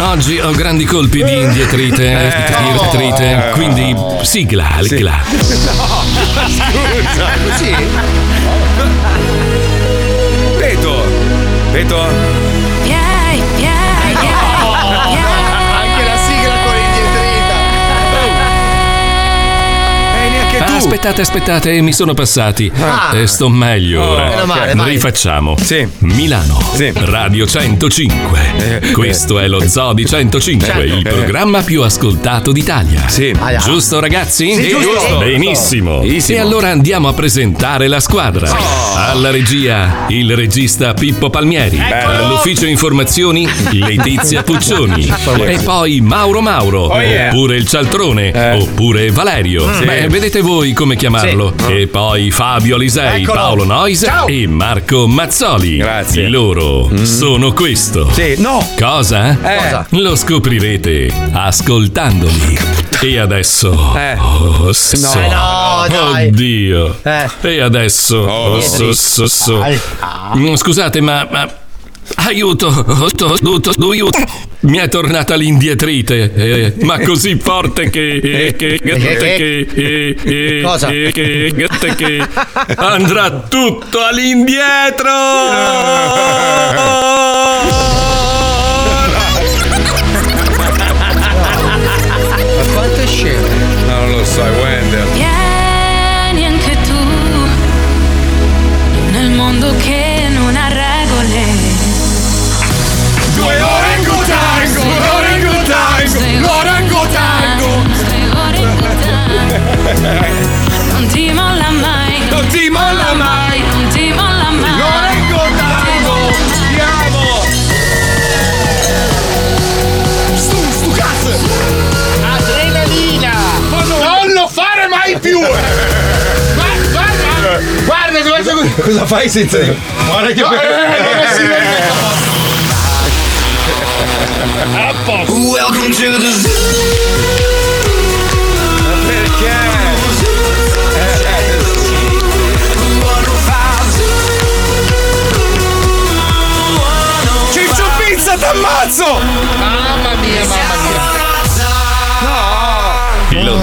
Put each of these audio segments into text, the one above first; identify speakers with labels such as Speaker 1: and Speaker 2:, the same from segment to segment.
Speaker 1: Oggi ho grandi colpi di indietrite,
Speaker 2: Eh,
Speaker 1: irtrite,
Speaker 2: no.
Speaker 1: quindi sigla, sigla.
Speaker 2: No, scusa, così. Peto, Peto.
Speaker 3: Anche la sigla con l'indietrita.
Speaker 1: Ah, aspettate, aspettate, mi sono passati.
Speaker 3: Ah.
Speaker 1: E sto meglio
Speaker 3: Oh,
Speaker 1: ora.
Speaker 3: meno male, vai.
Speaker 1: Rifacciamo. Milano, Radio 105. Questo è lo Zoo di 105,
Speaker 2: Eh, Certo.
Speaker 1: il programma più ascoltato d'Italia.
Speaker 2: Ah,
Speaker 1: Giusto ragazzi?
Speaker 2: Sì, giusto.
Speaker 1: Benissimo.
Speaker 2: Benissimo.
Speaker 1: E allora andiamo a presentare la squadra. Alla regia, il regista Pippo Palmieri.
Speaker 2: Eccolo.
Speaker 1: All'ufficio informazioni, Letizia Puccioni. e poi Mauro Mauro.
Speaker 2: Oh, yeah. Eh. Mm.
Speaker 1: Oppure il cialtrone. Oppure Valerio.
Speaker 2: Sì.
Speaker 1: Beh, vedete voi come chiamarlo. E poi Fabio Alisei,
Speaker 2: Eccolo.
Speaker 1: Paolo Noise
Speaker 2: Ciao. Mm.
Speaker 1: e Marco Mazzoli. Grazie. Loro sono questo.
Speaker 2: Sì, no. Eh.
Speaker 1: Cosa?
Speaker 2: Cosa?
Speaker 1: Lo scoprirete ascoltandoli. E adesso. Oh, so.
Speaker 2: Eh. No, no, dai. Eh.
Speaker 1: Oddio. E adesso. Oh, so, so, so.
Speaker 2: Dai.
Speaker 1: Mm, Scusate, ma. ma- Aiuto, aiuto, aiuto, aiuto. Mi è tornata l'indietrite, eh, ma così forte che. eh, che, che, che, eh, eh,
Speaker 2: Cosa?
Speaker 1: eh, che, che- che andrà tutto all'indietro!
Speaker 3: Ma quanto è scemo?
Speaker 2: No, non lo so, è Wender.
Speaker 4: Vieni anche tu nel mondo che non ha regole.
Speaker 2: Due orangutango, l'orangutango, l'orangutango.
Speaker 4: Sei orangutango. Non ti molla mai, non
Speaker 2: ti molla mai,
Speaker 4: non ti molla mai.
Speaker 2: L'orangutango, ti amo. Stu, stu cazzo.
Speaker 5: Adrenalina! Non lo fare mai più! Guarda, guarda! Guarda come c'è
Speaker 2: Cosa fai senza di... Guarda che
Speaker 5: eh,
Speaker 3: Welcome to the
Speaker 2: Ciccio Pizza t'ammazzo!
Speaker 5: Mamma mia, mamma
Speaker 1: Lo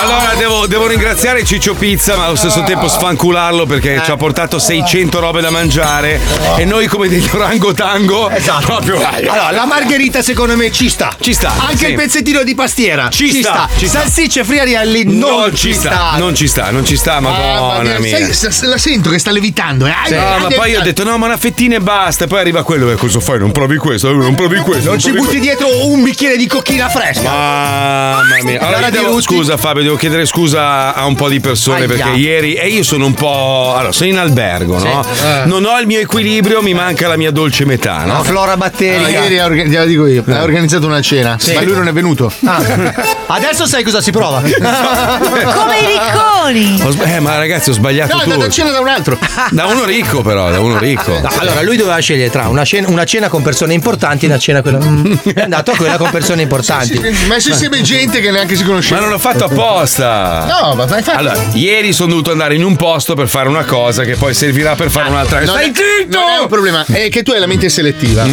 Speaker 2: Allora devo, devo ringraziare Ciccio Pizza ma allo stesso tempo sfancularlo perché ci ha portato 600 robe da mangiare e noi come degli orangotango esatto. proprio
Speaker 6: Allora, la margherita secondo me ci sta.
Speaker 2: Ci sta,
Speaker 6: Anche
Speaker 2: sì.
Speaker 6: il pezzettino di pastiera.
Speaker 2: Ci sta, ci sta.
Speaker 6: Salsicce friarielli non,
Speaker 2: non ci sta, non ci sta, non ci sta,
Speaker 6: Mamma
Speaker 2: madonna
Speaker 6: mia,
Speaker 2: mia.
Speaker 6: Ah, sai, se- se- la sento che sta levitando. Eh.
Speaker 2: Sì. No, ma poi io ho detto no, ma una fettina e basta. Poi arriva quello e cosa fai? Non provi questo, eh, non provi questo.
Speaker 6: Non ci
Speaker 2: provi
Speaker 6: butti
Speaker 2: questo."
Speaker 6: dietro un bicchiere di cocchina fresca.
Speaker 2: Mamma mia. Allora,
Speaker 6: Cara
Speaker 2: io
Speaker 6: Di
Speaker 2: devo-
Speaker 6: Rutti.
Speaker 2: scusa Fabio, devo chiedere scusa a un po' di persone
Speaker 6: Aia.
Speaker 2: perché ieri e io sono un po' allora, sono in albergo, no?
Speaker 6: Sì. Eh.
Speaker 2: Non ho il mio equilibrio, mi manca la mia dolce metà, no? Ah,
Speaker 6: La flora batterica.
Speaker 7: Allora, ieri ha orga- gliela dico io,
Speaker 2: Eh.
Speaker 7: ha organizzato una cena,
Speaker 6: Sì.
Speaker 7: ma lui non è venuto.
Speaker 6: Ah. Adesso sai cosa si prova.
Speaker 8: Come i ricconi.
Speaker 2: Ho sba- eh, ma ragazzi, ho sbagliato
Speaker 7: No, è andato
Speaker 2: tutto.
Speaker 7: a cena da un altro.
Speaker 2: Da uno ricco, però, da uno ricco.
Speaker 6: No, allora lui doveva scegliere tra una cena, una cena con persone importanti e una cena quella. Mm, è andato a quella con persone importanti.
Speaker 7: Messo insieme gente che neanche si conosceva.
Speaker 2: Ma non l'ho fatto apposta.
Speaker 7: No, ma fai fare.
Speaker 2: Allora, ieri sono dovuto andare in un posto per fare una cosa che poi servirà per fare un'altra.
Speaker 7: non,
Speaker 2: Stai
Speaker 7: è,
Speaker 2: zitto!
Speaker 7: non è un problema, è che tu hai la mente selettiva.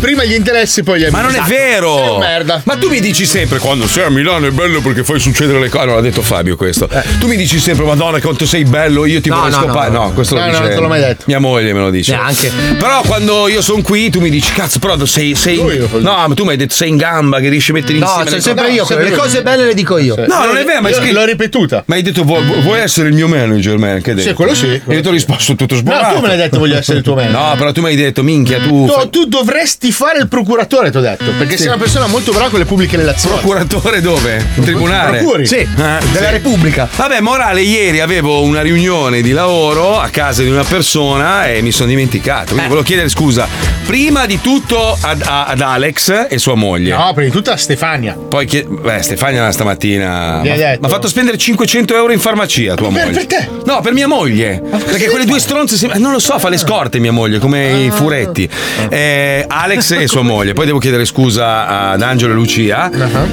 Speaker 7: Prima gli interessi, poi gli amici.
Speaker 2: Mm. Ma non è
Speaker 7: Esatto. Sei
Speaker 2: vero!
Speaker 7: un merda.
Speaker 2: Ma tu mi dici sempre quando sei a Milano è bello perché fai succedere le cose. Allora, ha detto Fabio questo. Tu mi dici sempre, Madonna, quanto sei bello, io ti
Speaker 6: No,
Speaker 2: vorrei
Speaker 6: no, no,
Speaker 2: scopare. No,
Speaker 6: no.
Speaker 2: questo
Speaker 7: Eh. No,
Speaker 2: lo
Speaker 7: no,
Speaker 2: dice.
Speaker 7: non te l'ho mai detto.
Speaker 2: Mia moglie me lo dice.
Speaker 6: Neanche.
Speaker 2: Però quando io sono qui, tu mi dici, cazzo, però sei. sei-
Speaker 7: Lui lo fa dire.
Speaker 2: no, ma tu mi hai detto sei in gamba, che riesci a mettere
Speaker 6: No,
Speaker 2: insieme.
Speaker 6: sono
Speaker 2: le
Speaker 6: sempre
Speaker 2: cose.
Speaker 6: io.
Speaker 7: sempre
Speaker 6: le
Speaker 7: lui.
Speaker 6: cose belle le dico io.
Speaker 2: No, non è vero, ma hai
Speaker 7: Io
Speaker 2: scritto.
Speaker 7: L'ho ripetuta.
Speaker 2: Ma hai detto, vuoi, vuoi essere il mio manager, man? Che hai detto?
Speaker 7: Sì, quello sì.
Speaker 2: E io ti ho risposto tutto
Speaker 7: No,
Speaker 2: sbagliato.
Speaker 7: tu me l'hai detto voglio essere il tuo manager.
Speaker 2: No, però tu mi hai detto, minchia, tu.
Speaker 7: Tu,
Speaker 2: fai-
Speaker 7: tu dovresti fare il procuratore, ti ho detto, perché sei una persona molto brava con le pubbliche relazioni.
Speaker 2: Procuratore dove? In tribunale?
Speaker 7: Procuri.
Speaker 6: Sì, della Repubblica.
Speaker 2: Vabbè, morale, ieri avevo una riunione di lavoro a casa di una persona e mi sono dimenticato.
Speaker 7: Eh.
Speaker 2: Quindi volevo chiedere scusa. Prima di tutto ad, a- ad Alex e sua moglie.
Speaker 7: No, prima di tutto a Stefania.
Speaker 2: Poi chied- beh, Stefania stamattina.
Speaker 7: Gli
Speaker 2: Mi
Speaker 7: hai detto?
Speaker 2: ha fatto spendere per 500 euro in farmacia, tua moglie.
Speaker 9: per te?
Speaker 2: No, per mia moglie. Perché quelle due stronze, sem- non lo so, fa le scorte mia moglie, come
Speaker 9: Ah.
Speaker 2: i furetti. Eh, Alex e sua moglie. Poi devo chiedere scusa ad Angelo e Lucia,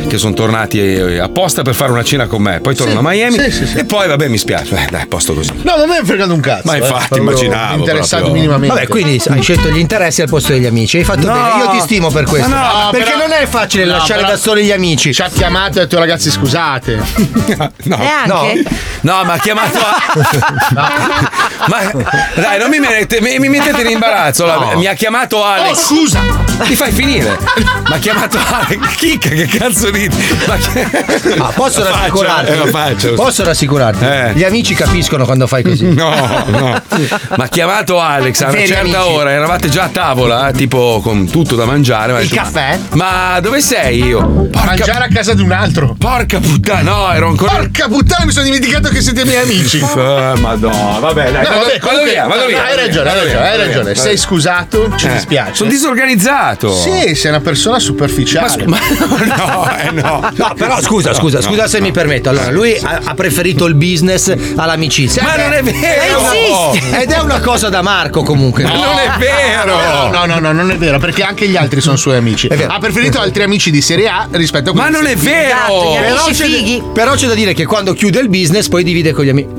Speaker 2: che sono tornati eh, apposta per fare una cena con me. Poi tornano
Speaker 9: Ah. Sì,
Speaker 2: a Miami.
Speaker 9: sì, sì, sì.
Speaker 2: E poi, vabbè, mi spiace. Eh, dai, posto così.
Speaker 9: No, non me ne frega un cazzo.
Speaker 2: Ma
Speaker 9: eh.
Speaker 2: infatti,
Speaker 9: Proprio
Speaker 2: immaginavo
Speaker 9: Interessato
Speaker 2: proprio.
Speaker 9: minimamente.
Speaker 6: Vabbè, quindi hai scelto gli interessi al posto degli amici. Hai fatto
Speaker 9: No.
Speaker 6: bene, io ti stimo per questo.
Speaker 9: Ma no,
Speaker 6: perché
Speaker 9: Ah, però-
Speaker 6: non è facile
Speaker 9: No,
Speaker 6: lasciare
Speaker 9: però-
Speaker 6: da soli gli amici.
Speaker 9: Ci ha chiamato e ha detto ragazzi scusate.
Speaker 2: No,
Speaker 10: Neanche?
Speaker 2: no, no, ma ha chiamato. a- ma dai, non mi, mette- mi- mi mettete in imbarazzo. la- Mi ha chiamato Alex.
Speaker 3: Oh, scusa.
Speaker 2: Ti fai finire. Mi ha chiamato Alex. Chicca, che cazzo dite? Ma che-
Speaker 6: Ah, posso
Speaker 2: La faccia,
Speaker 6: rassicurarti?
Speaker 2: eh, la faccia.
Speaker 6: Posso rassicurarti?
Speaker 2: Eh.
Speaker 6: Gli amici capiscono quando fai così.
Speaker 2: No, no. Ma ha chiamato Alex a una
Speaker 6: Veri
Speaker 2: certa
Speaker 6: amici.
Speaker 2: ora, eravate già a tavola, eh, tipo con tutto da mangiare. ma ha
Speaker 9: Il
Speaker 2: detto,
Speaker 9: caffè?
Speaker 2: Ma dove sei io? Porca,
Speaker 9: Mangiare a casa di un altro.
Speaker 2: porca puttana, no, ero ancora.
Speaker 9: Porca puttana, mi sono dimenticato che siete miei amici. No,
Speaker 2: Eh, Madonna, vabbè, dai, vado,
Speaker 9: vabbè,
Speaker 2: vado
Speaker 9: comunque-
Speaker 2: via, vado via. Eh,
Speaker 9: Hai ragione, hai ragione, hai ragione. Sei scusato, ci dispiace.
Speaker 2: Sono disorganizzato.
Speaker 9: Sì, sei una persona
Speaker 2: Ma,
Speaker 9: superficiale.
Speaker 2: scu- ma no, eh, no.
Speaker 6: No, però scusa, scusa, scusa se mi permetto. Allora, lui ha, ha preferito il business all'amicizia.
Speaker 2: Ma
Speaker 6: Eh,
Speaker 2: non è vero!
Speaker 6: Ed è una cosa da Marco comunque.
Speaker 2: Ma non è
Speaker 9: No,
Speaker 2: vero!
Speaker 9: no, no, no, non è vero, perché anche gli altri sono suoi amici.
Speaker 6: vero.
Speaker 9: Ha preferito altri amici di Serie A rispetto a
Speaker 2: Ma
Speaker 9: quelli di
Speaker 2: non è
Speaker 9: Serie B.
Speaker 10: Esatto, gli
Speaker 2: vero!
Speaker 6: Però
Speaker 10: amici
Speaker 6: c'è,
Speaker 10: fighi.
Speaker 6: però c'è da dire che quando chiude il business poi divide con gli amici.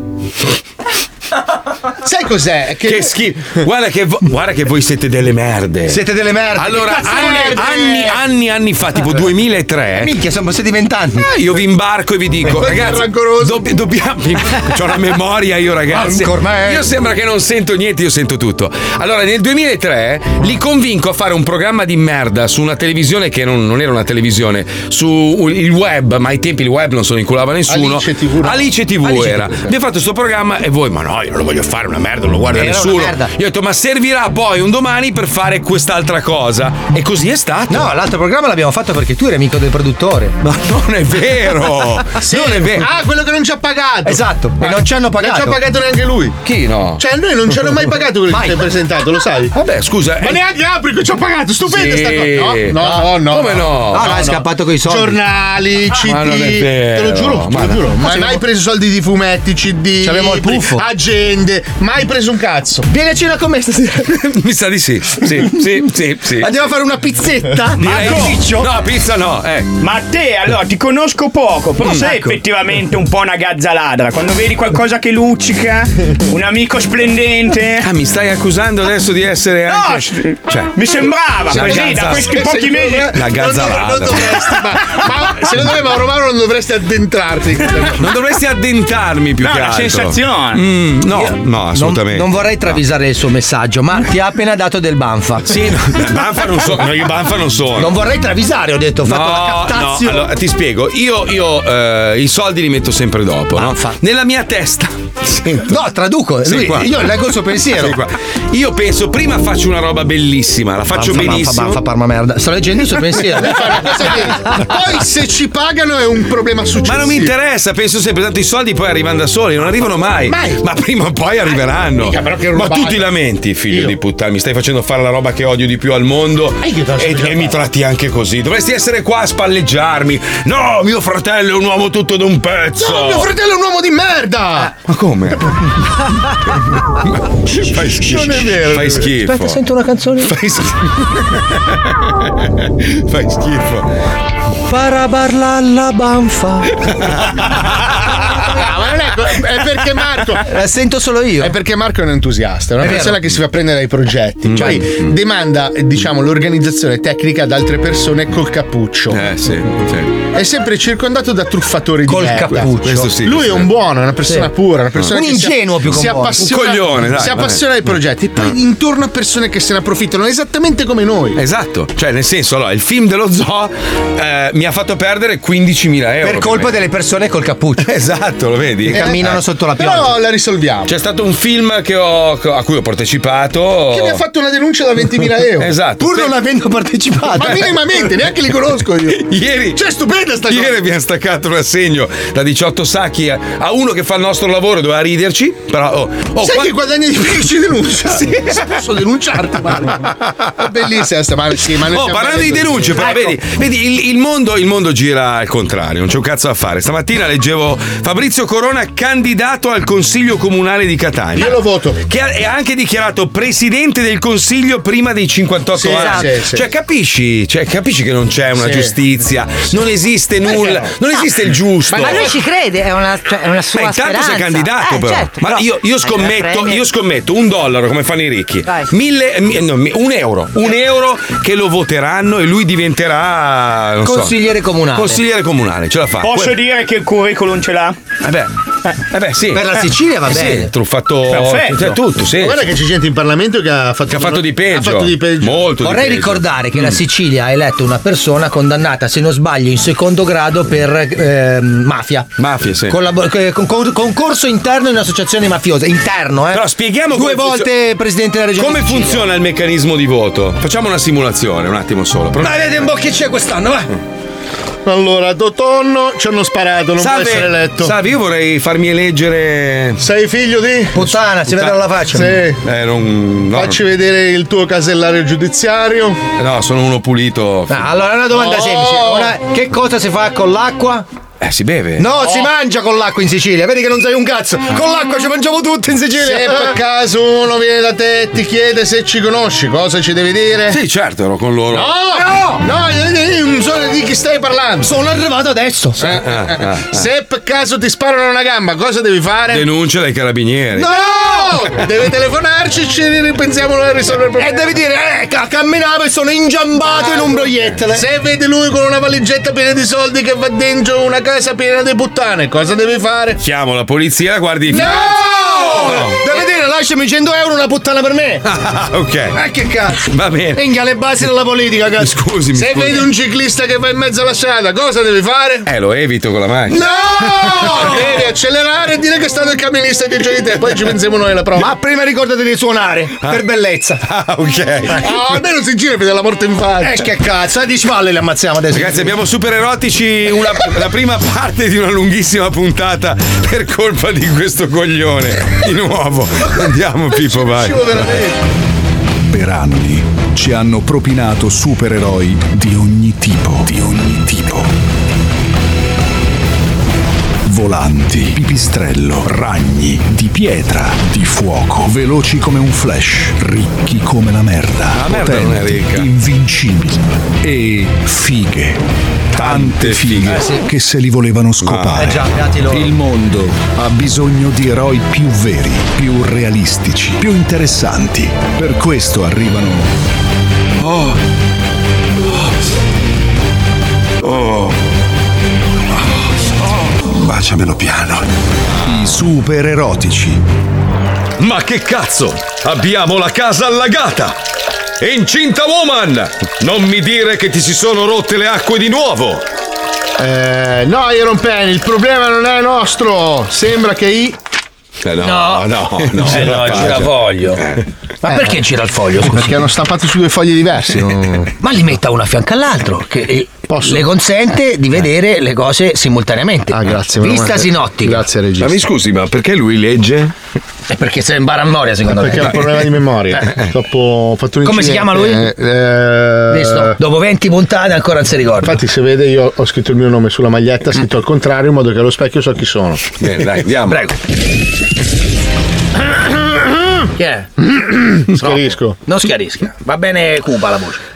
Speaker 9: Sai cos'è? Che,
Speaker 2: Che schifo! Guarda che, vo- guarda che voi siete delle merde.
Speaker 6: Siete delle merde.
Speaker 2: allora,
Speaker 9: cazzo
Speaker 2: anni,
Speaker 9: merde?
Speaker 2: anni, anni, anni fa, tipo 2003,
Speaker 6: Minchia, siamo siete vent'anni.
Speaker 2: Ah, Io vi imbarco e vi dico,
Speaker 9: Guarda che
Speaker 2: ragazzi,
Speaker 9: rancoroso.
Speaker 2: dobb- dobbiamo. Eh, C'ho una memoria io, ragazzi.
Speaker 9: Manco ormai.
Speaker 2: Io sembra che non sento niente, io sento tutto. Allora, nel 2003 li convinco a fare un programma di merda su una televisione che non, non era una televisione, su u- il web, ma ai tempi il web non se lo inculava nessuno.
Speaker 9: Alice TV, no.
Speaker 2: Alice TV
Speaker 9: Alice
Speaker 2: era.
Speaker 9: TV, sì.
Speaker 2: Abbiamo fatto questo programma e voi, ma no, io non lo voglio fare, una merda, non lo guarda
Speaker 6: Era una
Speaker 2: nessuno.
Speaker 6: merda.
Speaker 2: Io ho detto, ma servirà poi un domani per fare quest'altra cosa. E così è stato.
Speaker 6: No, l'altro programma l'abbiamo fatto perché tu eri amico del produttore.
Speaker 2: Ma non è vero!
Speaker 9: Sì.
Speaker 2: Non è vero!
Speaker 9: Ah, quello che non ci ha pagato.
Speaker 6: Esatto, e non ci hanno
Speaker 9: Non ci ha
Speaker 6: pagato.
Speaker 9: pagato neanche lui.
Speaker 2: Chi no?
Speaker 9: Cioè, noi non ci hanno mai pagato quello che
Speaker 6: Mai.
Speaker 9: ti hai presentato, lo sai?
Speaker 2: Vabbè, scusa.
Speaker 9: Ma
Speaker 2: eh,
Speaker 9: neanche Aprico ci ha pagato, stupenda
Speaker 2: Sì.
Speaker 9: sta cosa. No, no, no.
Speaker 2: Come no?
Speaker 6: Ah, no, è scappato coi soldi.
Speaker 9: Giornali, CD,
Speaker 2: Ah, Ma non è
Speaker 9: te
Speaker 2: vero,
Speaker 9: lo giuro,
Speaker 2: ma
Speaker 9: te lo
Speaker 2: no.
Speaker 9: giuro. mai, mai preso soldi di fumetti, CD,
Speaker 6: C'avevamo il puffo.
Speaker 9: agende, mai preso un cazzo.
Speaker 6: Vieni a cena con me stasera.
Speaker 2: Mi sa di sì. Sì, sì, sì, sì.
Speaker 6: Andiamo a fare una pizzetta.
Speaker 2: Direi- No, pizza no, eh.
Speaker 11: Ma te, allora, ti conosco poco,
Speaker 2: Mm,
Speaker 11: però sei
Speaker 2: ecco.
Speaker 11: effettivamente un po' una gazzaladra. Quando vedi qualcosa che luccica, un amico splendente.
Speaker 2: Ah, mi stai accusando adesso di essere
Speaker 11: No,
Speaker 2: anche. Cioè,
Speaker 11: mi sembrava
Speaker 2: Sì,
Speaker 11: così,
Speaker 2: ragazza,
Speaker 11: da questi
Speaker 9: Eh,
Speaker 11: pochi
Speaker 9: secondo
Speaker 11: mesi.
Speaker 9: me
Speaker 2: La
Speaker 9: non
Speaker 2: gazzalata.
Speaker 9: dov- non dovresti, ma, ma secondo me Mauro Mauro non dovresti addentrarti. in questa cosa.
Speaker 2: non dovresti addentarmi più
Speaker 11: No,
Speaker 2: che
Speaker 11: una
Speaker 2: altro.
Speaker 11: sensazione.
Speaker 2: Mm, no, no,
Speaker 6: Non,
Speaker 2: assolutamente.
Speaker 6: non vorrei travisare il suo messaggio, ma ti ha appena dato del banfa.
Speaker 2: Sì, no, banfa non sono. No, io banfa non sono.
Speaker 6: Non vorrei travisare, ho detto, ho fatto una captazione.
Speaker 2: No, allora, ti spiego, io, io, eh, i soldi li metto sempre dopo, no?
Speaker 6: Banfa.
Speaker 2: Nella mia testa. Sento.
Speaker 6: No, traduco.
Speaker 2: Sì,
Speaker 6: Lui-
Speaker 2: qua.
Speaker 6: io leggo il suo pensiero.
Speaker 2: Sì, qua. Io penso, prima faccio una roba bellissima, la faccio
Speaker 6: Banfa, banfa,
Speaker 2: benissimo.
Speaker 6: banfa, parma merda. Sto leggendo il suo pensiero.
Speaker 9: Poi se ci pagano è un problema successivo.
Speaker 2: Ma non mi interessa, penso sempre, tanto i soldi poi arrivano da soli, non arrivano mai.
Speaker 9: Mai.
Speaker 2: Ma prima o poi arriveranno.
Speaker 9: Mica, però che
Speaker 2: Ma
Speaker 9: rubato.
Speaker 2: tu ti lamenti, figlio
Speaker 9: Io.
Speaker 2: di puttana, mi stai facendo fare la roba che odio di più al mondo
Speaker 9: Ma io te la so
Speaker 2: e,
Speaker 9: già
Speaker 2: e mi
Speaker 9: fare.
Speaker 2: tratti anche così. Dovresti essere qua a spalleggiarmi. No, mio fratello è un uomo tutto d'un pezzo.
Speaker 9: No, mio fratello è un uomo di merda!
Speaker 2: Ma come? Fai schifo.
Speaker 9: Non è vero.
Speaker 2: Fai schifo.
Speaker 6: Aspetta, sento una canzone.
Speaker 2: Fai schifo. Fai schifo.
Speaker 6: Parabarla alla banfa.
Speaker 9: Ah, ma non è, co- è perché Marco.
Speaker 6: La sento solo io.
Speaker 9: È perché Marco è un entusiasta, è una
Speaker 6: vero. Mm.
Speaker 9: persona che si fa prendere dai progetti, cioè demanda eh, diciamo, l'organizzazione tecnica ad altre persone col cappuccio.
Speaker 2: Eh sì, sì.
Speaker 9: È sempre circondato da truffatori
Speaker 6: Col
Speaker 9: di merda.
Speaker 6: cappuccio.
Speaker 2: Questo sì.
Speaker 9: Lui è
Speaker 2: questo
Speaker 9: un buono, è una persona
Speaker 6: Sì.
Speaker 9: pura, una persona
Speaker 6: Un
Speaker 9: che si-
Speaker 6: ingenuo più che
Speaker 9: si
Speaker 6: un buono.
Speaker 9: appassiona,
Speaker 2: Un coglione, dai, Eh.
Speaker 9: si
Speaker 2: vabbè.
Speaker 9: appassiona ai progetti, poi intorno a persone che se ne approfittano esattamente come noi.
Speaker 2: Esatto, cioè nel senso, allora, il film dello zoo eh, mi ha fatto perdere 15.000 euro.
Speaker 6: per colpa delle persone col cappuccio.
Speaker 2: Esatto, lo vedi?
Speaker 6: Che camminano sotto la pioggia.
Speaker 9: Però la risolviamo.
Speaker 2: C'è stato un film che ho- a cui ho partecipato.
Speaker 9: Che mi ha fatto una denuncia da 20.000 euro.
Speaker 2: Esatto.
Speaker 6: Pur non avendo partecipato.
Speaker 9: Ma minimamente, neanche li conosco io.
Speaker 2: Ieri,
Speaker 9: Cioè, tremenda sta
Speaker 2: Ieri abbiamo staccato un assegno da 18 sacchi a, a uno che fa il nostro lavoro, doveva riderci. Però, oh, oh,
Speaker 9: Sai
Speaker 2: qua-
Speaker 9: che guadagna di più che ci denuncia? Sì. Posso denunciarti, ma è bellissima sta mano. Sì, ma noi
Speaker 2: Oh,
Speaker 9: siamo
Speaker 2: parlando
Speaker 9: belli
Speaker 2: di
Speaker 9: così. Ecco.
Speaker 2: denunce, però, vedi, vedi, il, il mondo, il mondo gira al contrario, non c'è un cazzo da fare. Stamattina leggevo Fabrizio Corona, candidato al consiglio comunale di Catania.
Speaker 9: Io lo voto.
Speaker 2: Che ha- è anche dichiarato presidente del consiglio prima dei 58
Speaker 9: Sì,
Speaker 2: anni.
Speaker 9: esatto. Sì, sì.
Speaker 2: Cioè, capisci? Cioè, capisci che non c'è una
Speaker 9: Sì.
Speaker 2: giustizia, non esiste nulla, non esiste il giusto.
Speaker 12: Ma lui ci crede, è una, cioè, è una sua
Speaker 2: Eh, intanto
Speaker 12: speranza.
Speaker 2: sei candidato,
Speaker 12: Eh,
Speaker 2: però.
Speaker 12: certo,
Speaker 2: Ma
Speaker 12: però-
Speaker 2: io, io
Speaker 12: Eh,
Speaker 2: scommetto,
Speaker 12: premio.
Speaker 2: io scommetto un dollaro come fanno i ricchi.
Speaker 12: Vai.
Speaker 2: Mille- mi- no, mi- un euro. Un euro che lo voteranno e lui diventerà. non so,
Speaker 11: Consigliere comunale.
Speaker 2: Consigliere comunale, ce la fa.
Speaker 11: Posso
Speaker 2: Que-
Speaker 11: dire che il curriculum ce l'ha?
Speaker 2: Vabbè. Eh beh, sì.
Speaker 9: Per la
Speaker 2: Eh,
Speaker 9: Sicilia va
Speaker 2: eh, sì,
Speaker 9: bene.
Speaker 2: truffato
Speaker 9: Perfetto.
Speaker 2: cioè, tutto, sì.
Speaker 9: Ma guarda che c'è gente in Parlamento che ha fatto,
Speaker 2: Che ha fatto di peggio.
Speaker 9: Ha fatto di peggio.
Speaker 2: Molto di
Speaker 6: Vorrei
Speaker 2: peggio.
Speaker 6: ricordare che
Speaker 2: Mm.
Speaker 6: la Sicilia ha eletto una persona condannata, se non sbaglio, in secondo grado per ehm, mafia.
Speaker 2: Mafia, sì.
Speaker 6: Collabo- eh, con- con- concorso interno in un'associazione mafiosa. Interno, eh.
Speaker 2: Però spieghiamo come
Speaker 6: Due
Speaker 2: funzio-
Speaker 6: volte presidente della regione.
Speaker 2: Come
Speaker 6: Sicilia.
Speaker 2: funziona il meccanismo di voto? Facciamo una simulazione, un attimo solo. Pro-
Speaker 6: Dai, vedi un po' chi c'è quest'anno, va.
Speaker 9: Allora, Dotonno ci hanno sparato, non
Speaker 2: Salve.
Speaker 9: può essere eletto.
Speaker 2: Salve, io vorrei farmi eleggere.
Speaker 9: Sei figlio di?
Speaker 6: Puttana, si vede dalla faccia.
Speaker 9: Sì.
Speaker 2: Eh, non. no, Eh,
Speaker 9: Facci vedere il tuo casellario giudiziario.
Speaker 2: No, sono uno pulito.
Speaker 6: Ah, allora, una domanda
Speaker 9: Oh.
Speaker 6: semplice. Ora, che cosa si fa con l'acqua?
Speaker 2: Eh, si beve.
Speaker 6: No, si mangia con l'acqua in Sicilia. Vedi che non sei un cazzo. Con l'acqua ci mangiamo tutti in Sicilia.
Speaker 9: Se per caso uno viene da te e ti chiede se ci conosci, cosa ci devi dire?
Speaker 2: Sì, certo, ero con loro.
Speaker 9: No! No, io non so di chi stai parlando.
Speaker 6: Sono arrivato adesso.
Speaker 9: Eh, eh, eh. Se per caso ti sparano una gamba, cosa devi fare?
Speaker 2: Denuncia dai carabinieri.
Speaker 9: No! Deve telefonarci, ci ripensiamo a risolvere il problema.
Speaker 6: devi dire, eh, ca- camminavo e sono ingiambato in un proiettile.
Speaker 9: Se vedi lui con una valigetta piena di soldi che va dentro una casa piena di puttane, cosa devi fare?
Speaker 2: Chiamo la polizia, guardi.
Speaker 9: No!
Speaker 6: Devi dire, lasciami 100 euro una puttana per me.
Speaker 2: Ah, ok.
Speaker 9: Ma che cazzo?
Speaker 2: Va bene.
Speaker 6: Venga le basi della politica, cazzo.
Speaker 2: Scusami.
Speaker 9: Se
Speaker 2: scusi.
Speaker 9: vedi un ciclista che va in mezzo alla strada, cosa devi fare?
Speaker 2: Eh, lo evito con la macchina.
Speaker 9: No! Devi accelerare e dire che è stato il camionista che c'è di te, poi ci pensiamo noi alla prova.
Speaker 6: Ma prima ricordati di suonare, per bellezza.
Speaker 2: Ah, ok.
Speaker 9: No, almeno si gira e vede la morte in
Speaker 6: Eh,
Speaker 9: faccia.
Speaker 6: che cazzo, a 10 palle le ammazziamo adesso.
Speaker 2: Ragazzi, abbiamo super erotici una- la prima parte di una lunghissima puntata per colpa di questo coglione. Di nuovo. Andiamo, Pippo, vai.
Speaker 3: Per anni ci hanno propinato supereroi di ogni tipo, di ogni tipo. Volanti, pipistrello, ragni, di pietra, di fuoco, veloci come un flash, ricchi come la merda,
Speaker 2: La merda non è ricca.
Speaker 3: invincibili e fighe. Tante
Speaker 2: Eh,
Speaker 3: fighe che se li
Speaker 2: Ah.
Speaker 3: volevano scopare.
Speaker 6: Eh già, beati loro.
Speaker 3: Il mondo ha bisogno di eroi più veri, più realistici, più interessanti. Per questo arrivano. Oh. Oh. Baciamelo piano. I super erotici.
Speaker 2: Ma che cazzo? Abbiamo la casa allagata! È Incinta woman! Non mi dire che ti si sono rotte le acque di nuovo!
Speaker 9: Eh, no, Iron Pen, il problema non è nostro. Sembra che i.
Speaker 2: Eh, no, no, no,
Speaker 6: Eh,
Speaker 2: no, Eh.
Speaker 6: voglio. Ma perché gira il foglio?
Speaker 9: Eh.
Speaker 6: Eh.
Speaker 9: Perché hanno stampato su due fogli diversi.
Speaker 6: Ma li metta una a fianco all'altro, che eh,
Speaker 9: Posso? Eh.
Speaker 6: le consente di vedere le cose simultaneamente.
Speaker 9: Ah, grazie. meno male.
Speaker 6: Vistasi in ottica.
Speaker 9: Grazie, regista.
Speaker 2: scusi, ma perché lui legge?
Speaker 6: È perché sei in barammoria, secondo
Speaker 9: Perché è
Speaker 6: me. Eh.
Speaker 9: un problema di memoria. Purtroppo ho fatto un
Speaker 6: Come si chiama
Speaker 9: incidente.
Speaker 6: lui?
Speaker 9: Eh, eh,
Speaker 6: Visto? Dopo 20 puntate ancora non si ricorda.
Speaker 9: Infatti, se vede, io ho scritto il mio nome sulla maglietta, scritto al contrario, in modo che allo specchio so chi sono.
Speaker 2: Bene, Eh, dai, andiamo.
Speaker 6: Prego. Chi è?
Speaker 9: Schiarisco.
Speaker 6: Non schiarisca. Va bene Cuba la voce.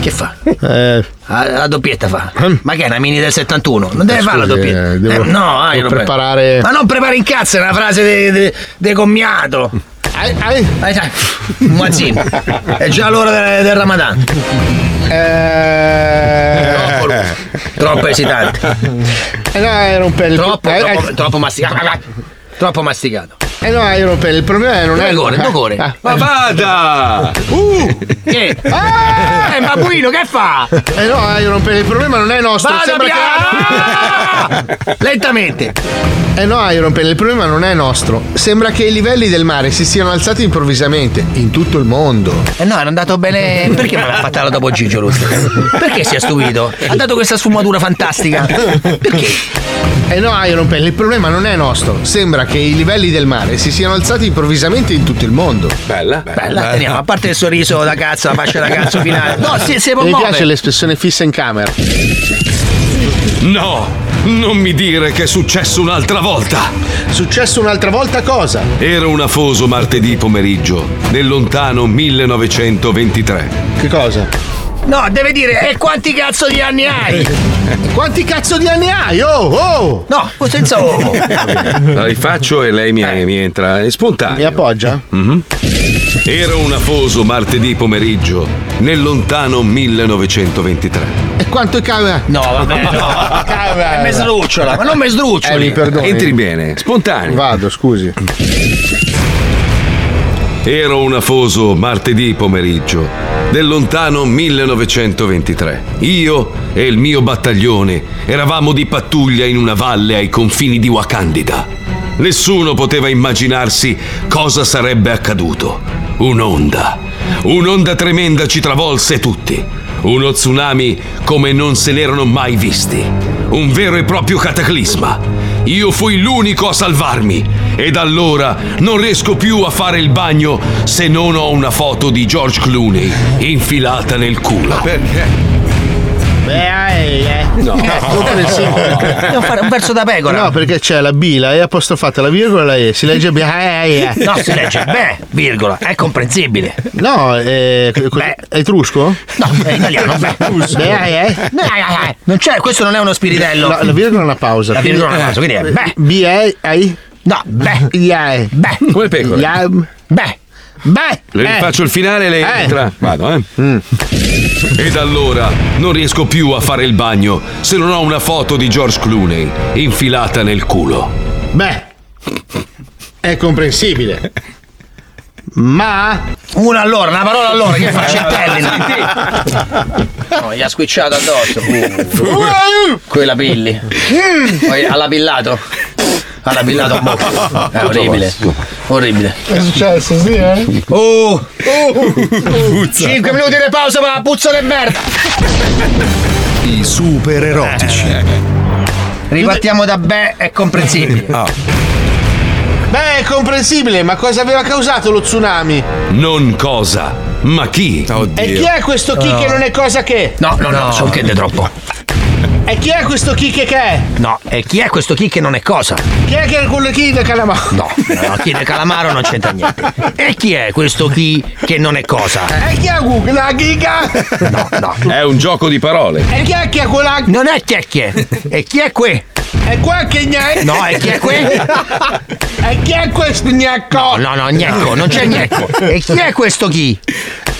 Speaker 6: Che fa?
Speaker 9: Eh,
Speaker 6: La, la doppietta fa. Ma che è una mini del 71? Non deve fare la
Speaker 9: scusi,
Speaker 6: doppietta.
Speaker 9: eh, devo-
Speaker 6: Eh, no, ah,
Speaker 9: devo
Speaker 6: io non pre-
Speaker 9: preparare-
Speaker 6: Ma non prepari in cazzo, è una frase de, de, de commiato.
Speaker 9: ai, ai,
Speaker 6: Dai, dai, muazzino. È già l'ora del, del Ramadan.
Speaker 9: eh,
Speaker 6: Troppo, lungo. troppo esitante.
Speaker 9: eh, no, era un pel.
Speaker 6: Troppo,
Speaker 9: eh,
Speaker 6: troppo,
Speaker 9: eh,
Speaker 6: troppo masticato. Troppo masticato.
Speaker 9: Eh no, ero per- il problema è non è.
Speaker 13: Dogore,
Speaker 9: Ah,
Speaker 13: dogore.
Speaker 9: ah.
Speaker 2: Ma vada!
Speaker 9: Uh!
Speaker 13: Che?
Speaker 9: Ah!
Speaker 13: Eh, ma Guido, che fa?
Speaker 9: Eh no, Iron, il problema non è nostro.
Speaker 13: Vada,
Speaker 9: sembra che...
Speaker 13: Ah! Lentamente.
Speaker 9: Eh no, Iron il problema non è nostro. Sembra che i livelli del mare si siano alzati improvvisamente in tutto il mondo.
Speaker 6: Eh no, era andato bene. Perché non l'ha fatta la dopo Gigio Russo? Perché si è stupito? Ha dato questa sfumatura fantastica.
Speaker 9: Eh no, Iron Pen, il problema non è nostro. Sembra che i livelli del mare si siano alzati improvvisamente in tutto il mondo.
Speaker 2: Bella,
Speaker 6: Bella, teniamo, a parte il sorriso da cazzo, la faccia da cazzo finale. No, si, si può
Speaker 9: Mi
Speaker 6: muovere.
Speaker 9: piace l'espressione fissa in camera.
Speaker 2: No, non mi dire che è successo un'altra volta.
Speaker 9: Successo un'altra volta cosa?
Speaker 2: Era un afoso martedì pomeriggio, nel lontano 1923.
Speaker 9: Che cosa?
Speaker 6: No, deve dire, e quanti cazzo di anni hai?
Speaker 9: Quanti cazzo di anni hai? Oh, oh!
Speaker 6: No, senza oh!
Speaker 2: La rifaccio e lei mi, mi entra. È spontaneo. Mi
Speaker 9: Eh. appoggia?
Speaker 2: Era un afoso martedì pomeriggio, nel lontano 1923.
Speaker 9: E quanto cava?
Speaker 6: No, vabbè,
Speaker 2: no.
Speaker 6: Eh, mi sdrucciola, ma non mi sdruccioli.
Speaker 9: Eh, mi perdoni.
Speaker 2: Entri bene, spontaneo.
Speaker 9: Vado, scusi.
Speaker 2: Era un afoso martedì pomeriggio del lontano 1923. Io e il mio battaglione eravamo di pattuglia in una valle ai confini di Wakandida. Nessuno poteva immaginarsi cosa sarebbe accaduto. Un'onda, un'onda tremenda ci travolse tutti. Uno tsunami come non se n'erano mai visti. Un vero e proprio cataclisma. Io fui l'unico a salvarmi e da allora non riesco più a fare il bagno se non ho una foto di George Clooney infilata nel culo.
Speaker 9: Beh, eh.
Speaker 2: No.
Speaker 6: Devo fare un verso da pecora.
Speaker 9: No, perché c'è la B, la E apostrofata, la virgola, la E. Si legge B. eh, eh, eh.
Speaker 6: No, si legge beh, virgola, è comprensibile.
Speaker 9: No, eh, co- co- è etrusco?
Speaker 6: No, è italiano, beh.
Speaker 9: Beh, eh, eh.
Speaker 6: Beh, eh, eh. Non c'è, questo non è uno spiritello.
Speaker 9: No, la virgola è una pausa.
Speaker 6: La virgola è una pausa, quindi è beh.
Speaker 9: B, E, I.
Speaker 6: No, beh,
Speaker 9: Yeah.
Speaker 6: beh,
Speaker 2: Come pecora.
Speaker 9: Yam.
Speaker 6: beh.
Speaker 9: Eh, Beh.
Speaker 2: Le
Speaker 9: eh.
Speaker 2: rifaccio il finale e lei
Speaker 9: Eh. Mm.
Speaker 2: entra. Vado, eh. E da allora non riesco più a fare il bagno se non ho una foto di George Clooney infilata nel culo.
Speaker 9: Beh. È comprensibile. Ma
Speaker 6: Una allora, una parola allora, che fa Ceppelli? No, gli ha squicciato addosso. Quella pilli.
Speaker 9: Mm.
Speaker 6: Poi ha lapillato. Ha lapillato un po'. È orribile. Orribile.
Speaker 9: è successo, sì, eh?
Speaker 6: Oh! 5 minuti di pausa, ma puzza di merda!
Speaker 14: I super erotici.
Speaker 6: Ripartiamo Ecco. da beh, è comprensibile.
Speaker 9: Beh, è comprensibile, ma cosa aveva causato lo tsunami?
Speaker 2: Non cosa, ma chi?
Speaker 9: E chi è questo chi
Speaker 2: Oh.
Speaker 9: che non è cosa che?
Speaker 6: No, no, no, sono che è troppo.
Speaker 9: E chi è questo chi che che è?
Speaker 6: No, e chi è questo chi che non è cosa?
Speaker 9: Chi è che è quello chi del calamaro?
Speaker 6: No, no, chi è calamaro non c'entra niente. E chi è questo chi che non è cosa?
Speaker 9: E chi è Google? La giga?
Speaker 6: No, no.
Speaker 2: È un gioco di parole.
Speaker 9: E chi è che è quella?
Speaker 6: Non è chi è chi è. E chi è qui?
Speaker 9: E qua che gnè?
Speaker 6: No, e chi è qui?
Speaker 9: E chi è questo gnacco?
Speaker 6: No, no, gnecco, non c'è gnecco. E chi è questo chi?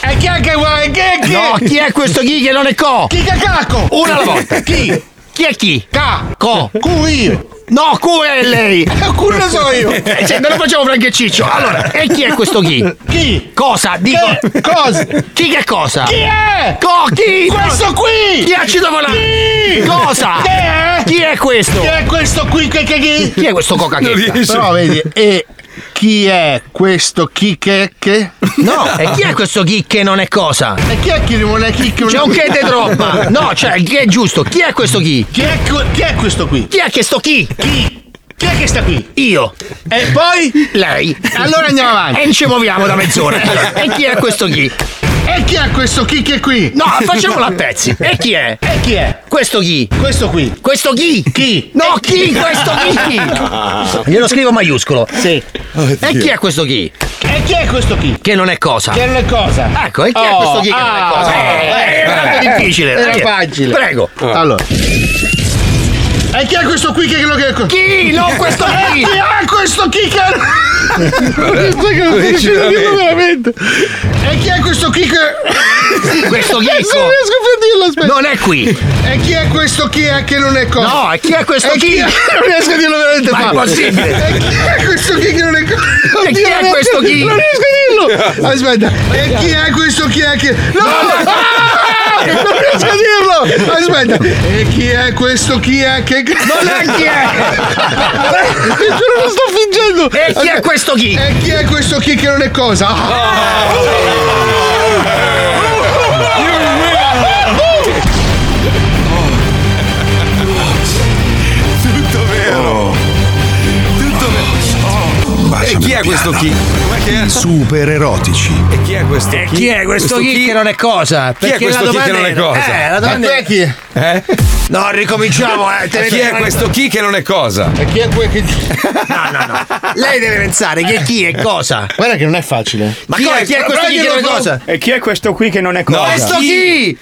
Speaker 9: E chi è che vuole che chi?
Speaker 6: No, chi è questo chi che non è co?
Speaker 9: Chi che cacco?
Speaker 6: Una alla volta.
Speaker 9: Chi?
Speaker 6: Chi è chi?
Speaker 9: Ca?
Speaker 6: Co.
Speaker 9: Cu io.
Speaker 6: No, Q è lei.
Speaker 9: E cu lo so io.
Speaker 6: Eh, cioè, non lo facciamo Frank e Ciccio. Allora, e chi è questo chi?
Speaker 9: Chi?
Speaker 6: Cosa? Dico.
Speaker 9: Che? Cosa?
Speaker 6: Chi che cosa?
Speaker 9: Chi è?
Speaker 6: Co, chi?
Speaker 9: Questo qui!
Speaker 6: Chi è acido volante? Cosa?
Speaker 9: Chi è?
Speaker 6: Chi è questo?
Speaker 9: Chi è questo qui che che chi?
Speaker 6: Chi è questo coca che?
Speaker 9: Però vedi, e chi è questo chi che che?
Speaker 6: No, e chi è questo chi che non è cosa?
Speaker 9: E chi è chi non è chi che
Speaker 6: C'è un che di troppa. No, cioè, il che è giusto. Chi è questo chi?
Speaker 9: Chi è, que- chi è questo qui?
Speaker 6: Chi è che sto chi?
Speaker 9: Chi? Chi è che sta qui?
Speaker 6: Io.
Speaker 9: E poi?
Speaker 6: Lei.
Speaker 9: Allora andiamo avanti.
Speaker 6: E non ci muoviamo da mezz'ora. Allora, E chi è questo chi?
Speaker 9: E chi è questo chi che è qui?
Speaker 6: No, facciamolo a pezzi. E chi è?
Speaker 9: E chi è?
Speaker 6: Questo chi?
Speaker 9: Questo qui.
Speaker 6: Questo chi?
Speaker 9: Chi?
Speaker 6: No, chi? Questo chi? Glielo scrivo maiuscolo.
Speaker 9: Sì.
Speaker 6: E chi è questo chi?
Speaker 9: E chi è questo qui?
Speaker 6: Che non è cosa.
Speaker 9: Che non è cosa?
Speaker 6: Ecco, e chi è
Speaker 9: Oh,
Speaker 6: questo chi? Che non è
Speaker 9: ah,
Speaker 6: cosa. Eh,
Speaker 9: eh,
Speaker 6: Era tanto
Speaker 9: eh,
Speaker 6: difficile.
Speaker 9: era
Speaker 6: Dai,
Speaker 9: facile.
Speaker 6: Prego.
Speaker 9: Allora. E Eh, chi è questo qui che lo che Chi
Speaker 6: Chi? Non questo chi?
Speaker 9: è questo chi che veramente. E chi è questo chi che
Speaker 6: Questo
Speaker 9: Adesso
Speaker 6: chicco.
Speaker 9: Non riesco più a dirlo, aspetta.
Speaker 6: Non è qui.
Speaker 9: E chi è questo chi è che non è cosa?
Speaker 6: No, e chi è questo
Speaker 9: E
Speaker 6: chi?
Speaker 9: è- Non riesco a dirlo veramente Eh,
Speaker 6: Ma
Speaker 3: è possibile.
Speaker 9: E chi è questo chi che non è.
Speaker 3: E chi è questo chi?
Speaker 9: Non riesco a dirlo! Aspetta, e chi è questo chi è che. No! Ah! Non riesco a dirlo! Aspetta, e chi è questo chi è che. Non
Speaker 3: è chi è!
Speaker 9: Ti giuro, lo sto fingendo!
Speaker 3: E chi è questo chi?
Speaker 9: E chi Ah, è questo chi che non è cosa?
Speaker 2: Tutto vero. Tutto vero.
Speaker 15: Baciami
Speaker 2: E chi è questo
Speaker 15: piano.
Speaker 2: chi?
Speaker 15: I super erotici.
Speaker 2: E chi è questo
Speaker 6: E chi è questo chi, che non è cosa?
Speaker 15: Chi è questo chi che non è
Speaker 6: era-
Speaker 15: cosa?
Speaker 6: Eh, la domanda
Speaker 9: è chi?
Speaker 2: Eh?
Speaker 6: No, ricominciamo, eh. te ne
Speaker 2: chi
Speaker 6: devi-
Speaker 2: è questo chi che non è cosa?
Speaker 9: E chi è quel che.
Speaker 6: No, no, no. Lei deve pensare chi è chi e cosa.
Speaker 9: Guarda che non è facile.
Speaker 6: Ma chi, è, chi è questo chi che non è cosa?
Speaker 11: E chi è questo qui che non è cosa?
Speaker 6: questo chi?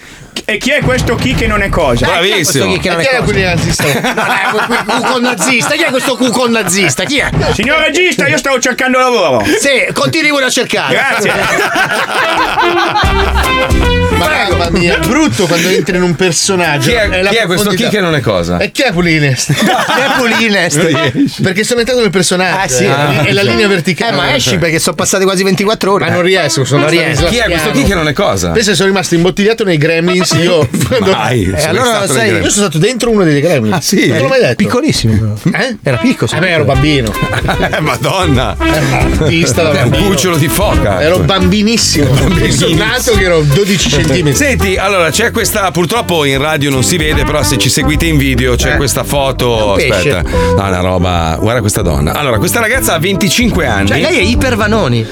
Speaker 11: E chi è questo chi che non è cosa?
Speaker 6: Eh, chi è questo chi che non è cosa? No, dai, quel- quel cucon nazista. Chi è questo cucon nazista? Chi è?
Speaker 11: Signor regista, io stavo cercando lavoro.
Speaker 6: Sì, Eh, continui pure a cercare.
Speaker 11: Grazie.
Speaker 9: Mamma mia, è brutto quando entri in un personaggio.
Speaker 2: Chi è,
Speaker 9: la
Speaker 2: chi è questo
Speaker 9: profondità.
Speaker 2: chi che non è cosa?
Speaker 9: E chi è Pulinest? chi è Pulinest? Perché sono entrato nel personaggio.
Speaker 6: Eh sì,
Speaker 9: eh. è la linea verticale.
Speaker 6: Eh, ma esci perché sono passate quasi 24 ore.
Speaker 9: Ma non riesco, sono
Speaker 6: Non
Speaker 9: stato
Speaker 6: riesco.
Speaker 2: Chi è questo chi che non è cosa?
Speaker 9: Penso che sono rimasto imbottigliato nei Gremlins. Io quando-
Speaker 2: Mai,
Speaker 6: Eh,
Speaker 2: sono
Speaker 6: allora
Speaker 2: stato
Speaker 6: sai-
Speaker 2: nei
Speaker 9: Io
Speaker 2: Gremlins.
Speaker 9: sono stato dentro uno dei Gremlins.
Speaker 2: Ah, sì?
Speaker 9: Non l'ho mai detto.
Speaker 6: Piccolissimo. però.
Speaker 9: Eh?
Speaker 6: Era piccolo.
Speaker 9: A me ero bambino.
Speaker 2: Eh, Madonna,
Speaker 9: Artista da
Speaker 2: è un
Speaker 9: bambino.
Speaker 2: cucciolo di foca. ecco.
Speaker 9: Ero bambinissimo. Sono nato che ero 12 centimetri.
Speaker 2: Senti, allora c'è questa. Purtroppo in radio non si vede, però se ci seguite in video c'è questa foto.
Speaker 6: Eh. È un pesce.
Speaker 2: Aspetta, no, una roba. Guarda questa donna. Allora, questa ragazza ha 25 anni.
Speaker 6: Cioè, lei è ipervanoni.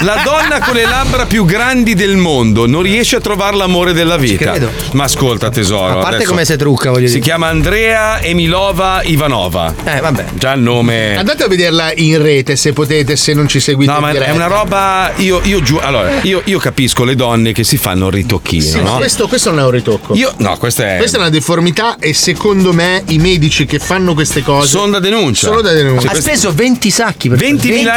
Speaker 2: La donna con le labbra più grandi del mondo non riesce a trovare l'amore della vita.
Speaker 6: credo.
Speaker 2: Ma ascolta, tesoro.
Speaker 6: A parte
Speaker 2: adesso-
Speaker 6: come si trucca, voglio
Speaker 2: Si
Speaker 6: dire.
Speaker 2: chiama Andrea Emilova Ivanova.
Speaker 6: Eh, vabbè.
Speaker 2: Già il nome.
Speaker 9: Eh. Andate a vederla in rete se potete, se non ci seguite.
Speaker 2: No,
Speaker 9: in
Speaker 2: Ah, ma è
Speaker 9: diretta.
Speaker 2: una roba. Io, io giu- Allora, io, io capisco le donne che si fanno il ritocchino,
Speaker 9: Sì,
Speaker 2: no?
Speaker 9: questo, questo non è un ritocco.
Speaker 2: Io. No, questa è.
Speaker 9: Questa è una deformità e secondo me i medici che fanno queste cose
Speaker 2: Sono da denuncia.
Speaker 9: sono da denuncia.
Speaker 6: Ha speso 20 sacchi per
Speaker 2: 20.000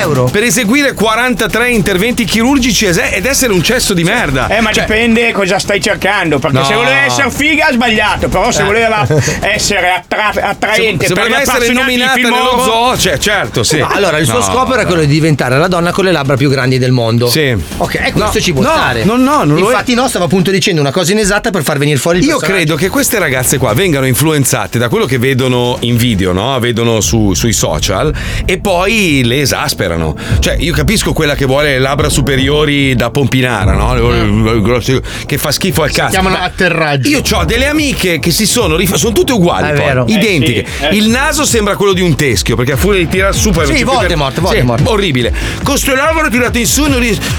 Speaker 2: euro, per eseguire 43 interventi chirurgici es- ed essere un cesso di merda.
Speaker 11: Eh, ma
Speaker 2: Cioè,
Speaker 11: dipende cosa stai cercando. Perché
Speaker 2: No.
Speaker 11: se voleva essere figa ha sbagliato. Però
Speaker 6: Eh.
Speaker 11: se voleva essere attra-
Speaker 2: se,
Speaker 11: attraente
Speaker 2: se
Speaker 11: per gli
Speaker 2: voleva essere
Speaker 11: appassionati di
Speaker 2: nominata nello
Speaker 11: film
Speaker 2: zoo, cioè, certo, sì.
Speaker 6: No, allora, il suo
Speaker 2: No,
Speaker 6: scopo era
Speaker 2: no.
Speaker 6: quello di diventare la donna con le labbra più grandi del mondo.
Speaker 2: Sì.
Speaker 6: Ok, e questo
Speaker 2: No,
Speaker 6: ci può
Speaker 2: no,
Speaker 6: stare.
Speaker 2: no, no, non lo è.
Speaker 6: Infatti, no, stavo appunto dicendo una cosa inesatta per far venire fuori il
Speaker 2: Io
Speaker 6: personaggio.
Speaker 2: credo che queste ragazze qua vengano influenzate da quello che vedono in video, no? Vedono su- sui social e poi le esasperano. Cioè, io capisco quella che vuole le labbra superiori da pompinara, no? Le vuole- grosse- Che fa schifo al cazzo.
Speaker 9: chiamano
Speaker 2: Ma
Speaker 9: atterraggio.
Speaker 2: Io ho delle amiche che si sono rif- sono tutte uguali,
Speaker 6: È
Speaker 2: poi,
Speaker 6: vero. Eh
Speaker 2: identiche.
Speaker 11: sì, eh
Speaker 2: Il naso sembra quello di un teschio, perché a furia di tirare su poi non
Speaker 6: Sì,
Speaker 2: c'è più
Speaker 6: Voldemort,
Speaker 2: che-
Speaker 6: Voldemort.
Speaker 2: Sì, orribile. Con sto lavoro tirato in su,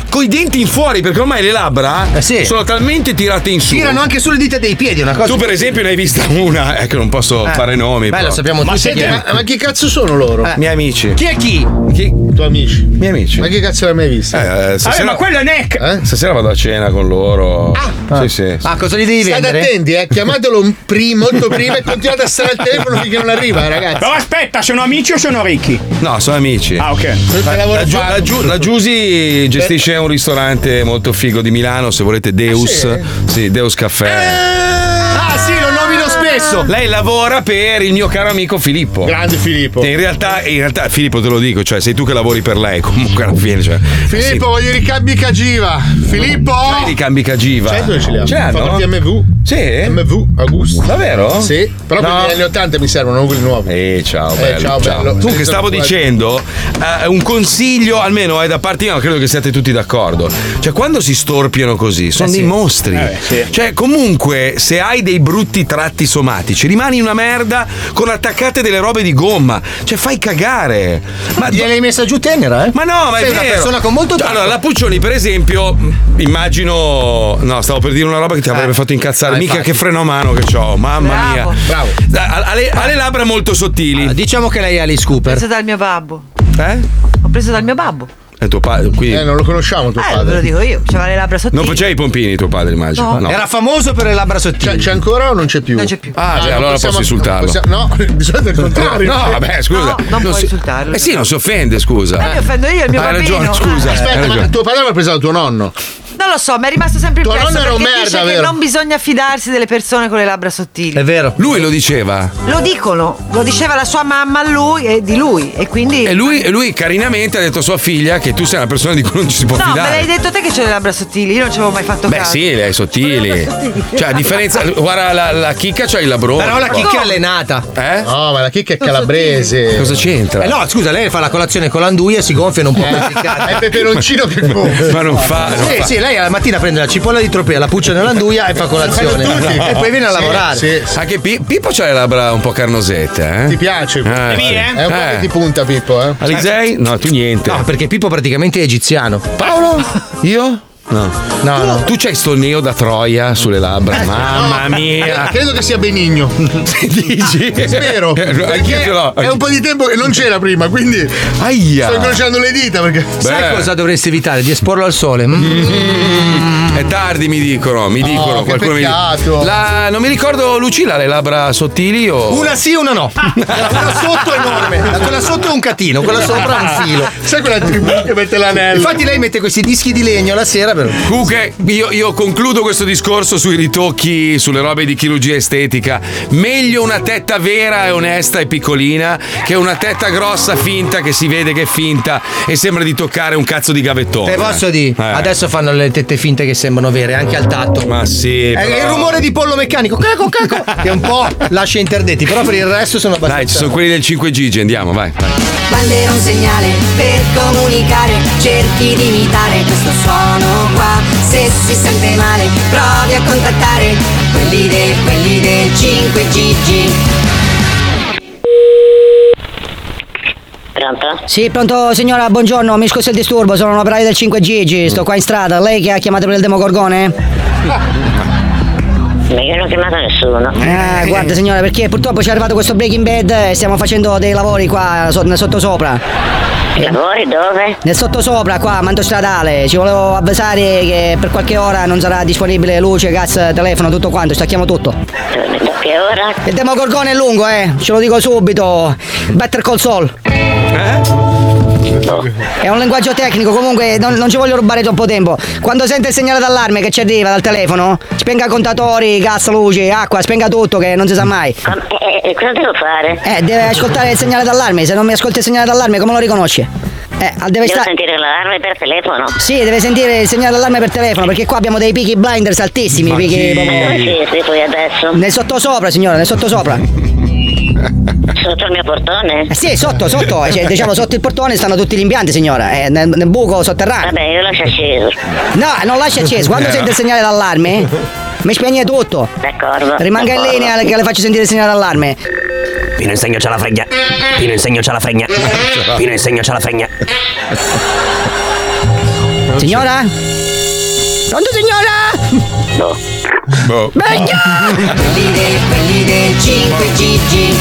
Speaker 2: con i denti in fuori, perché ormai le labbra
Speaker 6: Eh sì.
Speaker 2: sono talmente tirate in su.
Speaker 6: Tirano anche sulle dita dei piedi, è una cosa.
Speaker 2: Tu, per esempio, ne hai vista una. Ecco, non posso fare nomi.
Speaker 6: Beh,
Speaker 2: però.
Speaker 6: lo sappiamo tutti.
Speaker 9: Senti,
Speaker 6: chi è.
Speaker 9: ma, ma chi cazzo sono loro?
Speaker 2: Eh, Miei amici.
Speaker 6: Chi è chi?
Speaker 2: Chi?
Speaker 9: I tuoi amici.
Speaker 2: Miei amici.
Speaker 9: Ma chi cazzo l'hai mai Ah, visto?
Speaker 2: Eh, eh,
Speaker 11: Vabbè,
Speaker 2: stasera,
Speaker 11: ma quello è Neck.
Speaker 9: Eh?
Speaker 2: stasera vado a cena con loro. Sì, sì. sì.
Speaker 6: Ah, cosa gli devi
Speaker 9: State
Speaker 6: vendere?
Speaker 9: attenti, eh, chiamatelo un pri- molto prima e continuate a stare al telefono finché non arriva, eh, ragazzi.
Speaker 11: Però aspetta, sono amici o sono ricchi?
Speaker 2: No, sono amici.
Speaker 11: Ah, ok.
Speaker 9: Sempre lavoro
Speaker 2: La, Giu-
Speaker 9: fatto.
Speaker 2: la Giu- la Giusi gestisce un ristorante molto figo di Milano, se volete Deus.
Speaker 6: Ah,
Speaker 2: sì? Deus Caffè.
Speaker 9: Ah, sì, lo nomino
Speaker 6: Eh.
Speaker 9: spesso.
Speaker 2: Lei lavora per il mio caro amico Filippo.
Speaker 9: Grande Filippo.
Speaker 2: In realtà, in realtà, Filippo te lo dico, cioè sei tu che lavori per lei comunque alla fine. Cioè,
Speaker 9: Filippo, voglio i ricambi Cagiva. Filippo!
Speaker 2: Sì. Li cambi cagiva.
Speaker 9: Sai Cioè, dove ce li ha?
Speaker 2: Ce
Speaker 9: Fa
Speaker 2: l'hanno?
Speaker 9: parte MV.
Speaker 2: Sì?
Speaker 9: MV, Augusto.
Speaker 2: Davvero?
Speaker 9: Sì, però
Speaker 2: No.
Speaker 9: quelli degli anni 80 mi servono, non quelli nuovi.
Speaker 2: Eh, ciao,
Speaker 9: Eh,
Speaker 2: bello,
Speaker 9: ciao, bello.
Speaker 2: Tu che stavo
Speaker 9: Guarda.
Speaker 2: dicendo, eh, un consiglio almeno è da parte mia, ma credo che siate tutti d'accordo. Cioè, quando si storpiano così, sono
Speaker 6: Eh,
Speaker 2: dei mostri. Cioè, comunque, se hai dei brutti tratti somatici, rimani una merda con attaccate delle robe di gomma. Cioè, fai cagare. Ma
Speaker 6: Gliel'hai messa giù tenera, eh?
Speaker 2: ma no, ma è
Speaker 6: Sei una
Speaker 2: vero.
Speaker 6: persona con molto
Speaker 2: Cioè,
Speaker 6: tatto.
Speaker 2: Allora, la Puccioni, per esempio, mh, immagino. No, stavo per dire una roba che ti avrebbe fatto incazzare.
Speaker 6: Ah,
Speaker 2: Mica
Speaker 6: infatti.
Speaker 2: che freno a mano che ho, mamma
Speaker 12: Bravo.
Speaker 2: mia.
Speaker 9: Bravo.
Speaker 2: Da- ha, ha le, ha le labbra molto sottili.
Speaker 6: Diciamo che lei è Alice Cooper.
Speaker 12: preso dal mio babbo.
Speaker 2: Eh?
Speaker 12: Ho preso dal mio babbo.
Speaker 2: È tuo padre. Quindi.
Speaker 9: Eh, non lo conosciamo tuo
Speaker 12: Eh, ve lo
Speaker 9: padre.
Speaker 12: dico io. C'aveva le labbra sottili.
Speaker 2: Non faceva i pompini tuo padre, immagino.
Speaker 12: No.
Speaker 6: Era famoso per le labbra
Speaker 9: C'è,
Speaker 6: sottili.
Speaker 9: c'è ancora o non c'è più?
Speaker 12: Non c'è più.
Speaker 2: Ah, cioè,
Speaker 9: non
Speaker 2: allora posso insultarlo.
Speaker 9: non possiamo- no, bisogna del contrario.
Speaker 2: No, vabbè, scusa.
Speaker 12: No, non puoi
Speaker 2: si-
Speaker 12: insultarlo.
Speaker 2: Eh sì, non si offende,
Speaker 12: Eh,
Speaker 2: scusa.
Speaker 12: mi offendo io, il mio
Speaker 2: Hai
Speaker 12: bambino.
Speaker 2: ragione, scusa.
Speaker 12: Eh.
Speaker 2: hai
Speaker 9: Aspetta, ma
Speaker 2: ragione.
Speaker 9: tuo padre aveva preso il tuo nonno.
Speaker 12: Non lo so, mi è rimasto sempre
Speaker 9: Tuo
Speaker 12: impresso
Speaker 9: nonno era
Speaker 12: perché
Speaker 9: un
Speaker 12: dice
Speaker 9: merda,
Speaker 12: che
Speaker 9: vero?
Speaker 12: non bisogna fidarsi delle persone con le labbra sottili.
Speaker 2: È vero. Lui lo diceva.
Speaker 12: Lo dicono, lo diceva la sua mamma a lui e di lui e quindi
Speaker 2: E lui, e lui carinamente ha detto a sua figlia che tu sei una persona di cui non ci si può
Speaker 12: No, me
Speaker 2: fidare.
Speaker 12: l'hai detto te che c'è le labbra sottili, io non ci avevo mai fatto
Speaker 2: Beh
Speaker 12: caso.
Speaker 2: sì, lei è sottili. Cioè, a differenza. Guarda, la, la chicca c'ha il labrone.
Speaker 6: Però la chicca è allenata.
Speaker 2: Eh?
Speaker 9: No, ma la chicca è
Speaker 6: Sono
Speaker 9: calabrese.
Speaker 2: Cosa c'entra?
Speaker 6: Eh no, scusa, lei fa la colazione con l'anduia, si gonfia e non può masticare.
Speaker 9: Ah, È Eh. peperoncino che gonfia.
Speaker 2: Ma non fa. non
Speaker 6: Sì,
Speaker 2: fa.
Speaker 6: sì, lei alla mattina prende la cipolla di tropea, la puccia nell'anduia e fa colazione.
Speaker 2: Fanno tutti.
Speaker 6: E poi viene
Speaker 2: Sì,
Speaker 6: a lavorare.
Speaker 2: sì, sì. Anche Pi- Pippo c'ha le labbra un po' carnosette, eh? Ti
Speaker 9: piace?
Speaker 2: Eh, sì.
Speaker 9: È un po' che
Speaker 2: Eh.
Speaker 9: ti punta, Pippo, eh.
Speaker 2: Alisei? No, tu niente.
Speaker 6: No, perché Pippo praticamente è egiziano.
Speaker 2: Paolo? Io? No. No, no. Tu c'hai sto neo da Troia sulle
Speaker 6: Eh,
Speaker 2: labbra. Mamma
Speaker 9: Eh, No, Eh,
Speaker 2: mia.
Speaker 9: Credo che sia Benigno.
Speaker 2: Dici?
Speaker 9: Spero.
Speaker 2: Eh, no, anch'io
Speaker 9: Perché
Speaker 2: ce l'ho.
Speaker 9: È un po' di tempo che non c'era prima, quindi.
Speaker 2: Aia.
Speaker 9: Sto incrociando le dita perché.
Speaker 6: Sai
Speaker 2: Beh.
Speaker 6: cosa dovresti evitare? Di esporlo al sole. Mm.
Speaker 2: Mm-hmm. È tardi, mi dicono, mi dicono.
Speaker 6: Oh, che
Speaker 2: qualcuno mi
Speaker 6: peccato.
Speaker 2: La- non mi ricordo, Lucilla, ha le labbra sottili o.
Speaker 6: Una sì, una no. Quella sotto è enorme, la- quella sotto è un catino, quella sopra è un filo.
Speaker 9: Sai quella tribù che mette l'anello?
Speaker 6: Infatti lei mette questi dischi di legno la sera per...
Speaker 2: Comunque, io, io concludo questo discorso sui ritocchi, sulle robe di chirurgia estetica. Meglio una tetta vera e onesta e piccolina che una tetta grossa finta che si vede che è finta e sembra di toccare un cazzo di gavettone.
Speaker 6: Te posso dire,
Speaker 2: Eh.
Speaker 6: adesso fanno le tette finte che sembrano vere anche al tatto.
Speaker 2: Ma sì.
Speaker 6: È
Speaker 2: però-
Speaker 6: il rumore di pollo meccanico, caco, caco, che un po' lascia interdetti, però per il resto sono abbastanza...
Speaker 2: Dai, ci sono quelli del 5 g andiamo, vai. vai.
Speaker 16: Bandera un segnale per comunicare, cerchi di imitare questo suono qua. Se si sente male, provi a contattare quelli del, quelli del 5GG.
Speaker 17: Sì, pronto signora, buongiorno, mi scusi il disturbo, sono un operaio del 5 Gigi, sto qua in strada, lei che ha chiamato per il demogorgone?
Speaker 18: Ma io non ho chiamato nessuno.
Speaker 17: Ah, guarda signora, perché purtroppo ci è arrivato questo breaking bad e stiamo facendo dei lavori qua so- nel sottosopra.
Speaker 18: Lavori dove?
Speaker 17: Nel sottosopra qua, mantostradale, ci volevo avvisare che per qualche ora non sarà disponibile luce, gas, telefono, tutto quanto, stacchiamo tutto.
Speaker 18: Da che ora?
Speaker 17: Il demogorgone è lungo, eh, ce lo dico subito. Better Call Saul.
Speaker 2: Eh?
Speaker 17: È un linguaggio tecnico, comunque non, non ci voglio rubare troppo tempo. Quando sente il segnale d'allarme che ci arriva dal telefono, spenga contatori, gas, luce, acqua, spenga tutto che non si sa mai.
Speaker 18: E, e- e Eh, cosa devo fare?
Speaker 17: Eh, deve ascoltare il segnale d'allarme, se non mi ascolta il segnale d'allarme come lo riconosce? Eh, al- deve
Speaker 18: Devo
Speaker 17: stare...
Speaker 18: sentire l'allarme per telefono.
Speaker 17: Sì, deve sentire il segnale d'allarme per telefono, perché qua abbiamo dei picchi blinders altissimi,
Speaker 18: Ma
Speaker 17: picchi
Speaker 18: chi?
Speaker 17: proprio-
Speaker 18: Ma dove siete voi adesso?
Speaker 17: Nel sottosopra, signora, nel sottosopra.
Speaker 18: Sotto il mio portone?
Speaker 17: Eh sì, sotto, sotto, cioè, diciamo sotto il portone stanno tutti gli impianti, signora, eh, nel, nel buco sotterraneo.
Speaker 18: Vabbè, io lascio acceso.
Speaker 17: No, non lascia acceso. Quando
Speaker 18: Eh,
Speaker 17: sente il
Speaker 18: no.
Speaker 17: segnale d'allarme, mi spegne tutto.
Speaker 18: D'accordo.
Speaker 17: Rimanga in
Speaker 18: d'accordo.
Speaker 17: linea che le faccio sentire il segnale d'allarme.
Speaker 19: Pino insegno c'ha la fregna. Pino insegno c'ha la fregna. Pino insegno c'ha la fregna.
Speaker 17: Signora? Pronto, signora?
Speaker 18: Boh.
Speaker 2: Boh.
Speaker 16: Oh. Quelli del, quelli del 5GG.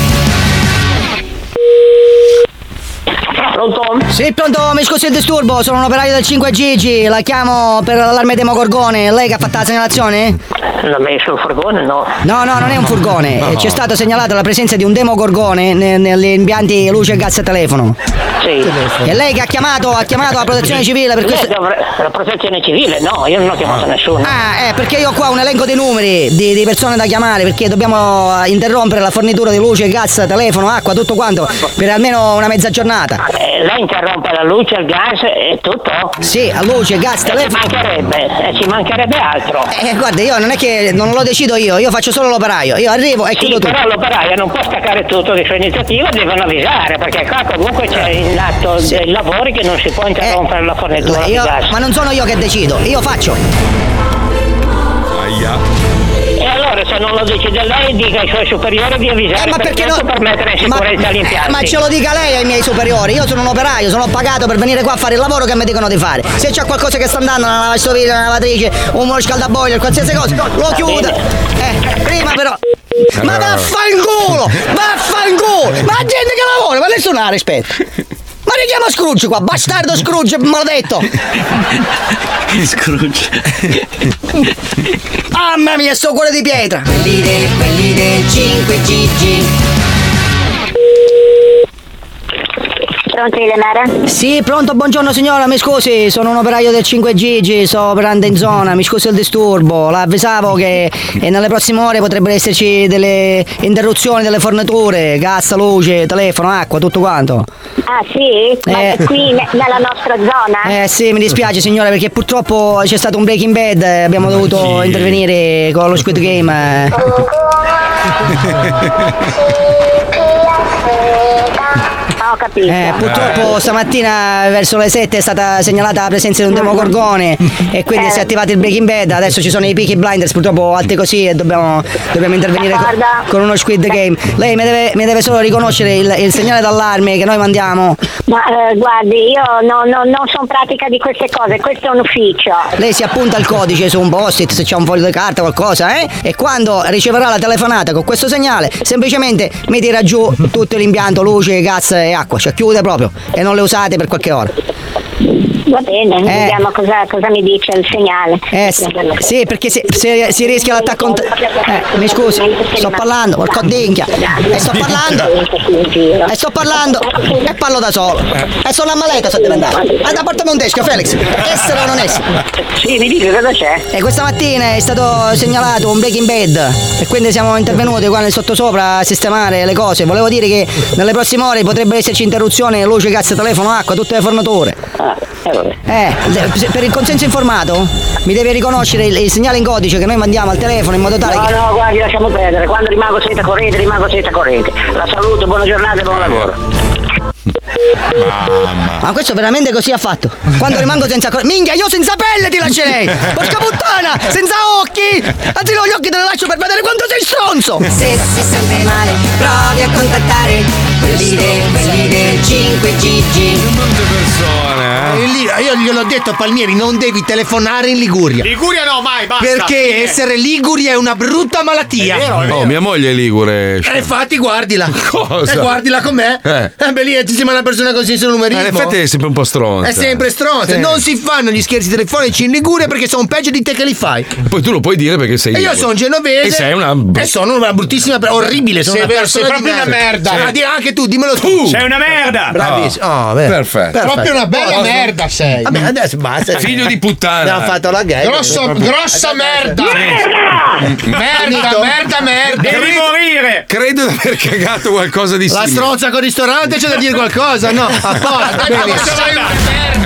Speaker 17: Pronto? Sì, pronto, mi scusi il disturbo, sono un operaio del 5 Gigi, la chiamo per l'allarme demogorgone, lei che ha fatto la segnalazione?
Speaker 18: L'ho messo un furgone? No.
Speaker 17: No, no, non è un furgone,
Speaker 18: No.
Speaker 17: eh, ci è stata segnalata la presenza di un demogorgone ne- negli impianti luce, gas e telefono.
Speaker 18: Sì.
Speaker 17: E lei che ha chiamato, ha chiamato la protezione civile per
Speaker 18: Io
Speaker 17: questo...
Speaker 18: dovre- La protezione civile? No, io non ho chiamato nessuno.
Speaker 17: Ah, eh, perché io ho qua un elenco dei numeri di, di persone da chiamare perché dobbiamo eh, interrompere la fornitura di luce, gas, telefono, acqua, tutto quanto per almeno una mezza giornata.
Speaker 18: Eh, lei interrompe la luce, il gas e tutto?
Speaker 17: Sì, la luce, gas,
Speaker 18: telefono. Ci mancherebbe, eh, ci mancherebbe altro.
Speaker 17: Eh, guarda, io non è che non lo decido io, io faccio solo l'operaio. Io arrivo e
Speaker 18: Sì,
Speaker 17: chiudo tutto.
Speaker 18: però l'operaio non può staccare tutto di sua iniziativa, devono avvisare, perché qua comunque c'è in atto dei lavori che non si può interrompere la fornitura di
Speaker 17: Io-
Speaker 18: gas.
Speaker 17: Eh, ma non sono io che decido, io faccio.
Speaker 18: E allora se non lo decide lei dica ai suoi superiori di avvisare
Speaker 17: Eh, ma perché
Speaker 18: questo
Speaker 17: no-
Speaker 18: per mettere in
Speaker 17: Ma,
Speaker 18: sicurezza gli
Speaker 17: eh,
Speaker 18: impianti.
Speaker 17: ma ce lo dica lei ai miei superiori, io sono un operaio, sono pagato per venire qua a fare il lavoro che mi dicono di fare. Se c'è qualcosa che sta andando, una lavastoviglie, una lavatrice, un scaldaboiler, qualsiasi cosa, lo chiuda. Eh, prima però. Ma vaffanculo! Vaffanculo! Ma la gente che lavora, ma nessuno la rispetta! Ma richiama Scrooge qua, bastardo Scrooge, maledetto!
Speaker 3: Scrooge.
Speaker 17: Mamma mia, sto cuore di pietra!
Speaker 16: Quelli del, quelli del 5GG.
Speaker 18: pronto Ilemara?
Speaker 17: Sì, pronto, buongiorno signora, mi scusi, sono un operaio del 5 Gigi, sto operando in zona, mi scusi il disturbo, la avvisavo che eh, nelle prossime ore potrebbero esserci delle interruzioni delle forniture, gas, luce, telefono, acqua, tutto quanto.
Speaker 18: Ah sì? Ma
Speaker 17: Eh.
Speaker 18: è qui ne- nella nostra zona?
Speaker 17: Eh sì, mi dispiace signora perché purtroppo c'è stato un breaking bad, eh, abbiamo dovuto intervenire con lo Squid Game. eh.
Speaker 18: Ho capito.
Speaker 17: Eh, purtroppo stamattina verso le 7 è stata segnalata la presenza di un demogorgone e quindi
Speaker 18: Eh.
Speaker 17: si è attivato il breaking bad, adesso ci sono i peaky blinders, purtroppo alti così e dobbiamo, dobbiamo intervenire co- con uno squid game. Lei mi deve, mi deve solo riconoscere il, il segnale d'allarme che noi mandiamo.
Speaker 18: Ma eh, guardi, io no- no- non sono pratica di queste cose, questo è un ufficio.
Speaker 17: Lei si appunta il codice su un post-it, se c'è un foglio di carta qualcosa, eh? E quando riceverà la telefonata con questo segnale, semplicemente mi tira giù tutto l'impianto, luce, gas e acqua, cioè chiude proprio e non le usate per qualche ora.
Speaker 18: Va bene, vediamo cosa, cosa mi dice il segnale.
Speaker 17: Eh, s- sì, perché se, se- si rischia l'attacco. ont- eh, mi scusi, sto parlando, porco d'inchia. E sto parlando. E sto parlando. E parlo da solo. E sono a maleta sto diventando. Anda, portami un teschio, Felix. Essere o non essere?
Speaker 18: Sì, mi dice cosa c'è?
Speaker 17: E questa mattina è stato segnalato un breaking bad e quindi siamo intervenuti qua nel sottosopra a sistemare le cose. Volevo dire che nelle prossime ore potrebbe esserci interruzione, luce, cazzo, telefono, acqua, tutte le forniture.
Speaker 18: Ah,
Speaker 17: Eh, se- per il consenso informato mi deve riconoscere il, il segnale in codice che noi mandiamo al telefono in modo tale
Speaker 18: No,
Speaker 17: che...
Speaker 18: no, guardi, lasciamo perdere. Quando rimango senza corrente, rimango senza corrente. La saluto, buona giornata e buon lavoro.
Speaker 17: Ma Ah, questo veramente così ha fatto? Quando rimango senza cor- Minchia, io senza pelle ti lascerei! Porca puttana! Senza occhi! Anzi no, gli occhi te li lascio per vedere quanto sei stronzo!
Speaker 20: Se si sente male, provi a contattare quelli del, quelli del 5 Gigi.
Speaker 2: Buona,
Speaker 6: Eh, lì, io gliel'ho detto a Palmieri, non devi telefonare in Liguria.
Speaker 21: Liguria no, mai, basta.
Speaker 6: Perché
Speaker 21: Fine.
Speaker 6: essere Liguri è una brutta malattia.
Speaker 2: Oh, mia moglie è ligure.
Speaker 6: E infatti guardila.
Speaker 2: Cosa?
Speaker 6: E guardila con me.
Speaker 2: Eh.
Speaker 6: Eh. beh, lì è ci sembra una persona così senza
Speaker 2: Eh,
Speaker 6: numerismo.
Speaker 2: in effetti è sempre un po' stronza.
Speaker 6: È sempre stronza.
Speaker 2: Sì.
Speaker 6: Non si fanno gli scherzi telefonici in Liguria perché sono peggio di te che li fai.
Speaker 2: Poi tu lo puoi dire perché sei
Speaker 6: E io
Speaker 2: ligure.
Speaker 6: sono genovese.
Speaker 2: E sei una br-
Speaker 6: E sono una bruttissima, orribile. Sono
Speaker 2: Sei
Speaker 6: una
Speaker 2: vero,
Speaker 6: persona
Speaker 2: sei
Speaker 6: di
Speaker 2: proprio una merda.
Speaker 6: Ah, di- anche tu, dimmelo tu.
Speaker 22: Sei una merda.
Speaker 6: Bravissimo. Oh, beh.
Speaker 2: Perfetto.
Speaker 6: Perfetto.
Speaker 2: Proprio una
Speaker 9: bella
Speaker 6: Posso?
Speaker 9: merda sei.
Speaker 6: Vabbè, adesso basta.
Speaker 2: Figlio di puttana.
Speaker 6: Abbiamo fatto la gay.
Speaker 9: Grossa- grossa merda.
Speaker 6: Merda, merda, merda.
Speaker 2: Credo- Credo di aver cagato qualcosa di
Speaker 6: La
Speaker 2: simile.
Speaker 6: strozza col ristorante c'è da dire qualcosa? No, a posto. bene.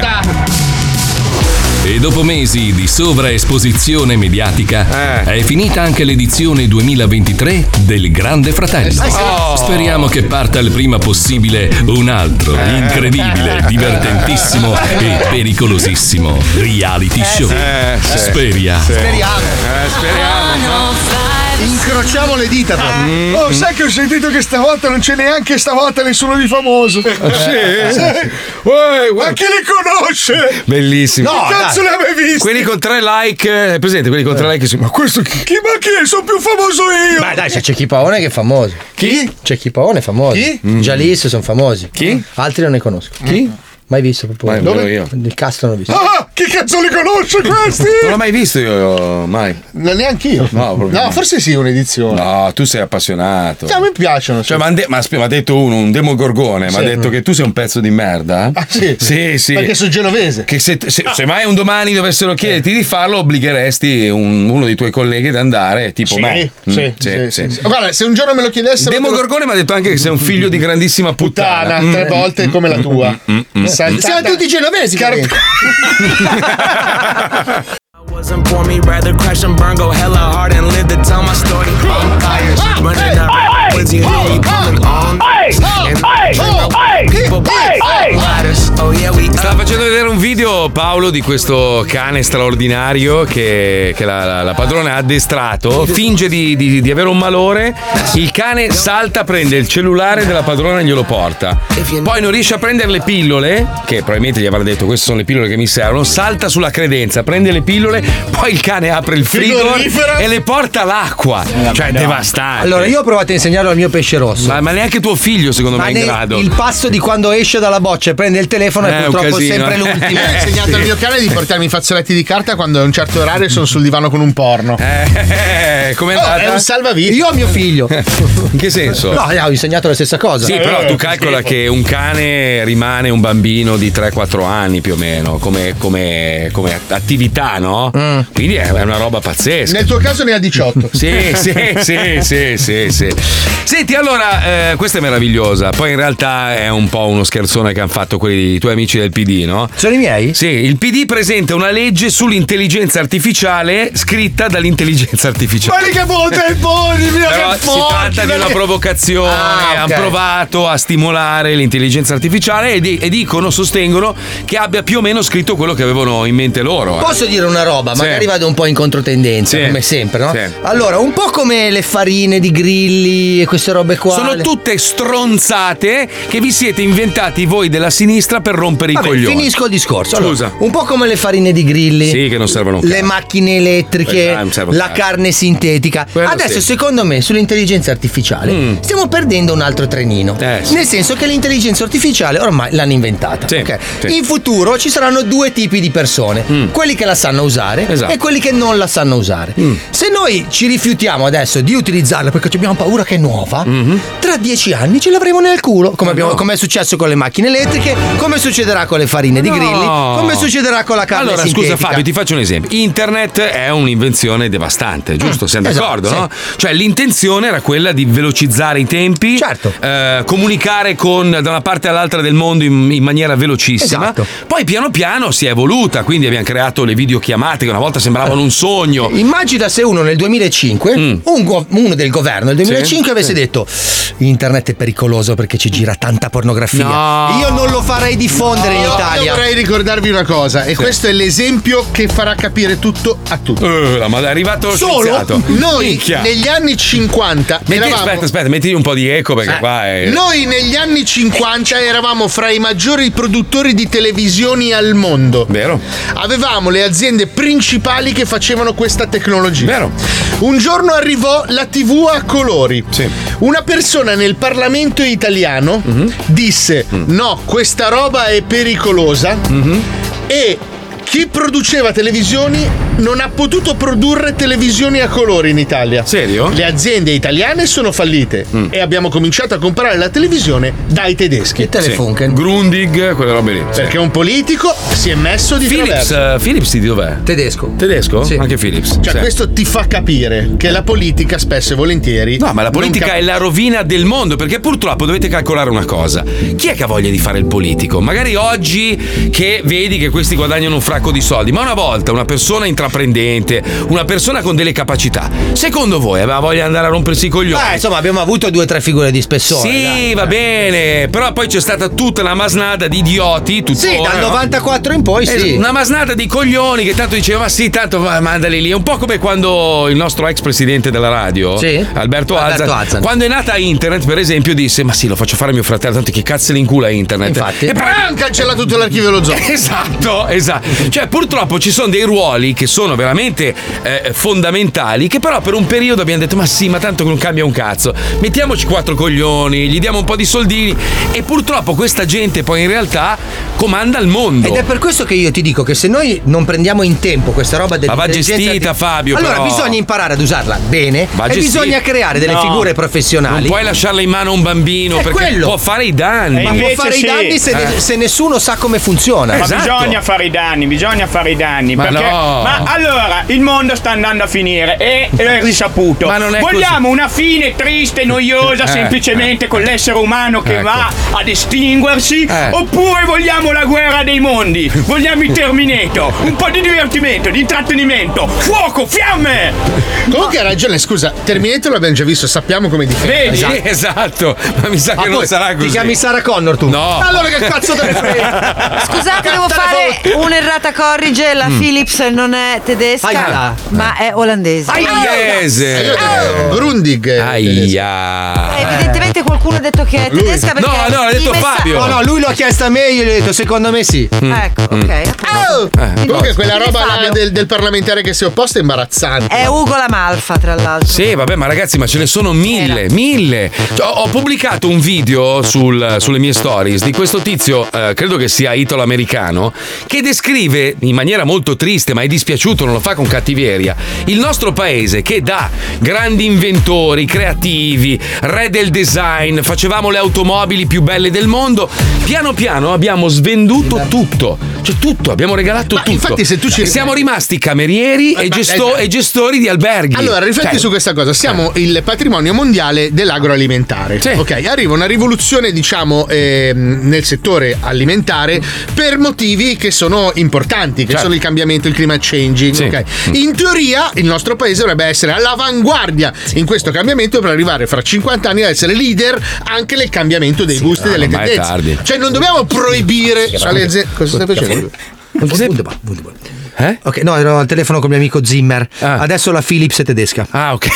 Speaker 1: E dopo mesi di sovraesposizione mediatica è finita anche l'edizione 2023 del Grande Fratello.
Speaker 23: Eh sì. Oh.
Speaker 1: Speriamo che parta il prima possibile un altro incredibile, divertentissimo e pericolosissimo reality show.
Speaker 2: sì.
Speaker 1: Speria.
Speaker 2: Sì.
Speaker 9: Eh, speriamo. Incrociamo le dita. però.
Speaker 2: Mm.
Speaker 6: Mm.
Speaker 9: Oh, sai che ho sentito che stavolta non c'è neanche stavolta nessuno di famoso.
Speaker 2: Eh,
Speaker 9: Sì. Ma chi li conosce?
Speaker 2: Bellissimo.
Speaker 9: No, Che cazzo dai. le avevi visti?
Speaker 2: Quelli con tre like, eh, è presente quelli
Speaker 9: Eh.
Speaker 2: con tre like? sì, Ma questo chi?
Speaker 9: Chi ma chi? Sono più famoso io.
Speaker 11: Ma dai, c'è Cecchi Paone che è famoso. Chi? Cecchi Paone è famoso. Chi? Già lì se sono famosi. Chi? Altri non ne conosco. Chi? Mai visto proprio.
Speaker 2: Mai, Dove? nemmeno
Speaker 11: Il cast non l'ho visto.
Speaker 9: Ah, chi cazzo li conosce questi?
Speaker 2: Non l'ho mai visto io, mai.
Speaker 9: Neanche io.
Speaker 2: No, proprio
Speaker 9: No, forse sì, un'edizione.
Speaker 2: No, tu sei appassionato.
Speaker 9: Sì, a me piacciono.
Speaker 2: Cioè, ma ha detto uno, un demogorgone, mi ha
Speaker 9: Sì.
Speaker 2: detto che tu sei un pezzo di merda. Ah,
Speaker 9: sì?
Speaker 2: Sì, sì.
Speaker 9: Perché Eh. sono genovese. Ah.
Speaker 2: Che se, se, se mai un domani dovessero chiederti di farlo, obbligheresti un- uno dei tuoi colleghi ad andare, tipo
Speaker 9: Sì,
Speaker 2: me.
Speaker 9: sì,
Speaker 2: Mm,
Speaker 9: sì,
Speaker 2: sì, sì.
Speaker 9: Guarda, se un giorno me lo chiedessero.
Speaker 2: Demogorgone mi ha detto anche che sei un figlio di grandissima puttana.
Speaker 9: Puttana, tre volte come la tua.
Speaker 2: mm, mm, mm.
Speaker 9: Siamo tutti genovesi.
Speaker 3: Wasn't for me, rather crash and burn, go hella hard and live to tell my story. I'm tired, running down backwards, you hear you coming on. And people black ladders. Oh yeah, we
Speaker 2: Stava facendo vedere un video Paolo di questo cane straordinario che, che la, la- la padrona ha addestrato, finge di, di- di avere un malore, il cane salta, prende il cellulare della padrona e glielo porta. Poi non riesce a prendere le pillole, che probabilmente gli avrà detto queste sono le pillole che mi servono, salta sulla credenza, prende le pillole, poi il cane apre il frigo
Speaker 11: Frigorifero.
Speaker 2: e le porta l'acqua. Cioè, devastante.
Speaker 11: Allora, io ho provato a insegnarlo al mio pesce rosso.
Speaker 2: Ma, ma neanche tuo figlio secondo
Speaker 11: Ma
Speaker 2: me è in
Speaker 11: nel-
Speaker 2: grado.
Speaker 11: il passo di quando esce dalla boccia e prende il
Speaker 6: telefono è,
Speaker 2: Eh, un
Speaker 6: purtroppo
Speaker 2: casino.
Speaker 6: sempre
Speaker 2: Eh,
Speaker 6: l'ultimo.
Speaker 2: sì.
Speaker 9: Mi ha insegnato il mio cane di portarmi i fazzoletti di carta quando a un certo orario sono sul divano con un porno.
Speaker 2: Eh, come
Speaker 9: Oh, è un salvavita.
Speaker 6: Io ho mio figlio.
Speaker 2: In che senso?
Speaker 6: No, eh, ho insegnato la stessa cosa.
Speaker 2: Eh, Sì, però
Speaker 11: Eh,
Speaker 2: tu calcola che un cane rimane un bambino di 3-4 anni più o meno, come, come- come attività, no?
Speaker 6: Mm.
Speaker 2: Quindi è è una roba pazzesca.
Speaker 9: Nel tuo caso ne ha 18.
Speaker 2: Sì, sì, sì, sì, sì, sì. Senti, allora, eh, questa è meravigliosa. Poi in realtà è un po' uno scherzone che hanno fatto quelli i tuoi amici del PD, no?
Speaker 6: Sono i miei?
Speaker 2: Sì, il PD presenta una legge sull'intelligenza artificiale scritta dall'intelligenza artificiale.
Speaker 3: Quelli che vota i buoni, mio
Speaker 2: Però
Speaker 3: che
Speaker 2: si
Speaker 3: forti,
Speaker 2: tratta di
Speaker 3: quelli-
Speaker 2: una provocazione.
Speaker 3: Ah, ok.
Speaker 2: Hanno provato a stimolare l'intelligenza artificiale e, di- e dicono, sostengono che abbia più o meno scritto quello che avevano in mente loro. eh.
Speaker 6: Posso dire una roba?
Speaker 2: Sì.
Speaker 6: Magari vado un po' in controtendenza, come sempre, no?
Speaker 2: Sì.
Speaker 6: Allora, un po' come le farine di grilli e queste robe qua.
Speaker 2: Sono
Speaker 6: le-
Speaker 2: tutte stronzate che vi siete inventati voi della sinistra per rompere
Speaker 6: Vabbè,
Speaker 2: i coglioni.
Speaker 6: finisco il discorso. Allora,
Speaker 2: Scusa.
Speaker 6: Un po' come le farine di grilli.
Speaker 2: Sì, che non servono un
Speaker 6: le
Speaker 2: cazzo.
Speaker 6: macchine elettriche,
Speaker 2: Beh, non serve un
Speaker 6: la
Speaker 2: cazzo.
Speaker 6: carne sintetica. Adesso,
Speaker 2: sì. Mm.
Speaker 6: secondo me, sull'intelligenza artificiale stiamo perdendo un altro trenino.
Speaker 2: Eh,
Speaker 6: Nel senso che l'intelligenza artificiale ormai l'hanno inventata. ok? In futuro ci saranno due tipi di persone:
Speaker 2: Mm.
Speaker 6: quelli che la sanno usare
Speaker 3: Esatto.
Speaker 6: e quelli che non la sanno usare.
Speaker 2: Mm.
Speaker 6: Se noi ci rifiutiamo adesso di utilizzarla perché abbiamo paura che è nuova,
Speaker 2: Mm-hmm.
Speaker 6: tra dieci anni ce l'avremo nel culo. Come, abbiamo- come è successo con le macchine elettriche, come succederà con le farine di
Speaker 2: No.
Speaker 6: grilli, come succederà con la carne
Speaker 2: Allora,
Speaker 6: sintetica.
Speaker 2: scusa Fabio, ti faccio un esempio. Internet è un'invenzione devastante, giusto? Siamo
Speaker 6: esatto,
Speaker 2: d'accordo,
Speaker 6: sì.
Speaker 2: no? Cioè, l'intenzione era quella di velocizzare i tempi,
Speaker 6: Certo.
Speaker 2: eh, comunicare con da una parte all'altra del mondo in, in maniera velocissima.
Speaker 6: Esatto.
Speaker 2: Poi piano piano si è evoluta, quindi abbiamo creato le videochiamate che una volta sembravano un sogno. Mm.
Speaker 6: Immagina se uno nel 2005, un go- uno del governo nel 2005
Speaker 2: Sì,
Speaker 6: avesse
Speaker 2: sì.
Speaker 6: detto internet è pericoloso perché ci gira tanta pornografia. Io non lo farei diffondere in
Speaker 9: Io- Io
Speaker 6: Italia.
Speaker 9: vorrei ricordarvi una cosa, e
Speaker 6: Sì.
Speaker 9: questo è l'esempio che farà capire tutto a tutti.
Speaker 2: Eh, la madre- è arrivato lo
Speaker 9: Solo
Speaker 2: scienziato.
Speaker 9: noi
Speaker 2: Minchia.
Speaker 9: negli anni 50
Speaker 2: Metti-
Speaker 9: eravamo
Speaker 2: aspetta, aspetta, metti un po' di eco perché
Speaker 9: Eh,
Speaker 2: qua è.
Speaker 9: Noi negli anni 50 eravamo fra i maggiori produttori di televisioni al mondo.
Speaker 2: Vero.
Speaker 9: Avevamo le aziende principali che facevano questa tecnologia. Vero. Un giorno arrivò la TV a colori. Una persona nel Parlamento italiano
Speaker 2: Mhm.
Speaker 9: disse: No, questa roba è pericolosa.
Speaker 2: Mhm.
Speaker 9: E. Chi produceva televisioni non ha potuto produrre televisioni a colori in Italia.
Speaker 2: Serio? Mm.
Speaker 9: Le aziende italiane sono fallite e abbiamo cominciato a comprare la televisione dai tedeschi. Che
Speaker 2: Sì. Grundig, quelle robe lì. Sì.
Speaker 9: Perché un politico si è messo di
Speaker 2: Philips,
Speaker 9: traverso.
Speaker 2: eh, Philips di dov'è?
Speaker 6: Tedesco.
Speaker 2: Tedesco? Anche Philips.
Speaker 9: Cioè,
Speaker 2: Sì.
Speaker 9: questo ti fa capire che la politica spesso e volentieri.
Speaker 2: No, Ah, ma la politica è la rovina del mondo, perché purtroppo dovete calcolare una cosa. Chi è che ha voglia di fare il politico? Magari oggi che vedi che questi guadagnano un fracco di soldi, ma una volta una persona intraprendente, una persona con delle capacità, secondo voi aveva voglia di andare a rompersi i coglioni?
Speaker 6: Beh, insomma, abbiamo avuto due o tre figure di spessore.
Speaker 2: sì,
Speaker 6: dai.
Speaker 2: va bene, però poi c'è stata tutta una masnada di idioti, tuttora,
Speaker 6: Sì, dal
Speaker 2: no?
Speaker 6: 94 in poi
Speaker 2: Eh,
Speaker 6: sì.
Speaker 2: Una masnata di coglioni che tanto diceva ma sì, tanto va- mandali lì. È un po' come quando il nostro ex presidente della radio,
Speaker 6: Sì.
Speaker 2: Alberto,
Speaker 6: Alberto
Speaker 2: Alzan,
Speaker 6: Alzan.
Speaker 2: quando è nata internet, per esempio, disse ma sì, lo faccio fare a mio fratello, tanto che cazzo in culo a internet. E poi-
Speaker 9: Però hanno cancellato tutto l'archivio dello zoo.
Speaker 2: Esatto, esatto. Cioè, purtroppo ci sono dei ruoli che sono veramente eh, fondamentali, che però per un periodo abbiamo detto: ma sì, ma tanto non cambia un cazzo. Mettiamoci quattro coglioni, gli diamo un po' di soldini. E purtroppo questa gente poi in realtà comanda il mondo.
Speaker 6: Ed è per questo che io ti dico che se noi non prendiamo in tempo questa roba del
Speaker 2: Ma va gestita, Fabio,
Speaker 6: Allora
Speaker 2: però.
Speaker 6: bisogna imparare ad usarla bene
Speaker 2: Va
Speaker 6: e
Speaker 2: gestita.
Speaker 6: bisogna creare delle
Speaker 2: No.
Speaker 6: figure professionali.
Speaker 2: Non puoi lasciarla in mano a un bambino
Speaker 6: È
Speaker 2: perché
Speaker 6: quello.
Speaker 2: può fare i danni.
Speaker 6: Ma può fare i danni se, ne-
Speaker 2: Eh.
Speaker 6: se nessuno sa come funziona.
Speaker 11: Ma
Speaker 2: Esatto.
Speaker 11: bisogna fare i danni, bisogna fare i danni.
Speaker 6: Ma
Speaker 11: perché-
Speaker 6: no.
Speaker 11: ma allora il mondo sta andando a finire e è risaputo.
Speaker 2: Ma non è
Speaker 11: Certo. Vogliamo una fine triste, noiosa,
Speaker 2: Eh,
Speaker 11: semplicemente con l'essere umano che
Speaker 2: Ecco. Eh.
Speaker 11: va ad estinguersi? Oppure vogliamo la guerra dei mondi? Vogliamo il Terminator? Un po' di divertimento, di intrattenimento, fuoco, fiamme!
Speaker 9: Comunque ha ragione, scusa, Terminator l'abbiamo già visto, sappiamo come difendere.
Speaker 2: Vedi? Sì, esatto, ma mi sa
Speaker 9: Ma
Speaker 2: che non
Speaker 9: poi
Speaker 2: sarà
Speaker 9: ti
Speaker 2: Ah, così.
Speaker 9: chiami
Speaker 6: Sara Connor tu?
Speaker 2: No.
Speaker 9: Allora che cazzo te ne frega?
Speaker 12: Scusate, devo fare un'errata corrige. La
Speaker 2: Mm.
Speaker 12: Philips non è è tedesca,
Speaker 2: Aia. Eh.
Speaker 12: ma è olandese.
Speaker 9: Ah,
Speaker 2: Pugliese.
Speaker 9: Brundig.
Speaker 2: Aia.
Speaker 12: Ah, Evidentemente qualcuno ha detto che è
Speaker 2: Lui.
Speaker 12: tedesca perché
Speaker 2: No, no, l'ha detto
Speaker 12: i messa-
Speaker 2: Fabio.
Speaker 6: No, no, lui l'ha chiesta a me, io gli ho detto, secondo me sì.
Speaker 12: Ecco,
Speaker 2: Mm.
Speaker 6: Eh,
Speaker 12: ok.
Speaker 9: Oh. Eh, Comunque quella
Speaker 12: Dimmi,
Speaker 9: roba là
Speaker 12: Fabio.
Speaker 9: del, del parlamentare che si è opposta è imbarazzante.
Speaker 12: È Ugo la Malfa, tra l'altro.
Speaker 2: Sì, vabbè, ma ragazzi, ma ce ne sono mille, mille. Cioè, ho, ho pubblicato un video sul- sulle mie stories di questo tizio, eh, credo che sia italo-americano, che descrive in maniera molto triste, ma è dispiaciuto, non lo fa con cattiveria, il nostro paese che da grandi inventori, creativi, re del design, facevamo le automobili più belle del mondo, piano piano abbiamo svenduto tutto. Cioè tutto, abbiamo regalato tutto.
Speaker 9: infatti se tu ci-
Speaker 2: E siamo rimasti camerieri e,
Speaker 9: Ma-
Speaker 2: gesto-
Speaker 9: eh,
Speaker 2: e gestori di alberghi.
Speaker 9: Allora, rifletti
Speaker 2: Cioè,
Speaker 9: su questa cosa. Siamo il patrimonio mondiale dell'agroalimentare. Ok, arriva una rivoluzione, diciamo, ehm, nel settore alimentare per motivi che sono importanti, che
Speaker 2: Certo. Mm.
Speaker 9: sono il cambiamento, il climate changing. ok? In teoria, il nostro paese dovrebbe essere all'avanguardia in questo cambiamento per arrivare fra 50 anni ad essere leader anche nel cambiamento dei gusti e delle
Speaker 2: ormai è
Speaker 9: tendenze.
Speaker 2: tardi.
Speaker 9: Cioè, non dobbiamo proibire. alle aziende- cosa stai facendo?
Speaker 6: Eh? Ok, no, ero al telefono con mio amico Zimmer. Adesso la Philips è tedesca.
Speaker 2: Ah, ok.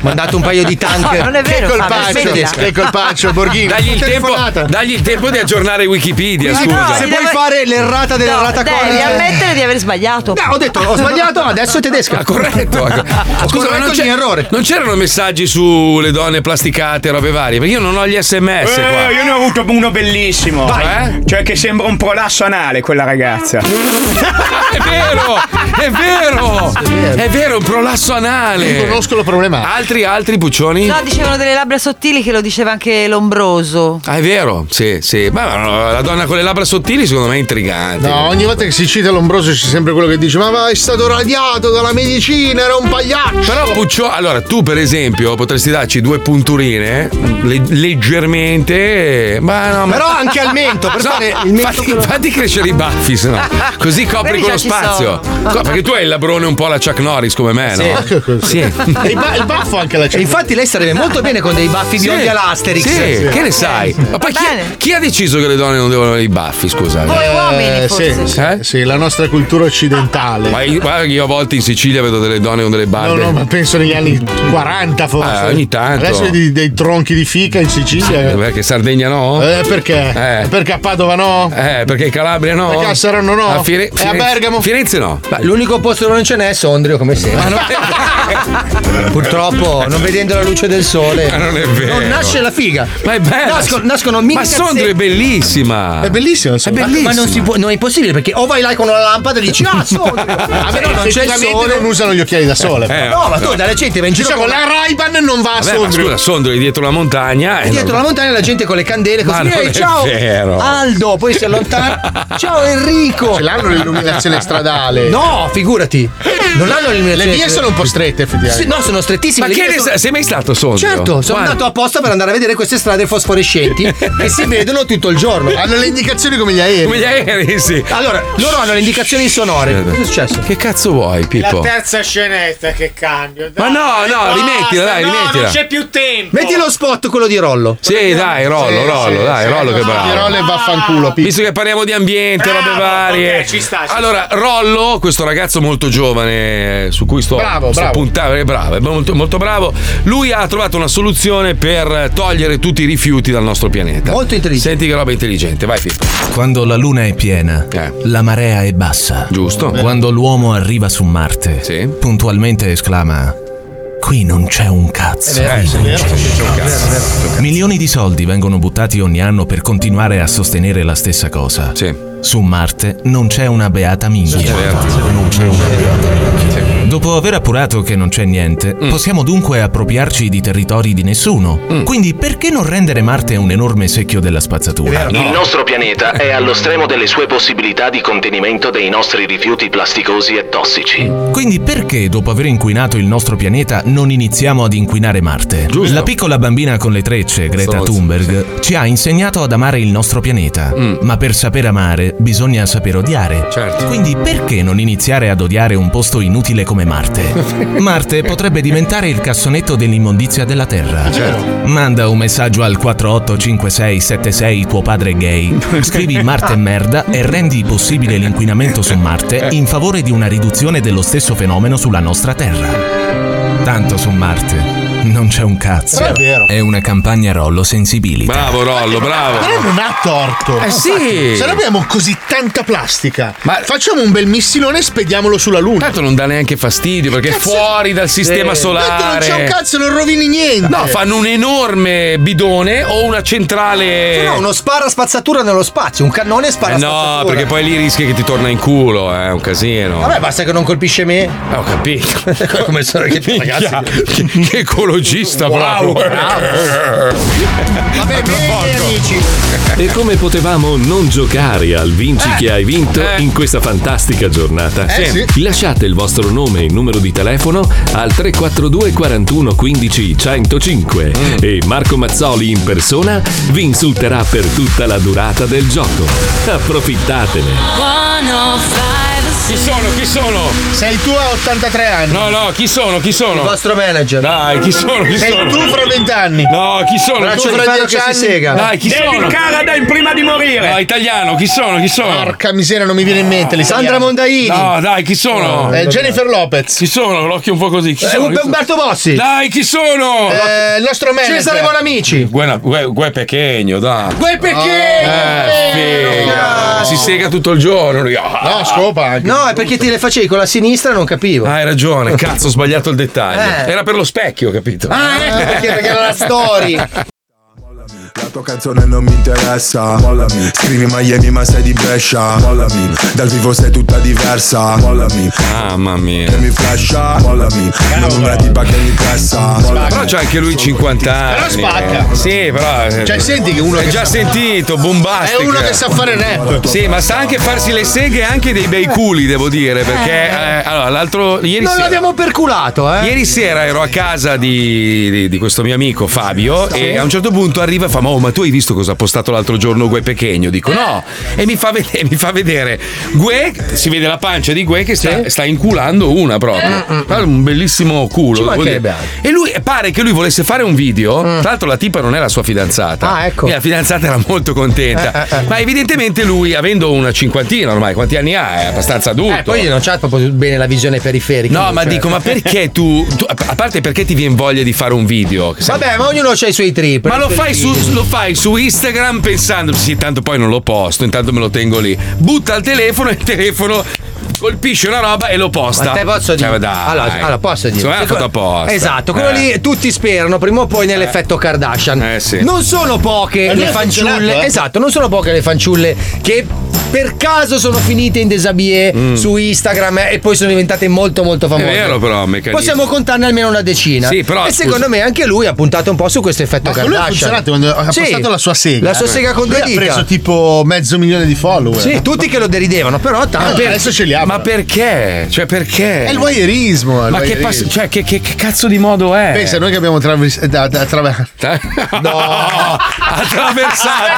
Speaker 6: Mandato un paio di tank.
Speaker 12: No, non è vero,
Speaker 9: Che
Speaker 12: Fabio,
Speaker 9: colpaccio,
Speaker 12: smettila.
Speaker 9: che colpaccio, Borghini.
Speaker 2: Dagli il, tempo, dagli il tempo di aggiornare Wikipedia,
Speaker 12: Quindi
Speaker 2: scusa.
Speaker 12: no, devo- No, Devi
Speaker 2: corretta.
Speaker 12: ammettere di aver sbagliato. No, ho detto,
Speaker 6: ho sbagliato,
Speaker 12: adesso
Speaker 6: è tedesca.
Speaker 2: Ah, Corretto. ecco. Scusa, ma non, c'è- non c'erano messaggi sulle donne plasticate, robe varie, perché io non ho gli sms qua.
Speaker 11: Eh, io ne ho avuto uno bellissimo.
Speaker 2: Vai.
Speaker 11: Cioè, che sembra un prolasso anale quella ragazza.
Speaker 2: è vero, è vero, è vero, un prolasso anale.
Speaker 9: Conosco la problematica.
Speaker 2: Altri, altri buccioni?
Speaker 12: No, dicevano delle labbra sottili che lo diceva anche Lombroso.
Speaker 2: Ah, è vero, sì, sì. Ma no, la donna con le labbra sottili secondo me è intrigante.
Speaker 9: No, ogni volta che si cita Lombroso c'è sempre quello che dice: Ma va, è stato radiato dalla medicina, era un pagliaccio.
Speaker 2: Però Puccio, allora tu per esempio potresti darci due punturine le- leggermente, ma no, ma-
Speaker 6: Però anche al mento, per
Speaker 2: No,
Speaker 6: fare il mento
Speaker 2: fatti,
Speaker 6: quello-
Speaker 2: fatti crescere i baffi, se no. Così copri
Speaker 6: Quelli
Speaker 2: quello
Speaker 6: già ci
Speaker 2: spazio.
Speaker 6: sono.
Speaker 2: Co- perché tu hai il labrone un po' alla Chuck Norris come me, no? Sì.
Speaker 9: E Ah, ecco il ba- il baffo anche la
Speaker 6: E infatti lei sarebbe molto bene con dei baffi
Speaker 2: Sì.
Speaker 6: biondi all'Asterix.
Speaker 2: Sì, che ne sai? Ma poi chi, chi ha deciso che le donne non devono avere i baffi, scusa?
Speaker 9: Eh, sì, sì,
Speaker 6: Eh?
Speaker 9: sì, la nostra cultura occidentale.
Speaker 2: Ma io, guarda che io a volte in Sicilia vedo delle donne con delle
Speaker 9: No,
Speaker 2: barbe.
Speaker 9: no, ma penso negli anni 40 forse.
Speaker 2: Ah, ogni tanto.
Speaker 9: Adesso vedi dei tronchi di fica in Sicilia.
Speaker 2: Eh, Perché Sardegna no?
Speaker 9: Eh, perché? Perché a Padova no?
Speaker 2: Eh, perché in Calabria no?
Speaker 9: Perché a Saronno no?
Speaker 2: A Fire-
Speaker 9: E a
Speaker 6: Eh,
Speaker 2: Firenze-
Speaker 9: Bergamo?
Speaker 2: Firenze no.
Speaker 6: Beh, L'unico posto dove non ce n'è è Sondrio, come sempre. Purtroppo, non vedendo la luce del sole,
Speaker 2: Ma non è vero.
Speaker 6: nasce la figa.
Speaker 2: Ma è bella.
Speaker 6: Nascono, nascono mini
Speaker 2: Ma Sondrio
Speaker 6: cazzette. Eh,
Speaker 2: è bellissima.
Speaker 6: È
Speaker 9: bellissimo,
Speaker 2: Ah. È bellissima.
Speaker 6: Ma, ma non, si può, non è possibile perché o vai là con la lampada e dici ah Sondrio
Speaker 9: Vabbè,
Speaker 6: no, non c'è il
Speaker 9: effettivamente
Speaker 6: sole
Speaker 9: non usano gli occhiali da sole.
Speaker 2: Eh,
Speaker 6: no ma tu dalla gente va in giro
Speaker 9: Diciamo,
Speaker 6: con
Speaker 9: la Ray-Ban non va a
Speaker 2: Vabbè, ma
Speaker 9: Sondrio.
Speaker 2: scusa, Sondrio è dietro la montagna.
Speaker 6: E dietro la montagna la gente con le candele
Speaker 2: Eh, Ma
Speaker 6: così
Speaker 2: non
Speaker 6: "Ehi,
Speaker 2: è
Speaker 6: ciao
Speaker 2: vero."
Speaker 6: Aldo poi si allontana ciao Enrico
Speaker 9: Ce l'hanno l'illuminazione stradale.
Speaker 6: no figurati non hanno l'illuminazione
Speaker 9: Le vie sono un po' strette, effettivamente.
Speaker 6: Sì, no sono strettissime
Speaker 2: Ma
Speaker 6: le
Speaker 2: che
Speaker 6: vie
Speaker 2: ne
Speaker 6: sono-
Speaker 2: sa- sei mai stato a Sondrio?
Speaker 6: certo sono
Speaker 2: Quando?
Speaker 6: andato apposta per andare a vedere queste strade fosforescenti che si vedono tutto il giorno
Speaker 9: Hanno le indicazioni come gli aerei.
Speaker 2: Come gli aerei, sì.
Speaker 6: allora loro hanno le indicazioni sonore cosa è successo
Speaker 2: che cazzo vuoi Pippo?
Speaker 24: terza scenetta che cambio.
Speaker 2: Ma no, no, rimettila, dai, rimettila.
Speaker 24: più tempo.
Speaker 6: metti lo spot quello di Rollo
Speaker 2: Sì, dai, Rollo,
Speaker 9: Sì,
Speaker 2: Rollo,
Speaker 9: sì,
Speaker 2: dai,
Speaker 9: sì,
Speaker 2: Rollo che
Speaker 9: sì,
Speaker 2: bravo.
Speaker 9: Rollo e vaffanculo, Pippo.
Speaker 2: Visto che parliamo di ambiente, robe varie.
Speaker 24: Ah. ok, ci sta, ci
Speaker 2: allora, Rollo, questo ragazzo molto giovane eh, su cui sto,
Speaker 24: Bravo,
Speaker 2: sto
Speaker 24: bravo.
Speaker 2: puntando, è bravo, è molto, molto bravo. Lui ha trovato una soluzione per togliere tutti i rifiuti dal nostro pianeta. Molto intelligente. Senti che roba intelligente, vai Pippo.
Speaker 25: Quando la luna è piena, la marea è bassa. Eh.
Speaker 2: Giusto.
Speaker 25: Quando l'uomo arriva su Marte, puntualmente esclama: Qui non c'è un cazzo.
Speaker 2: È vero,
Speaker 25: Qui
Speaker 2: Eh, sì,
Speaker 25: non
Speaker 2: è vero,
Speaker 25: c'è un
Speaker 2: sì, c'è un
Speaker 25: cazzo."
Speaker 2: cazzo, è vero, c'è
Speaker 25: Milioni di soldi vengono buttati ogni anno per continuare a sostenere la stessa cosa. Su Marte non c'è una beata minchia. Non c'è una beata minchia. Dopo aver appurato che non c'è niente, possiamo dunque appropriarci di territori di nessuno. Quindi perché non rendere Marte un enorme secchio della spazzatura?
Speaker 26: Il nostro pianeta è allo stremo delle sue possibilità di contenimento dei nostri rifiuti plasticosi e tossici.
Speaker 25: Quindi perché dopo aver inquinato il nostro pianeta non iniziamo ad inquinare Marte? La piccola bambina con le trecce, Greta
Speaker 2: Stronzo,
Speaker 25: Thunberg, ci ha insegnato ad amare il nostro pianeta. Ma per
Speaker 9: Certo.
Speaker 25: saper amare bisogna saper odiare. Quindi perché non iniziare ad odiare un posto inutile come Marte. Marte potrebbe diventare il cassonetto dell'immondizia della Terra.
Speaker 27: Certo.
Speaker 25: Manda un messaggio al 485676 tuo padre è gay. Scrivi Marte è merda e rendi possibile l'inquinamento su Marte in favore di una riduzione dello stesso fenomeno sulla nostra Terra. Tanto su Marte non c'è un cazzo.
Speaker 9: È vero.
Speaker 25: una campagna Rollo sensibilità.
Speaker 2: Bravo Rollo, bravo.
Speaker 9: Però Eh, non ha torto.
Speaker 25: Ecco.
Speaker 2: Eh, sì.
Speaker 9: Infatti, Se noi abbiamo così tanta plastica, facciamo un bel missilone e spediamolo sulla Luna.
Speaker 2: Tanto non dà neanche fastidio perché è fuori dal sistema solare.
Speaker 9: Tanto non c'è un cazzo, non rovini niente.
Speaker 2: No, fanno un enorme bidone o una centrale.
Speaker 6: No, uno spara spazzatura nello spazio, un cannone spara
Speaker 2: Eh no, perché poi lì rischi che ti torna in culo, eh, è un casino.
Speaker 6: Vabbè, basta che non colpisce me.
Speaker 2: Eh, ho capito.
Speaker 6: Come sono che ragazzi.
Speaker 2: Che, che ecologista, bravo.
Speaker 28: Vabbè, bene, amici.
Speaker 4: E come potevamo non giocare al Vinci che hai vinto in questa fantastica giornata?
Speaker 28: Eh, sì.
Speaker 4: Lasciate il vostro nome e numero di telefono al 342 41 15 105
Speaker 28: Mm.
Speaker 4: e Marco Mazzoli in persona vi insulterà per tutta la durata del gioco. Approfittatene!
Speaker 24: oh
Speaker 2: Chi sono? Chi sono?
Speaker 9: Sei tu a 83 anni.
Speaker 2: No, no, chi sono? Chi sono?
Speaker 6: Il vostro manager.
Speaker 2: Dai, chi sono? Chi
Speaker 9: Sei
Speaker 2: sono?
Speaker 9: tu fra 20 anni.
Speaker 2: No, chi sono?
Speaker 9: Braccio
Speaker 2: Tu-
Speaker 9: di ferro che si sega.
Speaker 2: Dai, chi
Speaker 9: David
Speaker 2: sono?
Speaker 9: Carradine prima di morire.
Speaker 2: No, italiano, chi sono? Chi sono?
Speaker 9: Porca miseria, non mi viene in mente.
Speaker 2: Sandra
Speaker 9: Mondaini.
Speaker 2: No, dai, chi sono?
Speaker 9: Eh, Jennifer Lopez.
Speaker 2: Chi sono? L'occhio un po' così. Chi
Speaker 9: Eh,
Speaker 2: sono?
Speaker 9: Umberto
Speaker 2: Chi sono?
Speaker 9: Bossi.
Speaker 2: Dai, chi sono?
Speaker 9: Eh, il nostro manager. Eh,
Speaker 2: Cesare
Speaker 9: Bonamici.
Speaker 2: Guena- Gue, Gue Pechegno, dai.
Speaker 9: Guè Oh,
Speaker 2: Eh, figa. Si sega tutto il giorno. lui. Ah,
Speaker 9: No, scopa anche. Eh.
Speaker 6: No, è perché te le facevi con la sinistra e non capivo.
Speaker 2: hai ragione, cazzo, ho sbagliato il dettaglio.
Speaker 6: Eh.
Speaker 2: Era per lo specchio, capito?
Speaker 6: Ah,
Speaker 9: eh,
Speaker 6: ecco perché- perché era la story.
Speaker 8: La tua canzone non mi interessa, mollami. Scrivi Miami ma sei di Brescia, mollami. Dal vivo sei tutta diversa, mollami.
Speaker 2: Mamma mia.
Speaker 8: Che mi flasha, mollami. Non una tipa che mi pressa,
Speaker 2: Però c'è anche lui 50 anni.
Speaker 8: Però spacca.
Speaker 2: Sì, però.
Speaker 8: Cioè, senti
Speaker 9: che uno
Speaker 2: L'hai
Speaker 9: che
Speaker 2: già
Speaker 9: sa-
Speaker 2: sentito, bombastico.
Speaker 9: È uno che sa fare rap.
Speaker 2: Sì, ma sa anche farsi le seghe e anche dei bei culi, devo dire. Perché eh, allora, l'altro. Ieri
Speaker 6: non
Speaker 2: sera.
Speaker 6: l'abbiamo perculato, eh.
Speaker 2: Ieri sera ero a casa di, di- di questo mio amico Fabio e a un certo punto arriva e fa: "Ma, oh, ma tu hai visto cosa ha postato l'altro giorno Gue Pechegno? Dico no. E mi fa vedere, mi fa vedere. Gue, si vede la pancia di Gue che sta, sta inculando una proprio.
Speaker 6: Mm,
Speaker 2: Guarda, Un bellissimo culo. devo dire.
Speaker 6: mancherebbe Mm.
Speaker 2: E lui pare che lui volesse fare un video. Tra l'altro la tipa non era sua fidanzata.
Speaker 6: Ah, ecco.
Speaker 2: E la fidanzata era molto contenta.
Speaker 6: Eh, eh, eh.
Speaker 2: Ma evidentemente lui, avendo una cinquantina ormai, quanti anni ha? È abbastanza adulto.
Speaker 6: Eh, poi non c'ha proprio bene la visione periferica.
Speaker 2: No, ma
Speaker 6: Cioè-
Speaker 2: dico, ma perché tu, tu- A parte perché ti viene voglia di fare un video? Che sai-
Speaker 6: Vabbè, ma ognuno ha i suoi trip.
Speaker 2: Ma lo fai, su, lo fai su Instagram pensando, sì, tanto poi non lo posto, intanto me lo tengo lì. Butta il telefono e il telefono colpisce una roba e lo posta.
Speaker 6: Ma te posso dire?
Speaker 2: Cioè, dai.
Speaker 6: allora, allora, posso dire?
Speaker 2: Secondo me l'ha fatto apposta.
Speaker 6: Esatto, quello
Speaker 2: Eh.
Speaker 6: lì tutti sperano prima o poi nell'effetto Kardashian.
Speaker 2: sì.
Speaker 6: Non sono poche
Speaker 2: Ma lui
Speaker 6: le
Speaker 2: ha funzionato,
Speaker 6: fanciulle.
Speaker 2: eh?
Speaker 6: Esatto, non sono poche le fanciulle che per caso sono finite in desabie su Instagram eh, e poi sono diventate molto molto
Speaker 2: Mm. È
Speaker 6: famose.
Speaker 2: vero però, meccanismo.
Speaker 6: Possiamo contarne almeno una decina.
Speaker 2: Sì, però,
Speaker 6: e
Speaker 2: scusa.
Speaker 6: secondo me anche lui ha puntato un po' su questo effetto
Speaker 9: Quello ha
Speaker 6: Kardashian.
Speaker 9: funzionato quando ha
Speaker 6: Sì.
Speaker 9: passato la sua sega.
Speaker 6: La sua sega con
Speaker 9: Lui
Speaker 6: due
Speaker 9: ha
Speaker 6: dita.
Speaker 9: preso tipo mezzo milione di follower. Ah,
Speaker 6: Sì, tutti che lo deridevano, però tanto.
Speaker 9: adesso ce li ha.
Speaker 2: Ma perché? Cioè, perché?
Speaker 9: È il voyeurismo.
Speaker 2: Ma che pass- cioè, che, che- che cazzo di modo è?
Speaker 9: Pensa, noi che abbiamo attraversato.
Speaker 2: no, attraversato.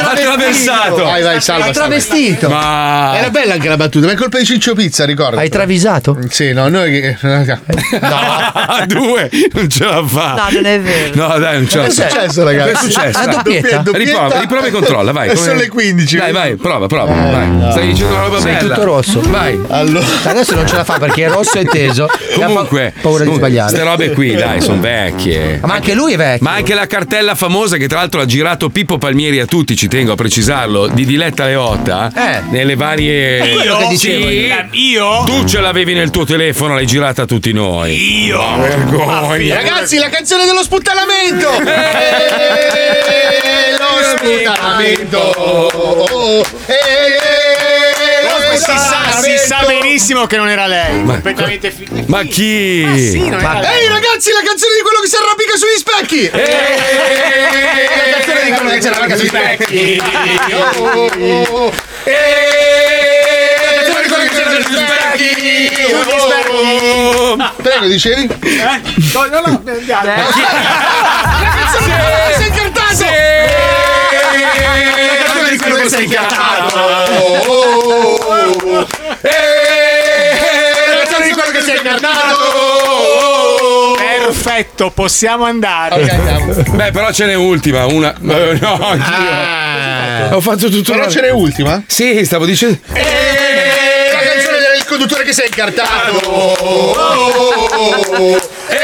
Speaker 9: attraversato. Vai, vai, salva.
Speaker 6: Travestito.
Speaker 2: Ma
Speaker 9: Era bella anche la battuta, ma è colpa di Ciccio Pizza, ricorda. Hai
Speaker 6: travisato?
Speaker 9: Sì, no, noi che.
Speaker 2: A due non ce la fa.
Speaker 9: No, non è vero.
Speaker 2: No, dai, non ce la
Speaker 9: Che è
Speaker 2: fa.
Speaker 9: successo, ragazzi?
Speaker 2: Che è successo?
Speaker 9: Ah,
Speaker 2: Dai.
Speaker 9: doppietta?
Speaker 2: cioè, Riprova, riprova e controlla, vai.
Speaker 9: Sono le Eh, 15.
Speaker 2: Dai, vai, prova, prova. vai. Ah. Stai dicendo una roba
Speaker 6: Sei
Speaker 2: bella.
Speaker 6: tutto rosso.
Speaker 2: Vai.
Speaker 9: Allora.
Speaker 6: Adesso non ce la fa perché è rosso e teso.
Speaker 2: Comunque,
Speaker 6: paura di
Speaker 2: comunque,
Speaker 6: sbagliare.
Speaker 2: Ste robe qui, dai, sono vecchie.
Speaker 6: Ma anche lui è vecchio.
Speaker 2: Ma anche la cartella famosa che tra l'altro ha girato Pippo Palmieri a tutti, ci tengo a precisarlo, di Diletta Leotta, nelle varie...
Speaker 6: Eh.
Speaker 24: Eh,
Speaker 6: È quello che
Speaker 2: Sì,
Speaker 6: dicevo eh, io.
Speaker 2: io? Tu ce l'avevi nel tuo telefono, l'hai girata a tutti noi. Io?
Speaker 9: Ah,
Speaker 2: vergogna.
Speaker 9: Ragazzi, la canzone dello sputtanamento! Eh, lo sputtanamento! Eh, eh, eh,
Speaker 24: Si sa, si sa benissimo che non era lei.
Speaker 2: Ma-
Speaker 24: completamente fi-
Speaker 9: eh.
Speaker 2: Ma chi?
Speaker 24: non
Speaker 2: Ma-
Speaker 24: era-
Speaker 9: Ehi ragazzi, la canzone di quello che si arrampica sugli specchi! La canzone di quello che si arrampica sugli specchi! Oh, oh, oh. La canzone di quello che si arrampica sugli specchi! Oh, oh, oh. Prego, dicevi? No, no, no, andiamo. La canzone di quello che sei incartato! La canzone di quello che sei incartato! Oh, oh, oh, oh. Eh, La canzone di quello che
Speaker 24: perfetto, possiamo andare.
Speaker 2: Beh, però ce n'è ultima, una.
Speaker 6: Ah.
Speaker 2: Eh, No, anch'io. Ho fatto tutto.
Speaker 9: Però ce n'è Eh,
Speaker 2: ultima? Sì, stavo dicendo.
Speaker 9: La canzone del conduttore che si è incartato. E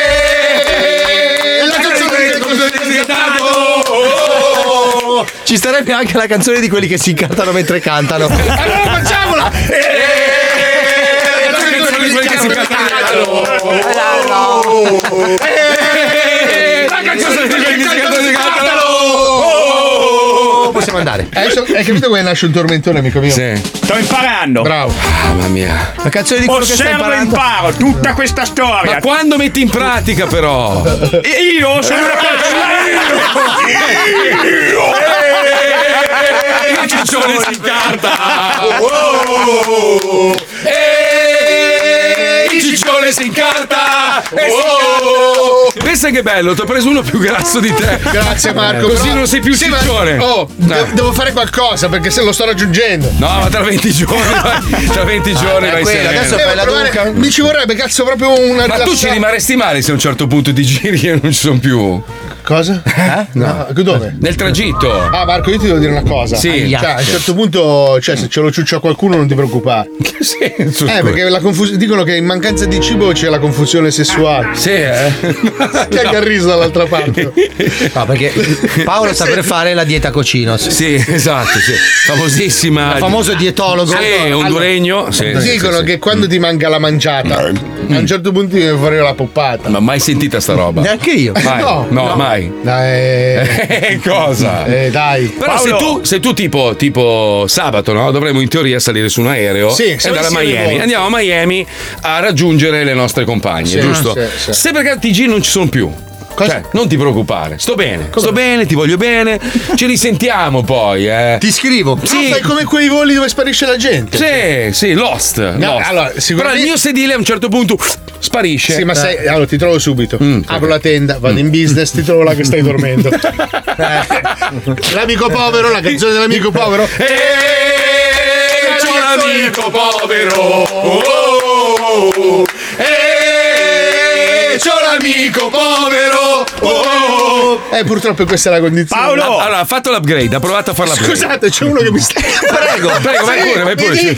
Speaker 9: Eh, la canzone del conduttore che si è
Speaker 2: Oh,
Speaker 9: incartato.
Speaker 6: Ci starebbe anche la canzone di quelli che si incartano mentre cantano.
Speaker 9: Allora facciamola.
Speaker 6: Possiamo andare.
Speaker 9: Oh. Eh, Hai capito come nasce il tormentone, amico mio?
Speaker 11: Sto imparando.
Speaker 9: Bravo.
Speaker 2: Mamma mia.
Speaker 6: La canzone di quello che sta
Speaker 11: Osservo e
Speaker 6: imparando.
Speaker 11: imparo tutta questa storia.
Speaker 2: Ma quando metti in pratica, però?
Speaker 11: Io sono
Speaker 2: Eh,
Speaker 11: una persona.
Speaker 2: Il ciccione si incarta.
Speaker 3: Il ciccione si incarta!
Speaker 9: Oh.
Speaker 3: E si
Speaker 2: Pensa che bello, ti ho preso uno più grasso di te.
Speaker 9: Grazie Marco.
Speaker 2: Così
Speaker 9: però-
Speaker 2: non sei più
Speaker 9: Sì, ma-
Speaker 2: ciccione.
Speaker 9: Oh, de- devo fare qualcosa perché se lo sto raggiungendo.
Speaker 2: No, Ah, ma tra 20 giorni, tra
Speaker 9: Ah,
Speaker 2: 20 giorni vai sereno.
Speaker 9: Devo provare- Mi ci vorrebbe cazzo proprio una
Speaker 2: Ma tu ci
Speaker 9: rilassata.
Speaker 2: rimarresti male se a un certo punto ti giri e non ci sono più.
Speaker 9: Cosa?
Speaker 2: Eh?
Speaker 9: No. Dove?
Speaker 2: Nel tragitto.
Speaker 9: Ah Marco, io ti devo dire una cosa.
Speaker 2: Sì.
Speaker 9: Cioè, a un certo punto, cioè, se ce lo ciuccio a qualcuno non ti preoccupare. Che
Speaker 2: senso?
Speaker 9: Eh, perché la confus- dicono che in mancanza di cibo c'è la confusione sessuale.
Speaker 2: Sì, eh.
Speaker 9: Chi è che ha riso dall'altra parte?
Speaker 6: No, perché Paolo sta per fare la dieta Cocinos.
Speaker 2: Sì, esatto, sì. Famosissima.
Speaker 6: Il famoso dietologo.
Speaker 2: Sì, honduregno. Sì, sì,
Speaker 9: dicono
Speaker 2: sì,
Speaker 9: che quando ti manca la mangiata, a un certo punto devi fare la poppata.
Speaker 2: Ma mai sentita sta roba?
Speaker 6: Neanche io.
Speaker 2: Mai.
Speaker 9: No,
Speaker 2: No,
Speaker 9: no.
Speaker 2: mai.
Speaker 9: Dai.
Speaker 2: cosa?
Speaker 9: Eh, dai.
Speaker 2: Però se tu, se tu tipo, tipo sabato, no? Dovremmo in teoria salire su un aereo
Speaker 9: Sì,
Speaker 2: e
Speaker 9: sì,
Speaker 2: andare a
Speaker 9: sì,
Speaker 2: Miami.
Speaker 9: sì.
Speaker 2: Andiamo a Miami a raggiungere le nostre compagne,
Speaker 9: Sì,
Speaker 2: giusto?
Speaker 9: sì, sì.
Speaker 2: Se perché al TG non ci sono più. Cioè, non ti preoccupare, sto bene, sto bene, ti voglio bene, ci risentiamo poi, eh.
Speaker 6: Ti scrivo.
Speaker 2: Sì.
Speaker 9: Ah, Fai come quei voli dove sparisce la gente.
Speaker 2: Sì, sì, Lost.
Speaker 9: No,
Speaker 2: Lost.
Speaker 9: allora, sicuramente-
Speaker 2: Però il mio sedile a un certo punto sparisce.
Speaker 9: Sì, ma
Speaker 2: Eh.
Speaker 9: sai, allora ti trovo subito. Apro la tenda, vado in business, ti trovo là che stai dormendo. Eh. L'amico povero, la canzone dell'amico povero. Eh,
Speaker 3: E c'è un amico povero. E c'è un amico povero.
Speaker 9: Eh, purtroppo questa è la condizione.
Speaker 2: Ah, Allora, ha fatto l'upgrade, ha provato a fare l'upgrade.
Speaker 9: Scusate, c'è uno che mi sta.
Speaker 2: eh, Prego, prego, vai pure, vai pure. Eh.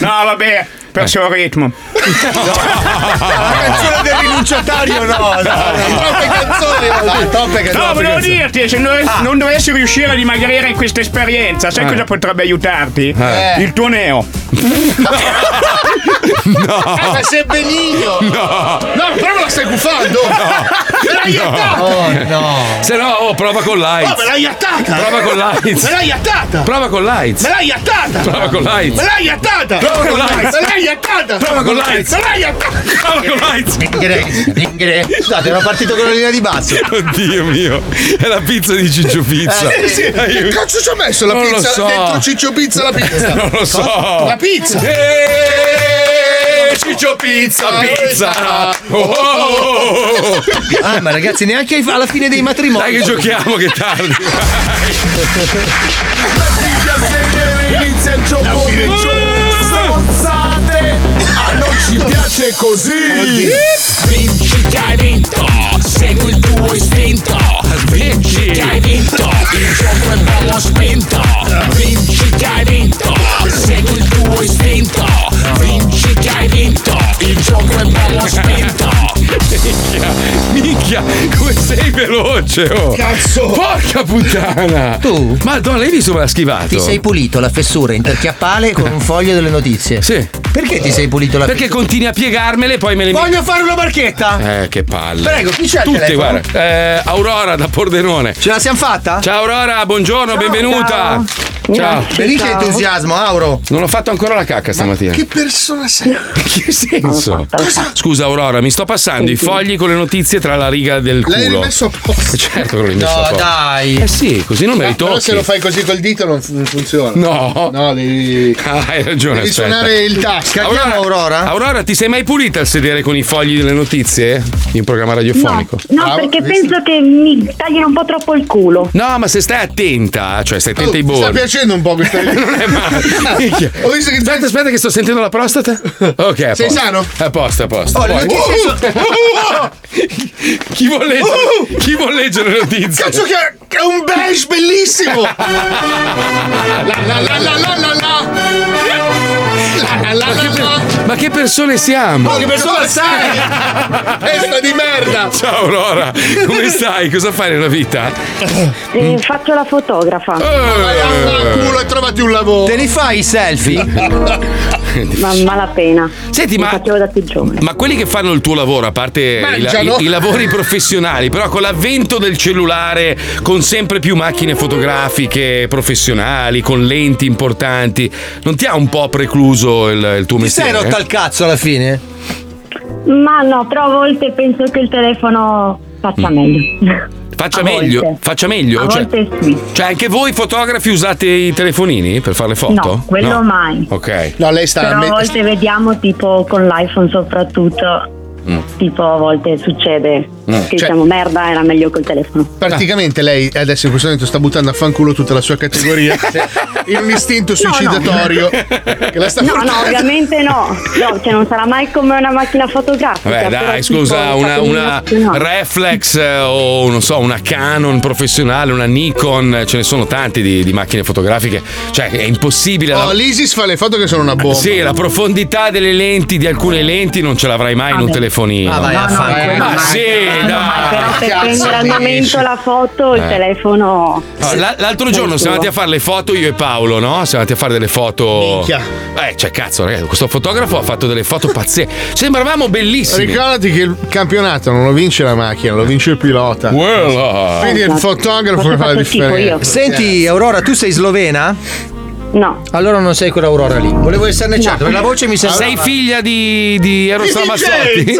Speaker 11: No, vabbè, perso il ritmo.
Speaker 3: La canzone del rinunciatario, no. no,
Speaker 9: Oh,
Speaker 3: no.
Speaker 9: Troppe
Speaker 2: Eh,
Speaker 9: canzoni, oggi, Ah,
Speaker 11: No,
Speaker 9: troppe canzoni.
Speaker 11: volevo dirti, se non,
Speaker 2: Ah.
Speaker 11: non dovessi riuscire a dimagrire in questa esperienza, sai
Speaker 9: Eh.
Speaker 11: cosa potrebbe aiutarti?
Speaker 9: Eh.
Speaker 11: Il tuo neo.
Speaker 9: No. Eh, ma sei benigno.
Speaker 2: No.
Speaker 9: No, però me la stai cuffando. Me l'hai iattata.
Speaker 2: no. Se no, oh, prova con lights.
Speaker 9: Oh, me l'hai iattata.
Speaker 2: Prova con lights.
Speaker 9: Me l'hai iattata.
Speaker 2: Prova con lights.
Speaker 9: Me l'hai iattata.
Speaker 2: Prova con lights.
Speaker 9: Me l'hai iattata.
Speaker 2: Prova con lights.
Speaker 9: Me l'hai iattata.
Speaker 2: Prova con lights.
Speaker 9: Me l'hai iattata.
Speaker 2: Prova con lights.
Speaker 6: Scusate, era partito con la linea di basso.
Speaker 2: Oddio mio, è la pizza di Ciccio Pizza.
Speaker 9: Eh, sì. Che
Speaker 2: Aiuto.
Speaker 9: cazzo ci ho messo la
Speaker 2: Non
Speaker 9: pizza
Speaker 2: lo so.
Speaker 9: dentro Ciccio Pizza la pizza?
Speaker 2: Non lo so.
Speaker 9: La pizza. Ah,
Speaker 2: Eh, Ciccio Pizza, pizza. Oh, oh, oh.
Speaker 6: Eh, Ah, ma ragazzi, neanche ai- alla fine dei matrimoni.
Speaker 2: Dai che giochiamo che è tardi.
Speaker 3: Inizia il gioco di stronzate. A noi Ah, ci piace così. Vinci che hai vinto. Segui il tuo istinto. Vinci che hai vinto. Il gioco è bello spinto. Vinci che hai vinto. Segui il tuo istinto. Vinci che hai vinto. Il gioco è bello spinto.
Speaker 2: Minchia, come sei veloce, oh.
Speaker 3: Cazzo.
Speaker 2: Porca puttana. Tu? Madonna, l'hai visto come l'ha schivato?
Speaker 6: Ti sei pulito la fessura interchiappale con un foglio delle notizie.
Speaker 2: Sì.
Speaker 6: Perché ti sei pulito la
Speaker 2: Perché continui a piegarmele e poi me le
Speaker 6: Voglio fare una barchetta.
Speaker 2: Eh, che palle.
Speaker 6: Prego, chi c'è al
Speaker 2: Tutte,
Speaker 6: telefono?
Speaker 2: guarda. Eh, Aurora da Pordenone.
Speaker 6: Ce la siamo fatta?
Speaker 2: Ciao Aurora, buongiorno, benvenuta. Ciao.
Speaker 6: Felice entusiasmo, Auro.
Speaker 2: Non ho fatto ancora la cacca stamattina.
Speaker 9: Che persona sei?
Speaker 2: Che senso? Scusa Aurora, mi sto passando i fogli con le notizie tra la riga del
Speaker 9: L'hai
Speaker 2: culo.
Speaker 9: rimesso apposta.
Speaker 2: Certo che lo rinvio
Speaker 9: No,
Speaker 2: sulla porta.
Speaker 9: dai.
Speaker 2: Eh sì, così non me
Speaker 9: Ma-
Speaker 2: li
Speaker 9: Ah, Però
Speaker 2: tocchi.
Speaker 9: se lo fai così col dito non, non funziona.
Speaker 2: No.
Speaker 9: No, devi.
Speaker 2: Ah, hai ragione.
Speaker 9: Devi
Speaker 2: aspetta.
Speaker 9: suonare il tasto. Chiamiamo Aurora?
Speaker 2: Aurora, ti sei mai pulita al sedere con i fogli delle notizie? In programma radiofonico?
Speaker 29: No,
Speaker 9: Ah,
Speaker 29: no, perché penso che mi tagliano un po' troppo il culo.
Speaker 2: No, ma se stai attenta, cioè stai attenta ai
Speaker 9: Mi Oh, sta
Speaker 2: bordi.
Speaker 9: piacendo un po' questa Ah,
Speaker 2: Non è male. Minchia. Aspetta, aspetta, che sto sentendo la prostata. Ok, a
Speaker 9: Sei
Speaker 2: posto.
Speaker 9: sano?
Speaker 2: A posto, a posto.
Speaker 9: Oh, le
Speaker 2: Poi-
Speaker 9: notizie
Speaker 2: Uh! chi, vuol leggere, chi vuol leggere le notizie?
Speaker 9: Oh! Cazzo che che è un beige bellissimo! La la la la la la la la la la la la
Speaker 2: oh! Ma che persone siamo?
Speaker 9: Oh, che persona sei? Testa di merda!
Speaker 2: Ciao Aurora, come stai? Cosa fai nella vita?
Speaker 3: Mm.
Speaker 29: E faccio la fotografa.
Speaker 9: culo
Speaker 2: Eh.
Speaker 9: e trovati un lavoro.
Speaker 6: Te li fai i selfie?
Speaker 29: Ma malapena.
Speaker 2: Senti,
Speaker 29: ma. facevo da più giovane.
Speaker 2: Ma quelli che fanno il tuo lavoro, a parte i, la-
Speaker 29: Mangiano.
Speaker 2: i- i lavori professionali, però con l'avvento del cellulare, con sempre più macchine fotografiche professionali, con lenti importanti, non ti ha un po' precluso il, il tuo
Speaker 6: Ti sei
Speaker 2: mestiere? eh?
Speaker 6: rotta il cazzo alla fine?
Speaker 29: Ma no, però a volte penso che il telefono faccia meglio.
Speaker 2: Faccia
Speaker 29: A
Speaker 2: meglio,
Speaker 29: volte.
Speaker 2: faccia meglio.
Speaker 29: A
Speaker 2: cioè,
Speaker 29: volte sì.
Speaker 2: cioè, anche voi fotografi usate i telefonini per fare le foto?
Speaker 29: No, quello
Speaker 2: No?
Speaker 29: mai.
Speaker 2: Ok.
Speaker 9: No, lei sta.
Speaker 29: Però a
Speaker 9: me-
Speaker 29: volte vediamo tipo con l'iPhone soprattutto.
Speaker 2: Mm.
Speaker 29: Tipo a volte succede
Speaker 9: Mm.
Speaker 29: che
Speaker 9: Cioè-
Speaker 29: diciamo merda era meglio col telefono.
Speaker 9: Praticamente lei adesso in questo momento sta buttando a fanculo tutta la sua categoria in un istinto suicidatorio che la sta
Speaker 29: no,
Speaker 9: portando.
Speaker 29: no, ovviamente no. No, cioè non sarà mai come una macchina fotografica.
Speaker 2: Vabbè,
Speaker 29: però
Speaker 2: dai,
Speaker 29: tipo,
Speaker 2: scusa, una,
Speaker 29: capelli
Speaker 2: una
Speaker 29: rossi, no.
Speaker 2: reflex eh, o non so, una Canon professionale, una Nikon, eh, ce ne sono tanti di, di macchine fotografiche. Cioè, è impossibile.
Speaker 9: Oh,
Speaker 2: la...
Speaker 9: l'Isis fa le foto che sono una bomba. Eh.
Speaker 2: Sì, la profondità delle lenti, di alcune lenti, non ce l'avrai mai in un telefonino.
Speaker 9: Ah, vai a No, no, fare-
Speaker 2: ma
Speaker 9: no,
Speaker 2: sì,
Speaker 29: Però
Speaker 2: dai.
Speaker 29: per prendere al
Speaker 2: dici?
Speaker 29: momento la foto il
Speaker 2: Eh.
Speaker 29: telefono.
Speaker 2: No, la- l'altro giorno siamo andati a fare le foto io e Paolo, no? Siamo andati a fare delle foto.
Speaker 9: Minchia.
Speaker 2: Eh, cioè, cazzo, ragazzi, questo fotografo ha fatto delle foto pazze. Sembravamo bellissimi.
Speaker 9: Ricordati che il campionato non lo vince la macchina, lo vince il pilota.
Speaker 2: Voilà.
Speaker 9: Quindi il fotografo fa la differenza.
Speaker 6: Senti, Aurora, tu sei slovena?
Speaker 29: No.
Speaker 6: Allora non sei quella Aurora lì. Volevo esserne certo, perché la voce mi sembra.
Speaker 2: Sei figlia di, di Eros Ramazzotti?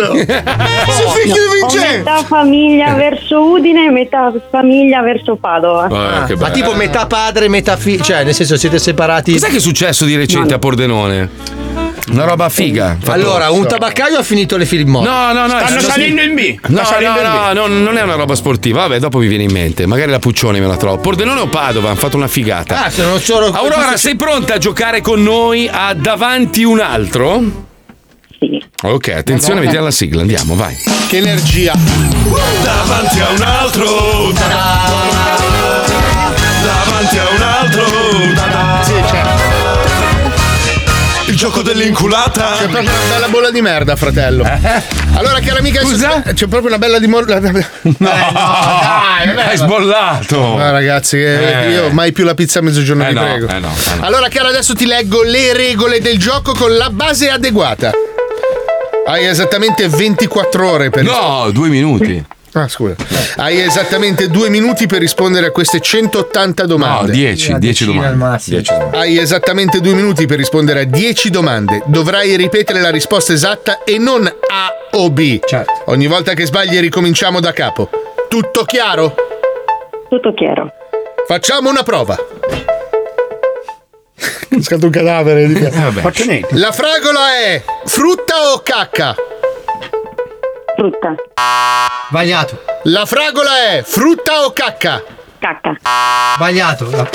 Speaker 9: figlio di
Speaker 29: Vincenzo! Metà famiglia
Speaker 2: Eh.
Speaker 29: verso Udine e metà famiglia verso Padova.
Speaker 2: Ah, che
Speaker 6: ma
Speaker 2: bello.
Speaker 6: tipo metà padre, metà figlio. Cioè, nel senso siete separati.
Speaker 2: Cos'è che è successo di recente a Pordenone? Una roba figa. Fatto-
Speaker 6: Allora, un tabaccaio ha finito le filmote.
Speaker 2: No, no, no.
Speaker 6: Stanno
Speaker 2: sì.
Speaker 6: salendo in B. Stanno
Speaker 2: No,
Speaker 6: salendo in
Speaker 2: no,
Speaker 6: B.
Speaker 2: no, no, non è una roba sportiva. Vabbè, dopo mi viene in mente. Magari la Puccione me la trovo. Pordenone o Padova, hanno fatto una figata.
Speaker 6: Ah, se non solo.
Speaker 2: Aurora, sei pronta a giocare con noi a davanti un altro?
Speaker 29: Sì.
Speaker 2: Ok, attenzione, vediamo la sigla, andiamo, vai.
Speaker 9: Che energia.
Speaker 3: Davanti a un altro Davanti a un altro certo.
Speaker 9: Il gioco dell'inculata. C'è Cioè, proprio una bella bolla di merda, fratello.
Speaker 2: Eh?
Speaker 9: Allora, cara amica, c'è proprio una bella di mo- la- Eh, No, dai, vabbè,
Speaker 2: Hai
Speaker 9: va.
Speaker 2: sbollato.
Speaker 9: Ah, ragazzi, che
Speaker 2: Eh.
Speaker 9: io mai più la pizza a mezzogiorno,
Speaker 2: Eh
Speaker 9: vi
Speaker 2: no,
Speaker 9: prego.
Speaker 2: eh no, eh no.
Speaker 9: Allora, cara, adesso ti leggo le regole del gioco con la base adeguata. Hai esattamente 24 ore per
Speaker 2: No, due minuti.
Speaker 9: Ah, scusa. Hai esattamente due minuti per rispondere a queste 180 domande.
Speaker 2: No, 10, 10 domande. 10 domande.
Speaker 9: Hai esattamente due minuti per rispondere a 10 domande. Dovrai ripetere la risposta esatta e non A o B. Ogni volta che sbagli ricominciamo da capo. Tutto chiaro?
Speaker 29: Tutto chiaro.
Speaker 9: Facciamo una prova. Scatto un cadavere. La fragola è frutta o cacca?
Speaker 29: Frutta.
Speaker 9: Sbagliato. La fragola è frutta o cacca?
Speaker 29: Cacca.
Speaker 9: Sbagliato.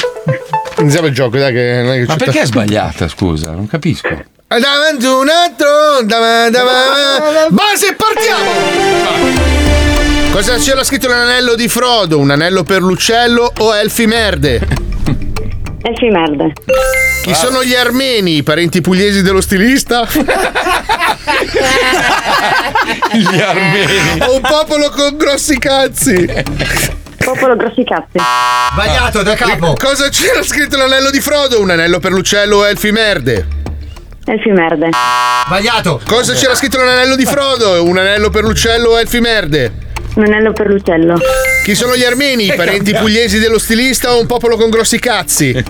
Speaker 9: Iniziamo il gioco, dai che non è che
Speaker 2: Ma
Speaker 9: c'è-
Speaker 2: perché è sbagliata, scusa? Non capisco.
Speaker 9: Davanti un altro, davanti, davanti. Base, partiamo! Cosa c'era scritto nell'anello di Frodo? Un anello per l'uccello o elfi merde?
Speaker 29: Elfi merde.
Speaker 2: Ah.
Speaker 9: Chi sono gli armeni, i parenti pugliesi dello stilista?
Speaker 2: gli armeni.
Speaker 9: Un popolo con grossi cazzi.
Speaker 29: Popolo grossi cazzi.
Speaker 9: Sbagliato da capo. eh, Cosa c'era scritto nell'anello di Frodo? Un anello per l'uccello o elfi merde?
Speaker 29: Elfi merde.
Speaker 9: Sbagliato. Cosa c'era scritto nell'anello di Frodo? Un anello per l'uccello o elfi merde?
Speaker 29: Un anello per l'uccello.
Speaker 9: Chi sono gli armeni? I parenti
Speaker 29: Eh?
Speaker 9: pugliesi dello stilista o un popolo con grossi cazzi?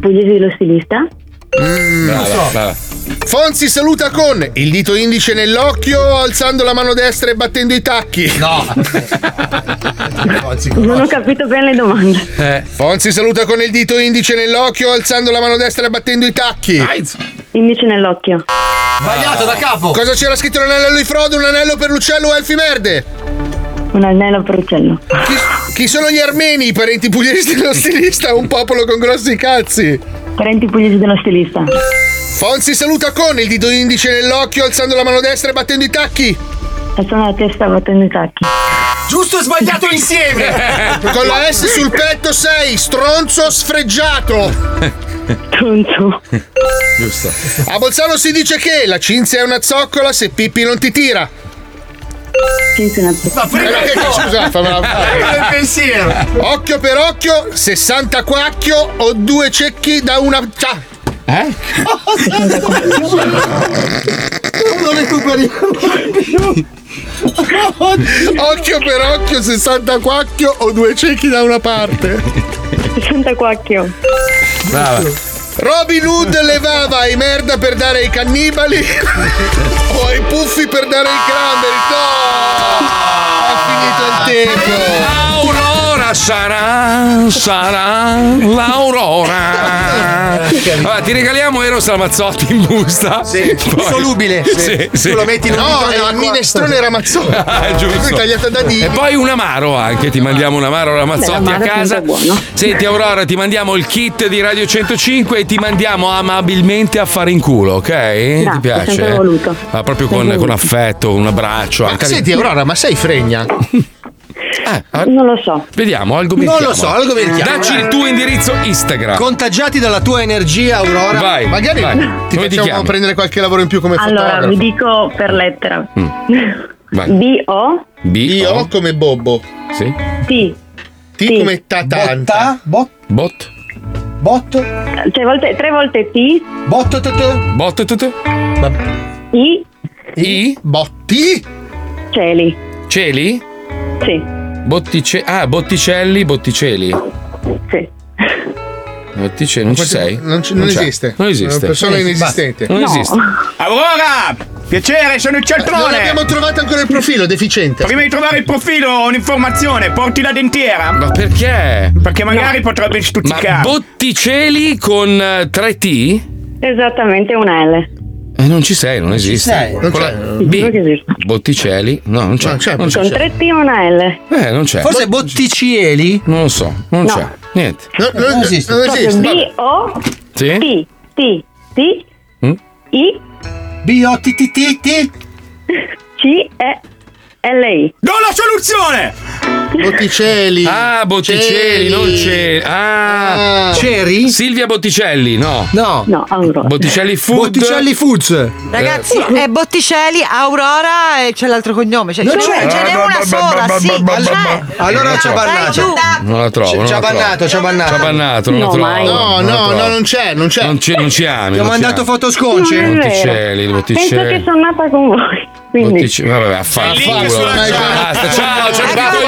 Speaker 29: Pugliesi lo stilista.
Speaker 9: non so. Fonzi saluta con il dito indice nell'occhio, alzando la mano destra e battendo i tacchi. No.
Speaker 29: Non ho capito bene le domande.
Speaker 9: Eh. Fonzi saluta con il dito indice nell'occhio, alzando la mano destra e battendo i tacchi.
Speaker 29: Indice nell'occhio.
Speaker 9: Sbagliato da capo. Cosa c'era scritto nell'anello di Frodo? Un anello per l'uccello Elfi Merde.
Speaker 29: Un anello per uccello.
Speaker 9: Chi sono gli armeni, i parenti pugliesi dello stilista? Un popolo con grossi cazzi.
Speaker 29: Parenti pugliesi dello stilista.
Speaker 9: Fonzi saluta con il dito indice nell'occhio, alzando la mano destra e battendo i tacchi.
Speaker 29: Alzano la testa battendo i tacchi.
Speaker 9: Giusto e sbagliato insieme! Con la S sul petto sei stronzo sfregiato!
Speaker 29: Stronzo.
Speaker 2: Giusto.
Speaker 9: A Bolzano si dice che la cinzia è una zoccola se Pippi non ti tira.
Speaker 29: Cinzia è una
Speaker 9: Ma prima scusa, fammela
Speaker 29: Prima il pensiero.
Speaker 9: Occhio per occhio, 60 quacchio o due cecchi da una cia- Eh?
Speaker 3: Non recuperiamo più.
Speaker 9: occhio per occhio, 60 quacchio o due cecchi da una parte.
Speaker 29: 60 quacchio.
Speaker 9: Robin Hood levava ai merda per dare ai cannibali o ai puffi per dare ai cranberry. No! È finito il tempo.
Speaker 2: Aurora sarà, sarà l'aurora.
Speaker 3: Eh,
Speaker 2: Allora, ti regaliamo Eros Ramazzotti in busta. Sì,
Speaker 9: Insolubile.
Speaker 2: Sì, sì.
Speaker 9: No, è il minestrone ramazzotti.
Speaker 2: Ah, è giusto.
Speaker 9: Poi tagliata da D.
Speaker 2: E poi un amaro anche, ti mandiamo un amaro Ramazzotti
Speaker 9: Beh,
Speaker 2: a
Speaker 9: l'amaro
Speaker 2: casa.
Speaker 9: comunque è buono.
Speaker 2: Senti Aurora, ti mandiamo il kit di Radio 105 e ti mandiamo amabilmente a fare in culo, ok? ti piace?
Speaker 9: sempre voluto.
Speaker 2: Ma proprio con,
Speaker 9: Sempre
Speaker 2: con
Speaker 9: voluto.
Speaker 2: affetto, un abbraccio. anche- Eh,
Speaker 9: Senti Aurora, ma sei fregna?
Speaker 29: Non lo so.
Speaker 2: Vediamo, argomentiamo.
Speaker 6: Non lo so,
Speaker 9: Eh.
Speaker 6: argomentiamo.
Speaker 2: Dacci il tuo indirizzo Instagram.
Speaker 6: Contagiati dalla tua energia, Aurora.
Speaker 2: Ah. Vai,
Speaker 9: Magari
Speaker 2: vai.
Speaker 9: ti
Speaker 2: Come ti
Speaker 9: facciamo
Speaker 2: chiami?
Speaker 9: prendere qualche lavoro in più come
Speaker 29: Allora,
Speaker 9: fotografo.
Speaker 29: vi dico per lettera.
Speaker 2: Mm. Vai.
Speaker 29: B-O.
Speaker 2: B
Speaker 9: Io come Bobbo.
Speaker 2: Sì.
Speaker 29: T.
Speaker 9: T come tatanta.
Speaker 29: Bot.
Speaker 2: Bot.
Speaker 29: Botto. Tre volte, tre volte T. Botto.
Speaker 2: Bot.
Speaker 29: I.
Speaker 2: I.
Speaker 9: Botti.
Speaker 29: Celi.
Speaker 2: Celi?
Speaker 29: Sì.
Speaker 2: Bottice- ah, Botticelli, Botticelli.
Speaker 29: Sì.
Speaker 2: Botticelli, non ci sei?
Speaker 9: Non, ci- non
Speaker 2: c'è.
Speaker 9: esiste.
Speaker 2: Non esiste.
Speaker 9: È una persona
Speaker 2: Eh,
Speaker 9: inesistente.
Speaker 2: Non esiste.
Speaker 11: Aurora! Piacere, sono il
Speaker 9: Eh, Non
Speaker 11: cialtrone!
Speaker 9: abbiamo trovato ancora il profilo deficiente.
Speaker 11: Prima di trovare il profilo, ho un'informazione, porti la dentiera.
Speaker 2: Ma perché?
Speaker 11: Perché magari potrebbe
Speaker 2: Ma
Speaker 11: stuzzicare.
Speaker 2: Botticelli con eh, tre T?
Speaker 29: Esattamente una L.
Speaker 2: Eh, non ci sei, non esiste.
Speaker 29: sei, non
Speaker 2: Con la-
Speaker 29: c'è.
Speaker 2: B.
Speaker 29: Non esiste.
Speaker 2: Botticelli? No, non c'è. Cioè, Non c'è,
Speaker 29: Cioè, Con tre T e una L.
Speaker 2: Eh, non c'è.
Speaker 29: Forse
Speaker 2: Botticieli? Non lo so, non
Speaker 29: No.
Speaker 2: c'è. Niente.
Speaker 29: non esiste. B-O.
Speaker 2: Sì?
Speaker 29: T. T. T.
Speaker 2: Mm?
Speaker 29: I. B-O-T-T-T-T. C-E-L-I.
Speaker 11: Non la soluzione!
Speaker 9: Botticelli.
Speaker 2: Ah, Botticelli,
Speaker 29: Ceri.
Speaker 2: non c'è. Ah,
Speaker 29: Ah.
Speaker 2: Ceri? Silvia Botticelli, no.
Speaker 6: No.
Speaker 29: No, Aurora.
Speaker 2: Botticelli Food.
Speaker 6: Botticelli Foods.
Speaker 12: Ragazzi,
Speaker 2: Eh,
Speaker 12: è Botticelli, Aurora e c'è l'altro cognome. Cioè,
Speaker 6: Non
Speaker 12: ce
Speaker 6: c'è.
Speaker 12: n'è- ce n'è una sola, sì.
Speaker 6: Allora ci ha
Speaker 12: bannato.
Speaker 2: Eh, Non la trovo.
Speaker 6: Ci-
Speaker 2: non
Speaker 6: ci
Speaker 2: la
Speaker 6: ha
Speaker 2: trovo.
Speaker 6: bannato, ci ha bannato.
Speaker 2: Ci ha bannato, non
Speaker 6: No,
Speaker 2: la
Speaker 6: mai.
Speaker 2: trovo.
Speaker 6: No,
Speaker 2: non la
Speaker 6: no,
Speaker 2: trovo.
Speaker 6: no,
Speaker 9: non c'è, non c'è.
Speaker 2: Non, ci ami.
Speaker 6: Ti ho
Speaker 2: non ci
Speaker 6: mandato
Speaker 2: ami.
Speaker 6: fotosconce?
Speaker 29: Non è vero.
Speaker 2: Botticelli,
Speaker 29: Penso che
Speaker 2: Botticelli.
Speaker 29: sono nata con voi. Quindi.
Speaker 2: Botticelli. Vabbè, vaffanculo. Basta, ciao, ciao, ciao.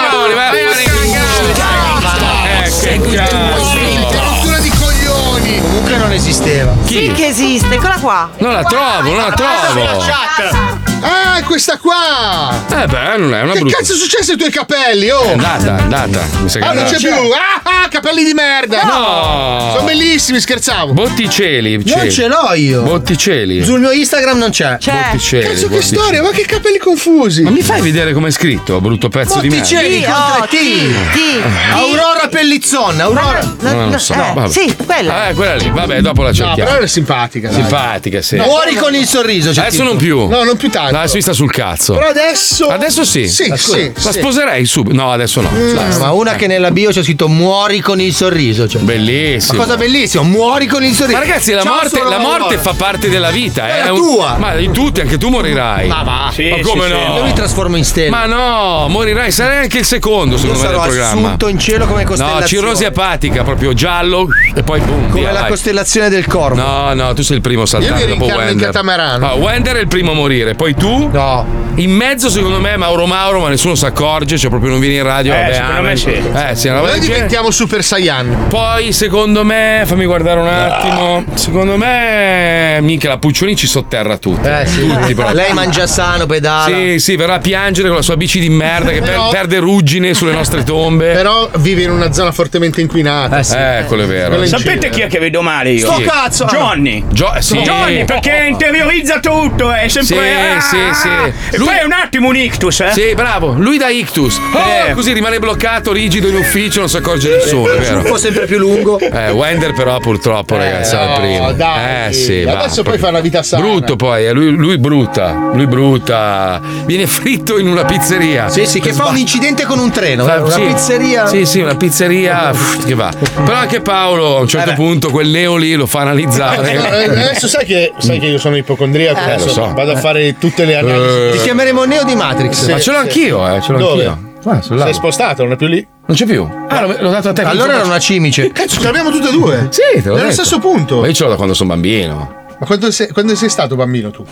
Speaker 2: Eh,
Speaker 9: Rottura di coglioni.
Speaker 6: Comunque non esisteva.
Speaker 12: Sì che esiste, eccola qua.
Speaker 2: Non la trovo, non la trovo.
Speaker 9: Ah, è questa qua.
Speaker 2: Eh beh, non è una
Speaker 9: che
Speaker 2: brutta. Eh,
Speaker 9: cazzo è successo ai tuoi capelli? Oh!
Speaker 2: È andata, è andata. Mi sa che è
Speaker 9: Ah, non
Speaker 2: andata.
Speaker 9: c'è più! Ah, ah, capelli di merda!
Speaker 2: No!
Speaker 9: Sono bellissimi, scherzavo!
Speaker 2: Botticelli. Celi.
Speaker 9: ce l'ho io.
Speaker 2: Botticelli.
Speaker 6: Sul mio Instagram non c'è.
Speaker 2: Botticelli.
Speaker 9: Cazzo, che
Speaker 2: Botticelli.
Speaker 9: storia, ma che capelli confusi!
Speaker 2: Ma mi fai vedere com'è scritto, brutto pezzo di merda?
Speaker 6: Botticelli
Speaker 2: Oh,
Speaker 6: con tre T. Aurora Pellizzon, Aurora.
Speaker 2: No, non lo so. vabbè. Ah, quella lì. Vabbè, dopo la cerchiamo.
Speaker 9: però era simpatica. dai.
Speaker 2: Simpatica, sì.
Speaker 6: Muori con il sorriso. cioè, c'è
Speaker 2: Adesso
Speaker 6: scritto.
Speaker 2: non più.
Speaker 9: No, non più tanto.
Speaker 2: No, adesso mi sta sul cazzo.
Speaker 9: Però adesso.
Speaker 2: Adesso sì.
Speaker 6: Sì,
Speaker 2: la,
Speaker 6: sì,
Speaker 2: la
Speaker 6: sì.
Speaker 2: sposerei subito. No, adesso no.
Speaker 6: Basta, Ma una che nella bio c'è scritto muori con il sorriso. Cioè.
Speaker 2: Bellissimo.
Speaker 6: Ma cosa bellissima, muori con il sorriso.
Speaker 2: Ma ragazzi, la
Speaker 6: Ciao,
Speaker 2: morte,
Speaker 6: sono
Speaker 2: la morte
Speaker 6: Aurora.
Speaker 2: fa parte della vita.
Speaker 6: È
Speaker 2: eh.
Speaker 6: la
Speaker 2: È un-
Speaker 6: tua.
Speaker 2: Ma di tutti, anche tu morirai.
Speaker 6: Ma va. Sì,
Speaker 2: ma
Speaker 6: sì,
Speaker 2: come
Speaker 6: sì.
Speaker 2: no?
Speaker 6: Io mi trasformo in stella.
Speaker 2: Ma no, morirai. Sarai anche il secondo,
Speaker 6: Io
Speaker 2: secondo me, del
Speaker 6: sarò
Speaker 2: programma.
Speaker 6: assunto in cielo come
Speaker 2: No,
Speaker 6: costellazione. Eh,
Speaker 2: cirrosi epatica, proprio giallo e poi boom.
Speaker 6: Come la costellazione del corpo.
Speaker 2: No, no, tu sei il primo saltato.
Speaker 6: Io mi
Speaker 2: dopo
Speaker 6: rincarno in
Speaker 2: Wender.
Speaker 6: catamarano.
Speaker 2: Ah, Wender è il primo a morire, poi tu tu? No. In mezzo, secondo me, Mauro Mauro, ma nessuno si accorge, cioè proprio non viene in radio.
Speaker 9: Eh,
Speaker 2: vabbè,
Speaker 9: secondo me
Speaker 2: amen.
Speaker 9: sì.
Speaker 2: Eh, sì, una roba del
Speaker 9: Noi
Speaker 2: genere.
Speaker 9: diventiamo Super Saiyan.
Speaker 2: Poi, secondo me, fammi guardare un attimo. Secondo me, mica la Puccioni ci sotterra tutti. Eh,
Speaker 6: sì.
Speaker 2: tutti proprio.
Speaker 6: Lei mangia sano, pedala.
Speaker 2: Sì, sì, verrà a piangere con la sua bici di merda che per-
Speaker 9: Però-
Speaker 2: perde ruggine sulle nostre tombe.
Speaker 9: Però vive in una zona fortemente inquinata.
Speaker 2: Eh, quello è vero.
Speaker 11: Sapete chi è che vedo male io?
Speaker 9: Sto cazzo!
Speaker 11: Johnny!
Speaker 2: Gio- sì.
Speaker 11: Johnny, perché interiorizza tutto, è sempre.
Speaker 2: Sì,
Speaker 11: ah!
Speaker 2: sì, sì.
Speaker 11: E poi è un attimo un ictus, eh?
Speaker 2: Sì, bravo, lui da ictus. Eh, così rimane bloccato, rigido in ufficio, non si accorge nessuno,
Speaker 9: Eh,
Speaker 2: è vero?
Speaker 6: Sviluppo sempre più lungo.
Speaker 2: Eh, Wender però purtroppo, ragazzi, è il primo.
Speaker 9: dai.
Speaker 2: eh, sì, va,
Speaker 9: Adesso poi
Speaker 2: proprio-
Speaker 9: fa una vita sana.
Speaker 2: Brutto poi, eh, lui, lui brutta, lui brutta. Viene fritto in una pizzeria.
Speaker 6: Sì, sì, che fa un incidente con un treno.
Speaker 9: eh,
Speaker 2: Fa-
Speaker 6: una
Speaker 2: sì.
Speaker 6: pizzeria.
Speaker 2: Sì, sì, una pizzeria pff, che va. Però anche Paolo a un certo punto quel neo lì lo fa
Speaker 9: Eh,
Speaker 2: analizzare.
Speaker 9: Adesso sai che, sai che io sono ipocondriaco,
Speaker 2: Eh,
Speaker 9: adesso
Speaker 2: lo so.
Speaker 9: vado a fare tutte le analisi.
Speaker 2: Eh. Ti
Speaker 6: chiameremo Neo di Matrix.
Speaker 9: Sì,
Speaker 2: Ma ce l'ho
Speaker 9: sì.
Speaker 2: anch'io, eh, ce l'ho
Speaker 9: Dove?
Speaker 2: anch'io. Ah, sull'albero.
Speaker 9: Sei spostato, non è più lì?
Speaker 2: Non c'è più. Ah, l'ho, l'ho dato a te.
Speaker 9: Allora era una
Speaker 6: cimice.
Speaker 9: Cazzo, ce l'abbiamo tutte e due?
Speaker 2: Eh, Sì, te l'ho
Speaker 9: Nello
Speaker 2: detto.
Speaker 9: stesso punto.
Speaker 2: Ma io ce l'ho da quando sono bambino,
Speaker 9: Ma quando sei, quando sei stato bambino tu?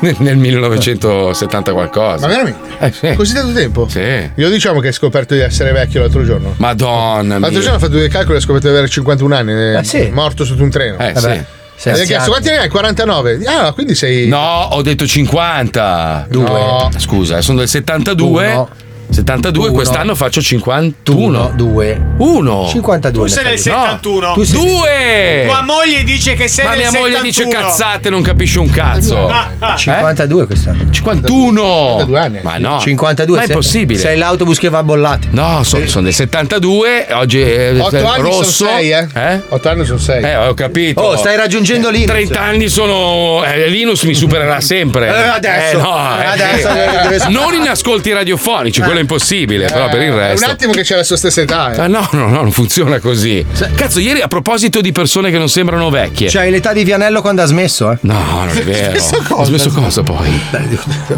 Speaker 2: nel, nel 1970 qualcosa. Eh,
Speaker 9: Ma veramente? Così tanto tempo?
Speaker 2: Sì.
Speaker 9: Io diciamo che hai scoperto di essere vecchio l'altro giorno.
Speaker 2: Madonna
Speaker 9: L'altro giorno ho
Speaker 2: mia.
Speaker 9: fatto due calcoli e ho scoperto di avere 51 anni.
Speaker 24: Ah,
Speaker 9: eh, Morto sotto un treno.
Speaker 2: Ah, Eh, sì.
Speaker 9: E gli ho chiesto quanti ne hai? 49. Ah, quindi sei.
Speaker 2: No, ho detto 50. Due. Scusa, eh, sono del 72. 72,
Speaker 6: Uno.
Speaker 2: quest'anno faccio 51.
Speaker 6: 2.
Speaker 2: 1.
Speaker 6: 52.
Speaker 2: Tu sei del
Speaker 6: No.
Speaker 2: 71.
Speaker 6: Tu sei-
Speaker 2: Due!
Speaker 24: Tua moglie dice che sei
Speaker 2: Ma
Speaker 24: del
Speaker 2: mia
Speaker 24: 71.
Speaker 2: moglie dice cazzate, non capisci un cazzo.
Speaker 6: Ah,
Speaker 2: Eh?
Speaker 6: 52 quest'anno.
Speaker 2: 51. 52 anni. Ma no.
Speaker 6: 52.
Speaker 2: Ma è
Speaker 6: sei-
Speaker 2: possibile.
Speaker 6: Sei l'autobus che va a bollate.
Speaker 2: No, sono del 72, oggi è
Speaker 9: 8 anni sono
Speaker 2: rosso.
Speaker 9: 6, eh? 8 anni sono 6.
Speaker 2: Eh, ho capito.
Speaker 6: Oh, stai raggiungendo Linux.
Speaker 2: 30 anni sono. eh, Linus mi supererà sempre.
Speaker 6: Eh, adesso.
Speaker 2: Eh, no, eh,
Speaker 6: Adesso
Speaker 2: sì.
Speaker 6: deve- deve-
Speaker 2: Non in ascolti radiofonici, Ah, quello è impossibile, però per il
Speaker 9: Eh. Un
Speaker 2: resto.
Speaker 9: attimo che c'è la sua stessa età. eh.
Speaker 2: Ah, no, no, no, non funziona così. Cazzo, ieri a proposito di persone che non sembrano vecchie.
Speaker 6: Cioè, l'età di Vianello quando ha smesso, eh?
Speaker 2: No, non è vero. Ho smesso cosa poi?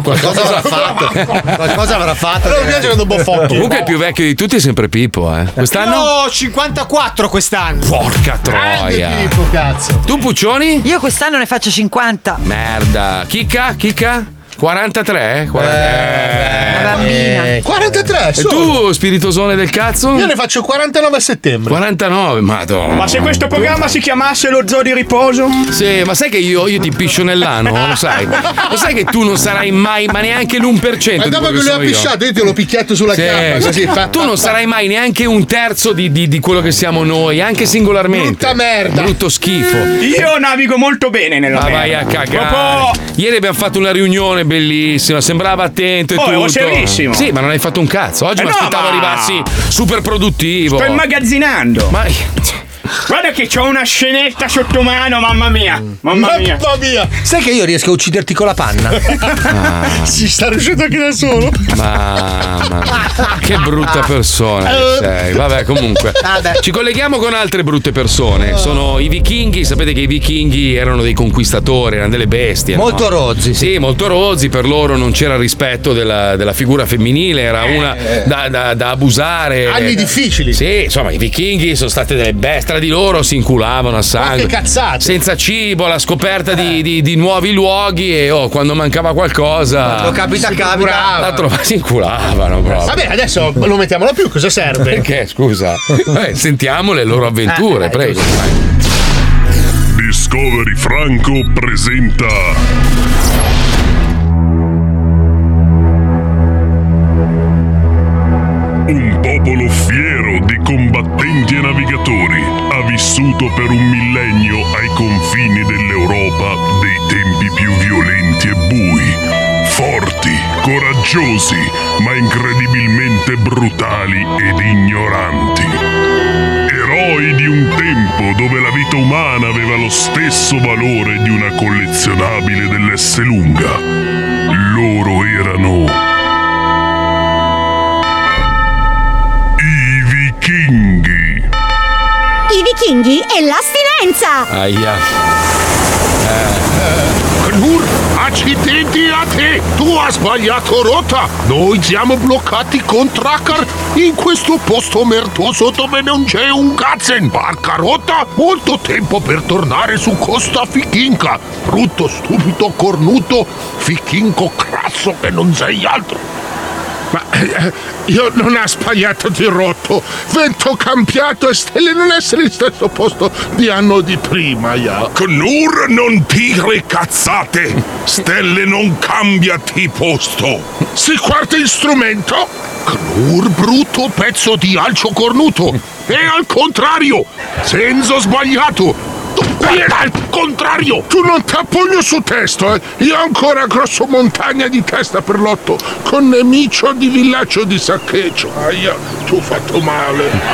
Speaker 6: Qualcosa avrà fatto. Qualcosa avrà fatto. Allora mi piace quando
Speaker 2: Comunque il più vecchio di tutti è sempre Pippo, eh. Quest'anno.
Speaker 24: No, 54 quest'anno.
Speaker 2: Porca troia.
Speaker 9: cazzo.
Speaker 2: Tu Puccioni?
Speaker 12: Io quest'anno ne faccio 50.
Speaker 2: Merda. Chicca? Chicca? 43? 43.
Speaker 11: Eh,
Speaker 12: bambina.
Speaker 9: 43
Speaker 2: eh. E
Speaker 9: solo.
Speaker 2: tu, spiritosone del cazzo?
Speaker 9: Io ne faccio 49 a settembre.
Speaker 2: 49, madonna.
Speaker 11: Ma se questo programma si chiamasse lo zoo di riposo?
Speaker 2: Sì, ma sai che io, io ti piscio nell'ano, lo sai? Lo sai che tu non sarai mai, ma neanche l'1%
Speaker 9: Ma
Speaker 2: di quello
Speaker 9: dopo che lui ha
Speaker 2: sono io?
Speaker 9: pisciato, io te l'ho picchiato sulla
Speaker 2: Sì.
Speaker 9: gamba. Così fa.
Speaker 2: tu non sarai mai neanche un terzo di, di- di quello che siamo noi, anche singolarmente. Brutta merda. Brutto schifo.
Speaker 11: Io navigo molto bene nella
Speaker 2: Ma
Speaker 11: merda.
Speaker 2: vai a cagare.
Speaker 11: Eh, Proprio-
Speaker 2: Ieri abbiamo fatto una riunione bellissima, sembrava attento e
Speaker 11: Oh,
Speaker 2: tutto.
Speaker 11: ero serissimo.
Speaker 2: Sì, ma non hai fatto un cazzo. Oggi
Speaker 11: Eh
Speaker 2: mi
Speaker 11: no,
Speaker 2: aspettavo
Speaker 11: ma-
Speaker 2: arrivassi super produttivo.
Speaker 11: Sto immagazzinando.
Speaker 2: Ma
Speaker 11: Guarda che c'ho una scenetta sotto mano, mamma mia. Mamma mia.
Speaker 6: Sai che io riesco a ucciderti con la panna?
Speaker 2: Ah.
Speaker 9: Si sta riuscendo anche da solo.
Speaker 2: Mamma mia, che brutta persona che sei. Eh. Vabbè, comunque.
Speaker 6: Vabbè.
Speaker 2: Ci colleghiamo con altre brutte persone. Sono i vichinghi. Sapete che i vichinghi erano dei conquistatori, erano delle bestie. no?
Speaker 6: Molto rozzi,
Speaker 2: Sì, molto rozzi. Per loro non c'era rispetto della, della figura femminile, era una da, da- da abusare.
Speaker 9: Anni difficili.
Speaker 2: Sì, insomma, i vichinghi sono state delle bestie. Tra di loro si inculavano a sangue.
Speaker 9: che cazzate.
Speaker 2: Senza cibo, la scoperta di, di- di nuovi luoghi e oh, quando mancava qualcosa.
Speaker 6: Lo capita, capita.
Speaker 2: La trova- si inculavano proprio.
Speaker 9: Vabbè, adesso lo mettiamolo più, cosa serve?
Speaker 2: Perché, scusa? Eh, Vabbè, sentiamo le loro avventure, prego.
Speaker 30: Discovery Franco presenta Un popolo fiero di combattenti e navigatori ha vissuto per un millennio ai confini dell'Europa dei tempi più violenti e bui. Forti, coraggiosi, ma incredibilmente brutali ed ignoranti. Eroi di un tempo dove la vita umana aveva lo stesso valore di una collezionabile dell'S lunga. Loro erano. I vichinghi.
Speaker 21: I vichinghi e l'astinenza!
Speaker 2: Aia.
Speaker 30: Knur
Speaker 16: Accidenti a te! Tu hai sbagliato rotta! Noi siamo bloccati con Tracker in questo posto merdoso dove non c'è un cazzo in barca rotta! Molto tempo per tornare su Costa Fichinca! Brutto, stupido, cornuto, Fichinco crasso che non sei altro! Ma eh, io non ho sbagliato di rotto. Vento cambiato e stelle non essere in stesso posto di anno di prima, ya.
Speaker 30: Knur non dire cazzate! Stelle non cambia di posto!
Speaker 16: Si quarta strumento? Knur brutto pezzo di alcio cornuto! E al contrario! Senso sbagliato! Era al contrario! Tu non t'appogno su testo, eh! Io ho ancora grosso montagna di testa per l'otto, con nemicio di villaggio di saccheggio. Aia, tu ho fatto male.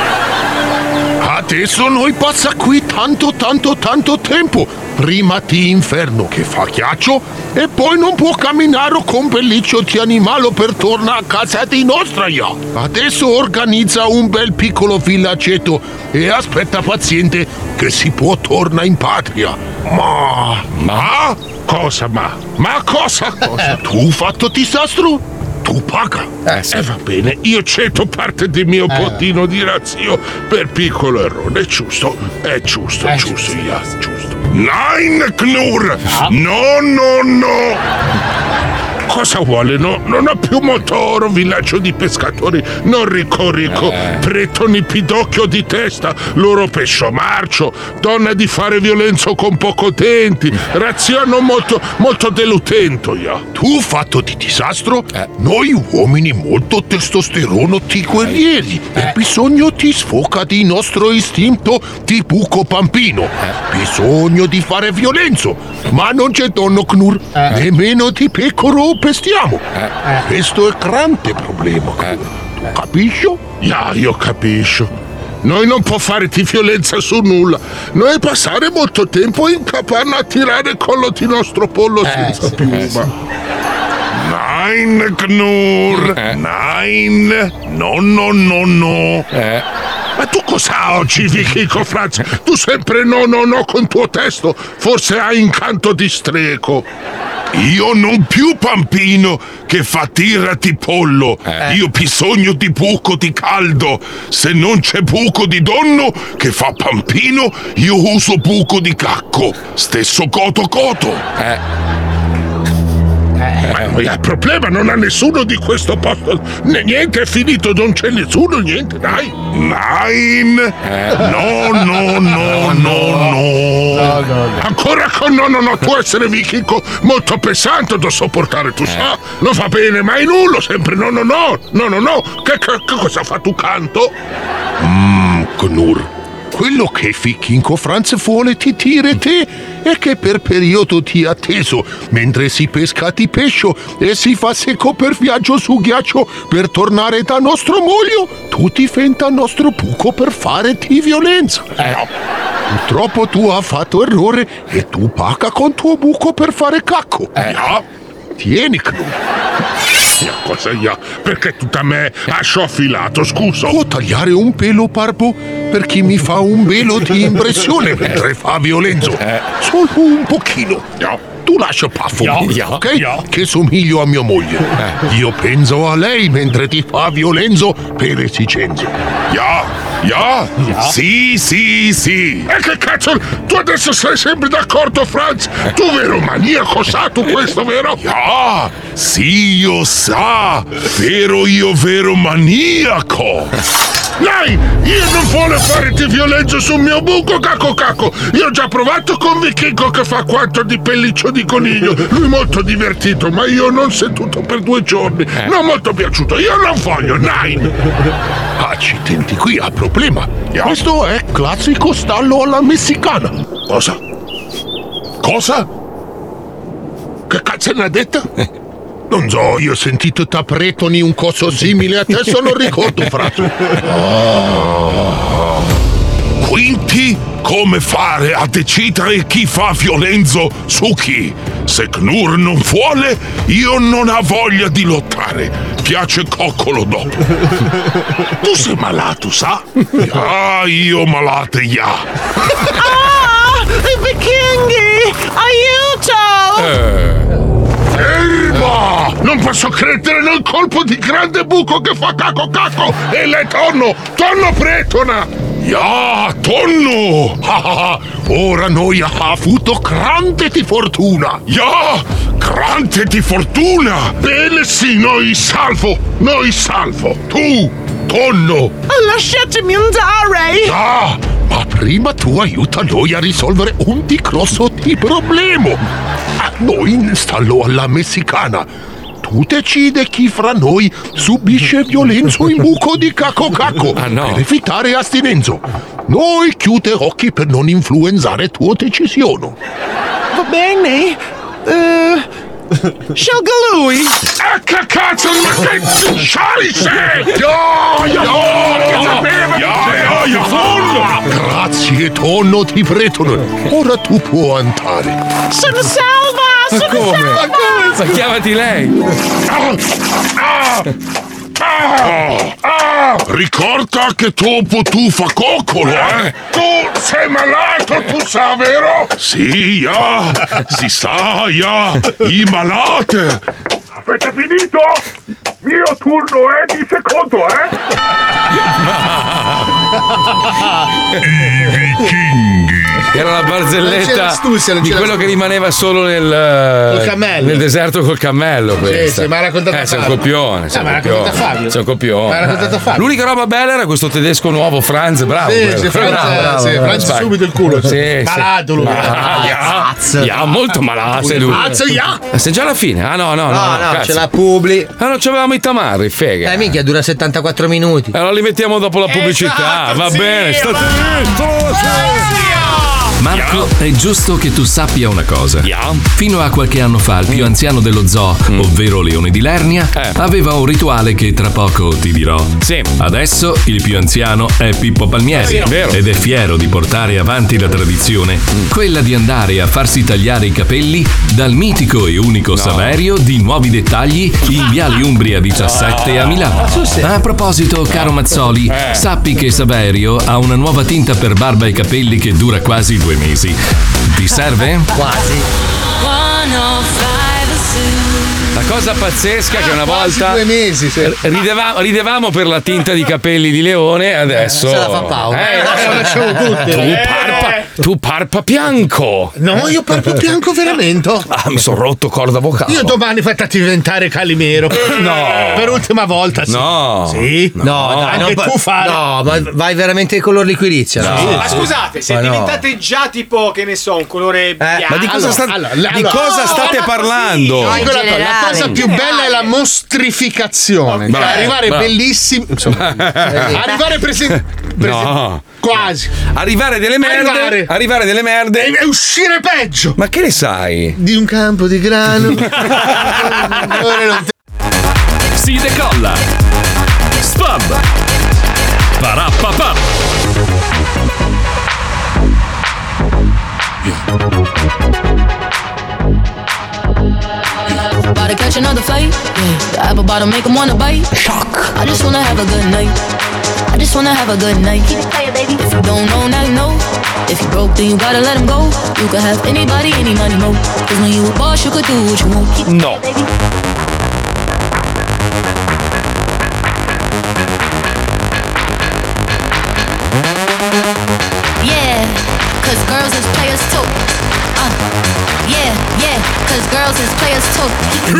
Speaker 16: Adesso noi passa qui tanto tanto tanto tempo. Prima di inferno che fa ghiaccio e poi non può camminare con pelliccio di animale per tornare a casa di nostra ya. Adesso organizza un bel piccolo villaggetto e aspetta paziente che si può tornare in patria. Ma... Ma? Cosa ma? Ma cosa? cosa? tu fatto disastro? Tu paga. Eh, va bene, io ceto parte del mio
Speaker 30: Eh.
Speaker 16: bottino di razio per piccolo errore, giusto? È giusto, giusto, ja, giusto.
Speaker 30: Nein, Knur! No, no, no!
Speaker 16: Cosa vuole? No, non ho più motoro, villaggio di pescatori, non ricco ricco, pretoni pidocchio di testa, loro pescio marcio, donna di fare violenza con poco denti, razziano molto, molto delutento, Eh. ja. Tu fatto di disastro? Noi uomini molto testosterono ti guerrieri e bisogno di sfoca di nostro istinto di buco pampino. Bisogno di fare violenza, ma non c'è donno Knur, nemmeno di pecoro o pestiamo. Eh. Questo è il grande problema, Knur. Tu capisci? Ja, io capisco. Noi non può fare di violenza su nulla. Noi passare molto tempo in capanna a tirare il collo di nostro pollo senza piuma.
Speaker 30: Nein, Knur! Nein! No, no, no, no!
Speaker 16: Ma tu cos'ha oggi, Vichico Franz? Tu sempre no, no, no con tuo testo. Forse hai incanto di streco.
Speaker 30: Io non più pampino che fa tira di pollo. Io bisogno di buco di caldo. Se non c'è buco di donno che fa pampino, io uso buco di cacco. Stesso coto coto. Eh,
Speaker 16: Ma il problema non ha nessuno di questo posto. N- niente è finito, non c'è nessuno, niente, dai. Nein!
Speaker 30: No, no, Eh. no, no, no.
Speaker 16: Ancora con no, no, no, tu essere vichico molto pesante da sopportare,
Speaker 30: Eh.
Speaker 16: tu sa. Non fa bene mai nulla, sempre no, no, no, no, no, no. Che, che- che cosa fa tu canto?
Speaker 30: Mmm, Knur.
Speaker 16: Mm, Quello che Fichinco Franz vuole ti dire te è che per periodo ti atteso, mentre si pesca di pescio e si fa secco per viaggio su ghiaccio per tornare da nostro moglio, tu ti fenta nostro buco per fare di violenza. Eh, No. Purtroppo tu hai fatto errore e tu paga con tuo buco per fare cacco. Eh, No. Tieni, Knut. Mia cosa io? Perché tutta me asciò filato, scusa? Può tagliare un pelo parpo per chi mi fa un velo di impressione mentre fa violenza. Solo un pochino. Tu lascia paffo, ok? Che somiglio a mia moglie. Io penso a lei mentre ti fa violenza per esigenza.
Speaker 30: Ya, ya, sì, sì, sì.
Speaker 16: E che cazzo? Tu adesso sei sempre d'accordo, Franz? Tu vero maniaco, sa tu questo, vero?
Speaker 30: Ah, sì, io sa, vero io vero maniaco.
Speaker 16: Lei, io non voglio fare di violenza sul mio buco, cacco cacco. Io ho già provato con Vichico che fa quanto di pelliccio di coniglio. Lui molto divertito, ma io non seduto per due giorni.
Speaker 30: Eh.
Speaker 16: Non molto piaciuto, io non voglio, nein. Accidenti, qui ha problema. Questo è classico stallo alla messicana. Cosa? Cosa? Che cazzo ne ha detto? Non so, io ho sentito da pretoni un coso simile, adesso non ricordo, frate.
Speaker 2: Oh.
Speaker 30: Quindi, come fare a decidere chi fa violenza su chi? Se Knur non vuole, io non ho voglia di lottare. Piace coccolo dopo. Tu sei malato, sa? Ah, io malato, ya.
Speaker 3: Ah, i vichinghi! Aiuto!
Speaker 30: Eh.
Speaker 16: Fermo! Non posso credere nel colpo di grande buco che fa caco caco! E lei tonno! Tonno pretona! Ja, tonno! Ah, ah, ah. Ora noi ha avuto grande di fortuna! Ja! Grande di fortuna! Bene sì, noi salvo! Noi salvo! Tu, tonno!
Speaker 3: Lasciatemi andare!
Speaker 16: Ja! Ma prima tu aiuta noi a risolvere un di grosso di problema. A noi installo alla messicana. Tu decide chi fra noi subisce violenza in buco di caco caco per evitare astinenza. Noi chiude occhi per non influenzare tua decisione.
Speaker 3: Va bene? Eh, scelga lui!
Speaker 16: Ah, che cazzo, ma che scialisce! Io, io, che sapevo che io, Grazie, tonno di bretone. Ora tu puoi andare.
Speaker 3: Sono salva! Sono salva!
Speaker 16: Ma chiamati lei! Ricorda che dopo tu fa coccolo, eh! Tu sei malato, tu sai, vero? Sì, ja! Si sa, ja! I malate! Avete finito? Mio turno è di secondo, eh!
Speaker 2: Era la
Speaker 9: Non c'era
Speaker 2: barzelletta
Speaker 9: astuzia, non
Speaker 2: di
Speaker 9: c'era
Speaker 2: quello che
Speaker 9: astuzia.
Speaker 2: rimaneva solo
Speaker 9: Col
Speaker 2: nel,
Speaker 9: cammello.
Speaker 2: nel deserto col cammello. Questa.
Speaker 9: sì, ma l'ha raccontata
Speaker 2: eh, sei un
Speaker 9: Fabio.
Speaker 2: copione. Sei
Speaker 9: Eh,
Speaker 2: un
Speaker 9: ma l'ha
Speaker 2: copione.
Speaker 9: raccontata Fabio.
Speaker 2: Sei un copione. Eh.
Speaker 9: Ma l'ha raccontata Fabio.
Speaker 2: L'unica roba bella era questo tedesco nuovo, Franz. Bravo.
Speaker 9: Sì,
Speaker 2: quello.
Speaker 9: sì, Franz, eh, sì, Franz
Speaker 2: Spacca.
Speaker 9: subito il culo.
Speaker 2: Sì,
Speaker 9: Malato lui.
Speaker 2: Malato. Ya, molto malato lui.
Speaker 9: Pazzo, ya.
Speaker 2: Ma sei già alla fine? Ah, no, no. No,
Speaker 6: No, no,
Speaker 2: cazzo.
Speaker 6: ce la Publi.
Speaker 2: Ah, non c'avevamo i tamarri, fega.
Speaker 6: Eh, minchia, dura 74 minuti.
Speaker 2: Allora li mettiamo dopo
Speaker 6: Eh,
Speaker 2: la pubblicità. Va bene, state
Speaker 1: Marco, è giusto che tu sappia una cosa. Fino a qualche anno fa, il più anziano dello zoo, ovvero Leone di Lernia, aveva un rituale che tra poco ti dirò. Adesso il più anziano è Pippo Palmieri
Speaker 2: Sì, è vero.
Speaker 1: ed è fiero di portare avanti la tradizione, quella di andare a farsi tagliare i capelli dal mitico e unico Saverio di Nuovi Dettagli in Viale Umbria 17 a Milano.
Speaker 9: Ah,
Speaker 3: Ma sul serio?
Speaker 1: A proposito, Oh, caro Mazzoli,
Speaker 3: Eh.
Speaker 1: sappi che Saverio ha una nuova tinta per barba e capelli che dura quasi due mesi. Ti serve?
Speaker 6: Quasi.
Speaker 2: La cosa pazzesca che una volta due
Speaker 9: mesi,
Speaker 2: ridevamo, ridevamo per la tinta di capelli di leone, adesso
Speaker 9: Se la fa Paolo.
Speaker 2: Eh,
Speaker 9: Adesso la facciamo tutti.
Speaker 2: Tu
Speaker 9: Eh.
Speaker 2: parpa, tu parpa bianco.
Speaker 9: No, io parlo bianco veramente.
Speaker 2: Ah, mi sono rotto corda vocale.
Speaker 9: Io domani fattati diventare Calimero. No. Per ultima volta, sì.
Speaker 2: Eh. No.
Speaker 9: Sì?
Speaker 6: No, dai,
Speaker 9: Anche
Speaker 6: non-
Speaker 9: tu fai.
Speaker 6: No, ma vai veramente il color liquirizia.
Speaker 9: No.
Speaker 6: no?
Speaker 11: Ma scusate, se
Speaker 6: Ma no. Eh,
Speaker 11: diventate già tipo, che ne so, un colore bianco.
Speaker 2: ma di cosa sta-
Speaker 9: la-
Speaker 2: di cosa state parlando?
Speaker 9: No, dico la cosa- la
Speaker 11: generale.
Speaker 9: cosa più bella è la mostrificazione. Cioè,
Speaker 2: Bravo,
Speaker 9: arrivare
Speaker 2: bravo.
Speaker 9: bellissimi. Insomma, arrivare presente.
Speaker 2: No.
Speaker 9: Quasi.
Speaker 2: Arrivare delle merde.
Speaker 9: Arrivare.
Speaker 2: Arrivare, delle merde.
Speaker 9: E, e uscire peggio.
Speaker 2: Ma che ne sai?
Speaker 9: Di un campo di grano. Ora non
Speaker 1: Si decolla. Spam.
Speaker 3: Parappapà.
Speaker 4: About to catch another fight. Yeah. The apple bottom make 'em wanna bite. Shock. I just wanna have a good night. I just wanna have a good night. If you don't know, now you know. If you broke, then you gotta let 'em go. You could have anybody, any money, mo. Cause when you a boss, you could do what you want.
Speaker 2: No.
Speaker 4: Yeah, cause girls is players too. Uh, yeah, yeah, cause girls is players too.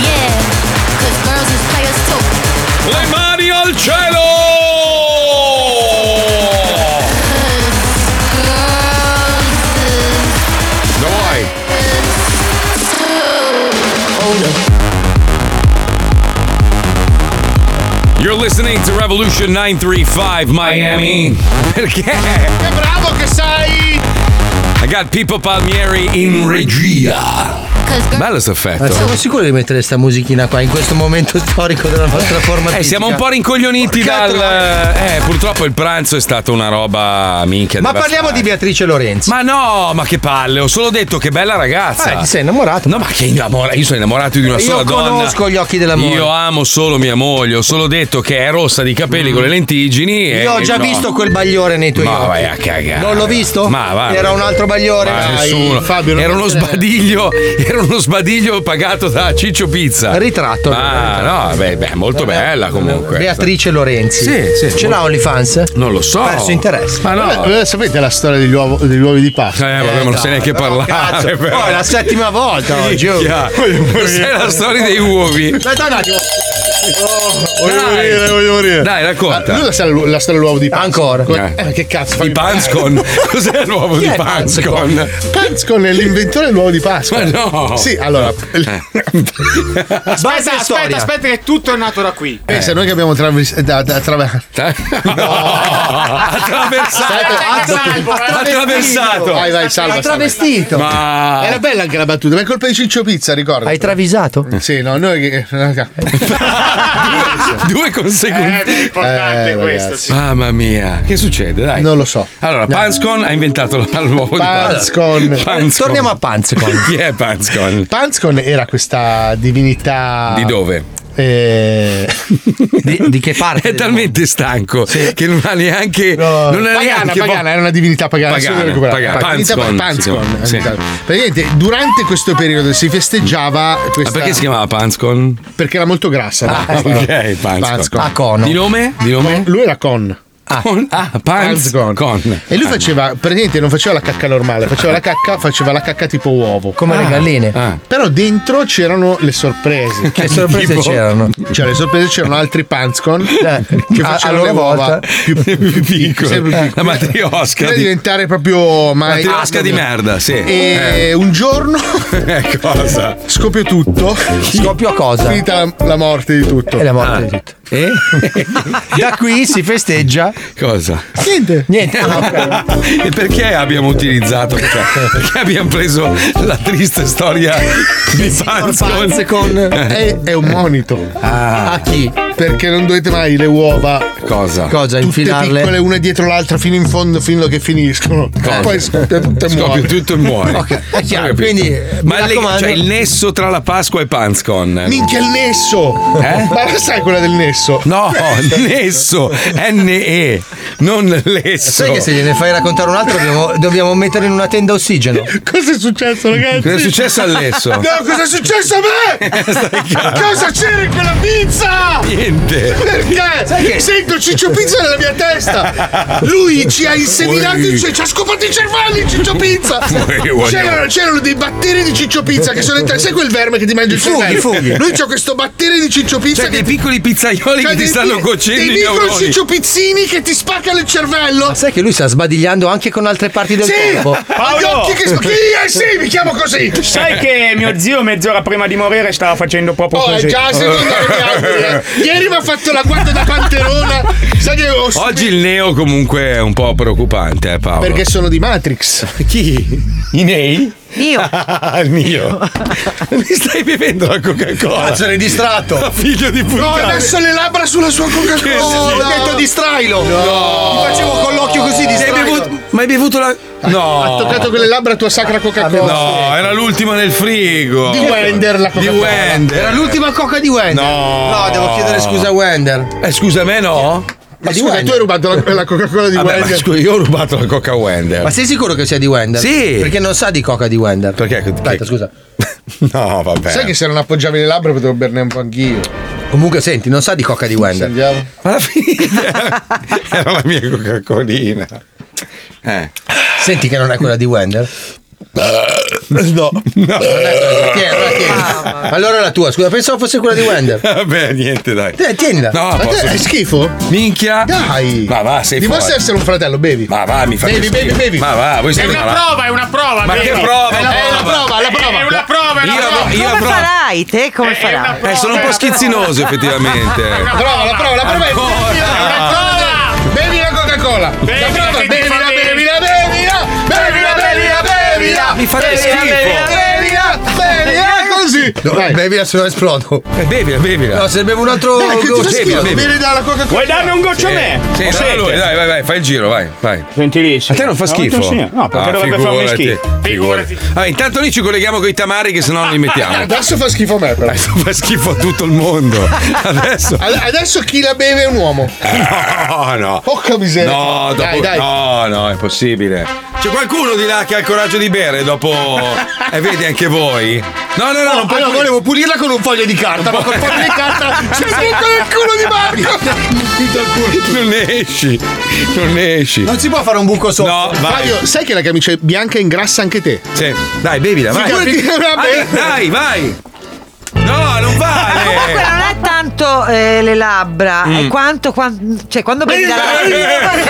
Speaker 4: Yeah, cause girls is players too.
Speaker 2: Le mani al cielo!
Speaker 4: No
Speaker 2: way. You're listening to Revolution 935 Miami. Perché?
Speaker 9: Che bravo che sai!
Speaker 2: I got Pippo Palmieri in regia. Bello sto
Speaker 6: Ma
Speaker 2: effetto.
Speaker 6: siamo sicuri di mettere sta musichina qua in questo momento storico della nostra forma
Speaker 2: Eh, siamo un po' rincoglioniti
Speaker 6: Porca
Speaker 2: dal. Eh, purtroppo il pranzo è stata una roba minchia.
Speaker 6: Ma parliamo di Beatrice Lorenzi.
Speaker 2: Ma no, ma che palle, ho solo detto che bella ragazza.
Speaker 6: Eh, ti sei innamorato?
Speaker 2: No, ma che innamorato? Io sono innamorato di una sola
Speaker 6: Io
Speaker 2: donna.
Speaker 6: conosco gli occhi dell'amore.
Speaker 2: Io amo solo mia moglie, ho solo detto che è rossa di capelli con le lentigini. e-
Speaker 6: Mm. Io ho già
Speaker 2: eh, no.
Speaker 6: visto quel bagliore nei tuoi
Speaker 2: Ma
Speaker 6: occhi.
Speaker 2: vai a cagare.
Speaker 6: Non l'ho visto?
Speaker 2: Ma va.
Speaker 6: Era un altro bagliore.
Speaker 2: Ma
Speaker 6: Dai,
Speaker 2: nessuno.
Speaker 6: Fabio, non
Speaker 2: era uno
Speaker 6: mettere-
Speaker 2: sbadiglio, era era uno sbadiglio pagato da Ciccio Pizza.
Speaker 6: Ritratto.
Speaker 2: Ah, no, beh, beh, molto bella comunque.
Speaker 6: Beatrice Lorenzi.
Speaker 2: Sì, sì.
Speaker 6: Ce l'ha OnlyFans?
Speaker 2: Non lo so.
Speaker 6: Perso interesse.
Speaker 9: Ma Eh, sapete la storia degli, uovo- degli uovi di pasta?
Speaker 2: Eh, vabbè, ma non sai neanche
Speaker 6: Cazzo,
Speaker 2: parlare. però.
Speaker 6: poi è la settima volta oggi. oh.
Speaker 2: Minchia. Questa è la storia dei uovi.
Speaker 6: Aspetta un attimo.
Speaker 9: Voglio
Speaker 2: Dai.
Speaker 9: morire, voglio morire.
Speaker 2: Dai, racconta.
Speaker 9: Ah, Lui la, sa la, la storia dell'uovo di pasta.
Speaker 6: Ancora.
Speaker 9: Eh, che cazzo?
Speaker 2: I Panzcon. Cos'è l'uovo
Speaker 9: Chi
Speaker 2: di
Speaker 9: è
Speaker 2: Panzcon?
Speaker 9: Panzcon è l'inventore dell'uovo di Pasqua.
Speaker 2: Ma no. Eh.
Speaker 9: Sì, allora.
Speaker 24: Aspetta, aspetta, aspetta, che tutto è nato da qui.
Speaker 2: Eh.
Speaker 6: Eh,
Speaker 9: Pensa, Eh, noi che abbiamo attraversato. Da, da, attraver-
Speaker 24: Attraversato.
Speaker 2: Attraversato.
Speaker 9: Vai, vai, salva.
Speaker 6: Attravestito.
Speaker 2: Ma-
Speaker 9: Era bella anche la battuta, ma è colpa di Ciccio Pizza, ricorda.
Speaker 6: Hai travisato?
Speaker 9: Sì, no, noi che. eh,
Speaker 2: Due conseguenti.
Speaker 9: Eh, è importante questo,
Speaker 2: sì. Mamma mia, che succede? Dai.
Speaker 9: Non lo so.
Speaker 2: Allora, Panzcon ha inventato l- l'uovo di
Speaker 9: Panzcon.
Speaker 2: Panzcon. Panzcon.
Speaker 9: Torniamo a Panzcon.
Speaker 2: Chi è Panzcon?
Speaker 9: Panzcon era questa divinità.
Speaker 2: Di dove?
Speaker 9: Eh,
Speaker 6: Di, che parte?
Speaker 2: È talmente stanco che non ha neanche. non ha
Speaker 9: pagana,
Speaker 2: neanche
Speaker 9: pagana, eh. era una divinità pagana.
Speaker 2: Pagana,
Speaker 9: solo da recuperare.
Speaker 2: pagana.
Speaker 9: Divinità
Speaker 2: Panzcon,
Speaker 9: pa-
Speaker 2: si
Speaker 9: Panzcon,
Speaker 2: chiama. Sì.
Speaker 9: Divinità- Praticamente durante questo periodo si festeggiava
Speaker 2: Ma
Speaker 9: questa.
Speaker 2: perché si chiamava Panzcon?
Speaker 9: Perché era molto grassa.
Speaker 2: Ah, ok, Panzcon. Ah, Cono. Di nome? Di nome?
Speaker 9: Lui era Con.
Speaker 2: Con- Ah, Panzcon.
Speaker 9: E lui faceva, praticamente non faceva la cacca normale, faceva la cacca, faceva la cacca tipo uovo.
Speaker 6: Come
Speaker 17: Ah.
Speaker 6: le galline.
Speaker 9: Però dentro c'erano le sorprese.
Speaker 6: Che sorprese Tipo? c'erano? Eh,
Speaker 9: Cioè, le sorprese c'erano altri panzcon che
Speaker 6: a-
Speaker 9: facevano
Speaker 6: a
Speaker 9: le
Speaker 6: loro
Speaker 9: uova
Speaker 6: volta.
Speaker 9: più, più, piccole. sempre più
Speaker 2: Eh.
Speaker 9: piccole.
Speaker 2: La matriosca
Speaker 9: Fino a
Speaker 2: di-
Speaker 9: diventare proprio mai.
Speaker 2: Matriosca di merda, sì. Eh.
Speaker 9: E un giorno.
Speaker 2: cosa?
Speaker 9: Scoppio tutto.
Speaker 6: Scoppio a cosa?
Speaker 9: Finita la, la morte di tutto.
Speaker 6: È la morte di tutto.
Speaker 2: Eh?
Speaker 6: da qui si festeggia.
Speaker 2: Cosa?
Speaker 9: Niente. Ah,
Speaker 6: Niente.
Speaker 2: E perché abbiamo utilizzato? cioè, perché abbiamo preso la triste storia di Panzcon?
Speaker 9: È, è un monito.
Speaker 6: Ah.
Speaker 9: A chi? Perché non dovete mai le uova.
Speaker 2: Cosa?
Speaker 6: Cosa?
Speaker 9: Tutte
Speaker 6: Infilarle?
Speaker 9: piccole una dietro l'altra fino in fondo, fino a che finiscono.
Speaker 2: Cosa?
Speaker 9: Poi scoppia tutto e
Speaker 2: Scoppia
Speaker 9: muore.
Speaker 2: tutto e muore.
Speaker 9: Ok,
Speaker 6: è chiaro,
Speaker 2: Ho capito.
Speaker 6: quindi, eh, mi
Speaker 2: Ma le-
Speaker 6: raccomando-
Speaker 2: cioè, il nesso tra la Pasqua e Panzcon.
Speaker 9: Minchia il nesso!
Speaker 2: Eh?
Speaker 9: Ma la sai quella del nesso?
Speaker 2: No, nesso, N-E, non lesso.
Speaker 6: Sai che se gliene fai raccontare un altro dobbiamo, dobbiamo metterlo in una tenda a ossigeno.
Speaker 9: Cosa è successo, ragazzi?
Speaker 2: Cosa è successo adesso?
Speaker 9: No, cosa è successo a me? cosa c'era in quella pizza?
Speaker 2: Niente.
Speaker 9: Perché?
Speaker 2: Sai che-
Speaker 9: Sento Ciccio Pizza nella mia testa. Lui ci ha inseminato,
Speaker 2: Ui.
Speaker 9: il ce- ci ha scopato i cervelli, Ciccio Pizza.
Speaker 2: Ui, ui,
Speaker 9: C'erano,
Speaker 2: ui.
Speaker 9: c'erano dei batteri di Ciccio Pizza che sono entrati. Sai quel verme che ti mangia il
Speaker 2: I funghi,
Speaker 9: cervello?
Speaker 2: i funghi.
Speaker 9: Lui c'ha questo batterio di Ciccio Pizza
Speaker 2: Cioè,
Speaker 9: che
Speaker 2: dei piccoli pizzaioli
Speaker 9: Cioè,
Speaker 2: che ti
Speaker 9: dei
Speaker 2: stanno
Speaker 9: pi-
Speaker 2: cuocendo
Speaker 9: dei
Speaker 2: i
Speaker 9: piccoli
Speaker 2: neuroni.
Speaker 9: Ciccio Pizzini che ti spaccano il cervello.
Speaker 6: Sai che lui sta sbadigliando anche con altre parti del
Speaker 9: Sì!
Speaker 6: corpo.
Speaker 9: Ha gli occhi che spacchi! Eh sì, mi chiamo così!
Speaker 11: Sai che mio zio mezz'ora prima di morire stava facendo proprio
Speaker 9: Oh,
Speaker 11: così.
Speaker 9: è già la seconda che mi auguri, eh. Ieri mi ha fatto la guardia da panterona. Sai che ho subito-
Speaker 2: Oggi il neo comunque è un po' preoccupante, eh Paolo.
Speaker 9: Perché sono di Matrix.
Speaker 2: Chi? I nei?
Speaker 12: Io.
Speaker 2: Ah, il mio. Mi stai bevendo la Coca-Cola.
Speaker 6: Cazzo, eri distratto.
Speaker 2: Ah, Figlio di
Speaker 9: No,
Speaker 2: puttana.
Speaker 9: adesso le labbra sulla sua
Speaker 2: Che
Speaker 9: Coca-Cola.
Speaker 2: schifo.
Speaker 9: Ho detto
Speaker 6: distrailo.
Speaker 9: No.
Speaker 6: Ti facevo con l'occhio così,
Speaker 9: Ti hai
Speaker 6: distrailo.
Speaker 9: bevuto-
Speaker 2: Ma hai bevuto la. No.
Speaker 9: Ha toccato con le labbra la tua sacra Coca-Cola.
Speaker 2: No, era l'ultima nel frigo.
Speaker 9: Di Wender la
Speaker 2: Di
Speaker 9: Coca-Cola.
Speaker 2: Wender.
Speaker 6: Era l'ultima coca di Wender.
Speaker 2: No.
Speaker 6: No, devo chiedere scusa a Wender.
Speaker 2: Eh, scusa, a me no?
Speaker 9: Ma scusa, tu hai rubato la, la Coca-Cola di
Speaker 2: Vabbè, ma
Speaker 9: Wender.
Speaker 2: scusa, io ho rubato la Coca Wender.
Speaker 6: Ma sei sicuro che sia di Wender?
Speaker 2: Sì.
Speaker 6: Perché non sa di coca di Wender.
Speaker 2: Perché?
Speaker 6: Aspetta, scusa.
Speaker 2: No, vabbè.
Speaker 9: Sai che se non appoggiavi le labbra potevo berne un po' anch'io.
Speaker 6: Comunque, senti, non sa di coca di Wender.
Speaker 9: Andiamo.
Speaker 2: Alla fine era- era la mia Coca-Colina. Eh.
Speaker 6: Senti che non è quella di Wender?
Speaker 9: No.
Speaker 2: No.
Speaker 6: Tieni, allora tieni. Allora è la tua, scusa, pensavo fosse quella di Wender.
Speaker 2: Vabbè, niente, dai.
Speaker 6: Te- Tienila.
Speaker 2: No,
Speaker 9: Eh, Ma te-
Speaker 2: posso.
Speaker 9: è schifo?
Speaker 2: Minchia.
Speaker 9: Dai.
Speaker 2: Ma va, sei fuori.
Speaker 9: Dimostra di essere un fratello, bevi.
Speaker 2: Ma va, mi fai
Speaker 9: Bevi,
Speaker 2: schifo.
Speaker 9: bevi, bevi.
Speaker 2: Ma va, voi
Speaker 24: È
Speaker 2: siete
Speaker 24: una
Speaker 2: malati.
Speaker 24: prova, è una prova.
Speaker 2: Ma che
Speaker 24: vedi?
Speaker 2: prova?
Speaker 24: È la
Speaker 9: Eh, la prova, la prova.
Speaker 24: È una prova, è una
Speaker 2: Io
Speaker 24: prova.
Speaker 2: avrò- io
Speaker 12: Come
Speaker 2: avrò.
Speaker 12: farai te? Come farai?
Speaker 2: Eh, sono un po' schizzinoso,
Speaker 9: La
Speaker 2: effettivamente.
Speaker 9: prova, la prova, la prova. Bevi la Coca-Cola. La prova,
Speaker 24: che ti
Speaker 9: bevi la,
Speaker 24: fa bene.
Speaker 9: bevi la, bevi la. Bevi la, bevi la, bevi la.
Speaker 2: Mi fate
Speaker 9: Bevi la,
Speaker 2: schifo.
Speaker 9: bevi la, bevi la, bevi la, Così.
Speaker 6: Dai. Bevila, se no esplodo.
Speaker 2: Eh, Bevila, bevila.
Speaker 6: No, se bevo un altro
Speaker 9: Dai, che ti fa
Speaker 6: goccio-
Speaker 9: schifo?
Speaker 2: bevi.
Speaker 9: Bevi dalla
Speaker 11: Vuoi
Speaker 9: Coca-Cola.
Speaker 11: darmi un goccio a me?
Speaker 2: Sì,
Speaker 11: O
Speaker 2: dai,
Speaker 11: sette?
Speaker 2: lui, dai, vai, vai, fai il giro, vai, vai.
Speaker 11: Gentilissimo.
Speaker 2: A te non fa
Speaker 11: No,
Speaker 2: schifo?
Speaker 11: sì. No, perché
Speaker 2: Ah,
Speaker 11: dovrebbe farmi
Speaker 2: figurati,
Speaker 11: schifo?
Speaker 2: Figurati. Ah, intanto lì ci colleghiamo con i tamari che sennò non li mettiamo.
Speaker 9: Adesso fa schifo a me, però.
Speaker 2: Adesso Eh, fa schifo a tutto il mondo. Adesso.
Speaker 9: Ad- Adesso chi la beve è un uomo.
Speaker 2: No, no.
Speaker 9: Porca miseria.
Speaker 2: No, dopo-
Speaker 9: Dai, dai.
Speaker 2: no, no, è possibile. C'è qualcuno di là che ha il coraggio di bere dopo. E vedi anche voi? No, no, no, non puoi.
Speaker 28: allora, Oh, volevo pulirla con un foglio di carta, ma col foglio di carta c'è tutto nel culo di
Speaker 2: Marco! Non ne esci, non ne esci.
Speaker 9: Non si può fare un buco sopra. No,
Speaker 2: Oh, vai.
Speaker 9: Fabio, sai che la camicia bianca ingrassa anche te?
Speaker 2: Sì. Dai, bevila, vai.
Speaker 9: Figurati, vabbè.
Speaker 2: Vai, dai, vai. No, non vale.
Speaker 12: Comunque non è tanto eh, le labbra,
Speaker 2: Mm.
Speaker 12: è quanto, quan- cioè quando bevi dalla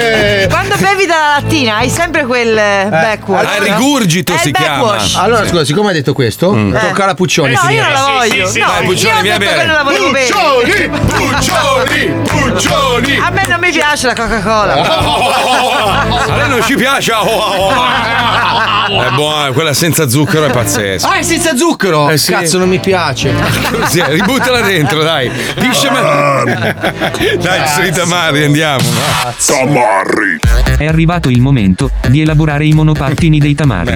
Speaker 2: Eh.
Speaker 12: quando bevi dalla lattina hai sempre quel eh, backwash.
Speaker 6: al
Speaker 12: no?
Speaker 6: rigurgito
Speaker 12: È il backwash.
Speaker 2: Eh.
Speaker 6: Allora, scusa, siccome hai detto questo,
Speaker 2: Mm.
Speaker 6: tocca alla Puccioni.
Speaker 12: Eh, no, io
Speaker 6: finire.
Speaker 12: non la voglio. no,
Speaker 6: Vai, Puccioni,
Speaker 12: io
Speaker 6: vieni
Speaker 12: ho
Speaker 6: a
Speaker 12: detto
Speaker 6: bere.
Speaker 12: che non la volevo bere.
Speaker 3: Puccioni, Puccioni, Puccioni.
Speaker 12: A me non mi piace la Coca-Cola.
Speaker 2: A lei non ci piace. oh, oh, oh. È buona, quella senza zucchero è pazzesca.
Speaker 6: Ah, è senza zucchero!
Speaker 2: Eh, sì.
Speaker 6: Cazzo, non mi piace.
Speaker 2: Così, ributtala dentro, dai. Pisce ma... Dai, ci sono i tamari, andiamo. va.
Speaker 5: Tamarri. È arrivato il momento di elaborare i monopattini dei tamari.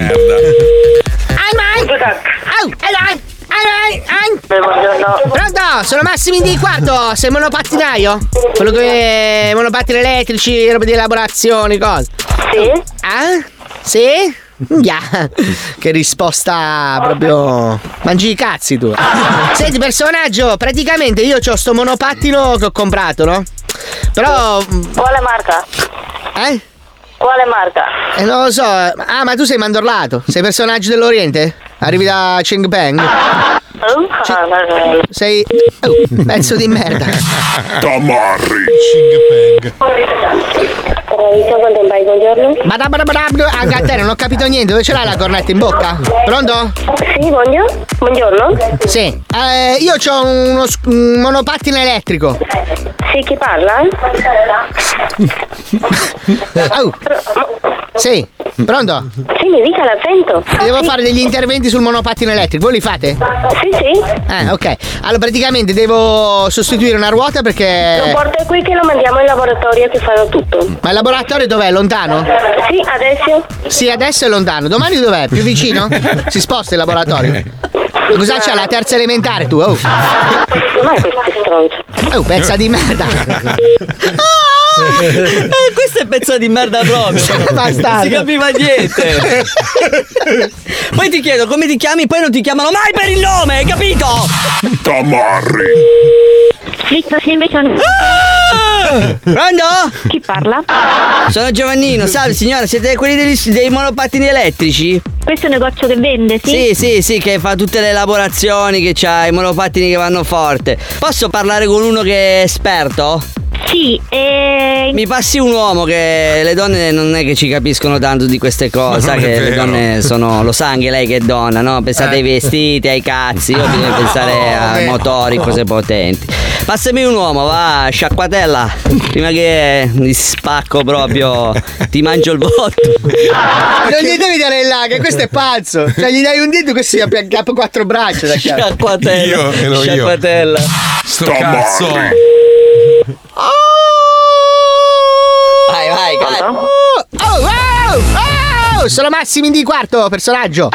Speaker 21: Buongiorno. Pronto, sono Massimi di quarto, sei monopattinaio? Quello che monopattini elettrici, roba di elaborazione, cose. Sì. Eh? Sì? Minchia, Che risposta proprio. Mangi i cazzi tu. Senti, personaggio, praticamente io ho sto monopattino che ho comprato, no? Però. Quale marca? Eh? Quale marca? Eh, non lo so. Ah, ma tu sei mandorlato. Sei personaggio dell'Oriente? Arrivi da Cheng Peng? Ah, Ci- Sei. Oh, pezzo di merda.
Speaker 5: Tamarri.
Speaker 21: Buongiorno. Anche a te, non ho capito niente. Dove ce l'hai la cornetta in bocca? Pronto? Sì, buongiorno. Buongiorno. Sì. Eh, io ho uno s- un monopattino elettrico. Sì, chi parla? Oh. Sì, pronto? Sì, mi dica l'accento. Devo fare degli interventi sul monopattino elettrico, voi li fate? Sì, sì. Eh, ok. Allora, praticamente devo sostituire una ruota perché.
Speaker 29: Lo porto qui che lo mandiamo in laboratorio che fanno tutto.
Speaker 21: Ma il laboratorio dov'è? Lontano?
Speaker 29: Sì, adesso.
Speaker 21: Sì, adesso è lontano. Domani dov'è? Più vicino? Si sposta il laboratorio. Cosa c'ha la terza elementare tu? Oh. Ma è questo stronzo? Oh, pezza di merda.
Speaker 31: Ah, Eh, questo è pezzo di merda proprio.
Speaker 21: Bastardo.
Speaker 31: Non si capiva niente. poi ti chiedo come ti chiami, poi non ti chiamano mai per il nome, hai capito?
Speaker 5: Tamarri.
Speaker 31: Ah! Pronto? Chi parla? Sono Giovannino, salve signora, siete quelli degli- dei monopattini elettrici? Questo è un negozio che vende, sì? Sì, sì, sì, che fa tutte le elaborazioni, che c'ha i monopattini che vanno forte. Posso parlare con uno che è esperto? Sì, Mi passi un uomo che le donne non è che ci capiscono tanto di queste cose,
Speaker 32: Ma
Speaker 31: sa
Speaker 32: non è
Speaker 31: che le
Speaker 32: vero.
Speaker 31: donne Eh, sono, lo sa anche lei che è donna, no? Pensate ai vestiti, ai cazzi, io bisogna pensare a
Speaker 32: vabbè.
Speaker 31: motori, cose potenti. Passami un uomo, va, sciacquatella, prima che mi spacco proprio, ti mangio il botto.
Speaker 21: Non gli devi dare il là, che questo è pazzo. Cioè, gli dai un dito che si apre a quattro braccia. Da chiaro.
Speaker 31: Sciacquatella,
Speaker 2: ero io.
Speaker 31: sciacquatella.
Speaker 2: Sto cazzo.
Speaker 31: Ah! Vai, vai, cazzo.
Speaker 21: Oh, oh, oh! Sono Massimi di quarto personaggio.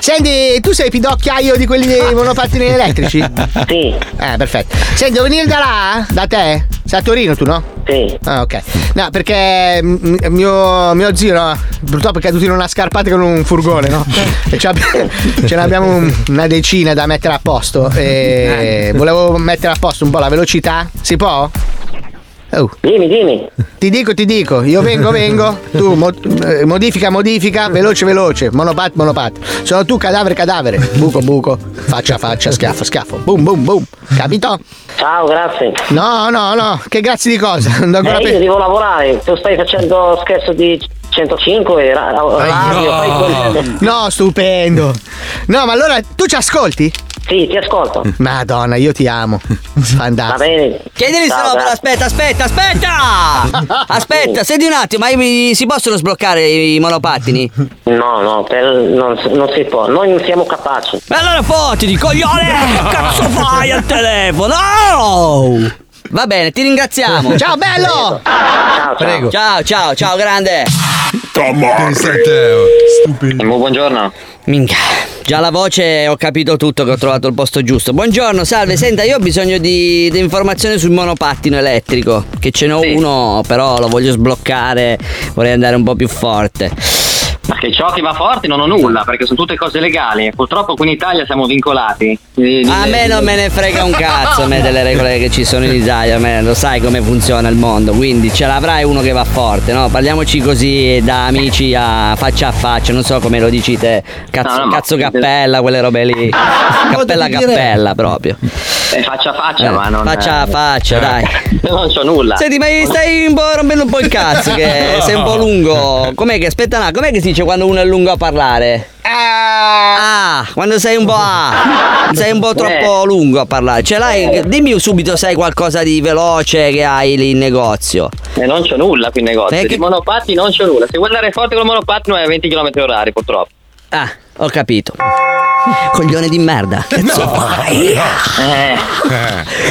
Speaker 21: Senti, tu sei pidocchiaio di quelli dei monopattini elettrici? Sì. Eh, perfetto. Senti, devo venire da là? Da te? Sei a Torino tu, no? Sì. Ah, ok. No, perché mm, mm, mio, mio zio, no, purtroppo è caduto in una scarpata con un furgone, no? E ce, l'abbiamo- ce n'abbiamo un- una decina da mettere a posto. E volevo mettere a posto un po' la velocità. Si può? Dimmi, dimmi. Oh. Ti dico, ti dico, io vengo, vengo, tu mo- eh, modifica, modifica, veloce, veloce, monopat, monopat. Sono tu cadavere, cadavere, buco, buco, faccia, faccia, schiaffo, schiaffo, boom, boom, boom, capito? Ciao, grazie. No, no, no, che grazie di cosa? Non do ancora
Speaker 18: Eh,
Speaker 21: pe-
Speaker 18: io devo lavorare, tu stai facendo scherzo di 105, ra- ra- radio, fai quello.
Speaker 21: No, stupendo. No, ma allora tu ci ascolti? Sì, ti ascolto. Madonna, io ti amo. Fantastico. Va bene.
Speaker 31: Chiedili se no, però aspetta, aspetta, aspetta! Aspetta, senti un attimo, ma i- si possono sbloccare i monopattini?
Speaker 18: No, no, per- non, non si può, noi non siamo capaci.
Speaker 31: Ma allora fottiti, coglione! Che cazzo fai al telefono? Oh! Va bene, ti ringraziamo.
Speaker 21: Ciao, bello!
Speaker 31: Ciao, ciao. Ciao, ciao, ciao, grande.
Speaker 18: Puta
Speaker 2: Stupido.
Speaker 18: Buongiorno.
Speaker 31: Minchia, già la voce ho capito tutto che ho trovato il posto giusto. Buongiorno, salve, senta, io ho bisogno di, di informazioni sul monopattino elettrico. Che ce n'ho uno, però lo voglio sbloccare, vorrei andare un po' più forte.
Speaker 18: Perché ciò che va forte non ho nulla, perché sono tutte cose legali. Purtroppo qui in Italia siamo vincolati.
Speaker 31: A me non me ne frega un cazzo a me delle regole che ci sono in Italia, a me lo sai come funziona il mondo, quindi ce l'avrai uno che va forte, no? Parliamoci così da amici a faccia a faccia, non so come lo dici te, cazzo,
Speaker 18: No, no, ma- Ah,
Speaker 31: cazzo cappella, quelle robe lì, cappella
Speaker 18: devi dire-
Speaker 31: cappella proprio.
Speaker 18: Eh, faccia a faccia,
Speaker 31: Eh,
Speaker 18: ma non.
Speaker 31: faccia a faccia, dai.
Speaker 18: Non c'ho nulla.
Speaker 31: Senti, ma gli stai un po' rompendo un po' il cazzo che sei un po' lungo. Com'è che aspetta un attimo, com'è che si dice quando uno è lungo a parlare? Ah, quando sei un po' ah, sei un po'
Speaker 18: Eh.
Speaker 31: troppo lungo a parlare. Ce l'hai? Dimmi subito se hai qualcosa di veloce che hai lì in negozio.
Speaker 18: E Eh, non c'ho nulla qui in negozio.
Speaker 31: Eh,
Speaker 18: Di
Speaker 31: che-
Speaker 18: monopatti non c'ho nulla. Se vuoi andare forte con il monopattino è a 20 km orari, purtroppo.
Speaker 31: Ah, ho capito. Coglione di merda. Che fai?
Speaker 18: Eh.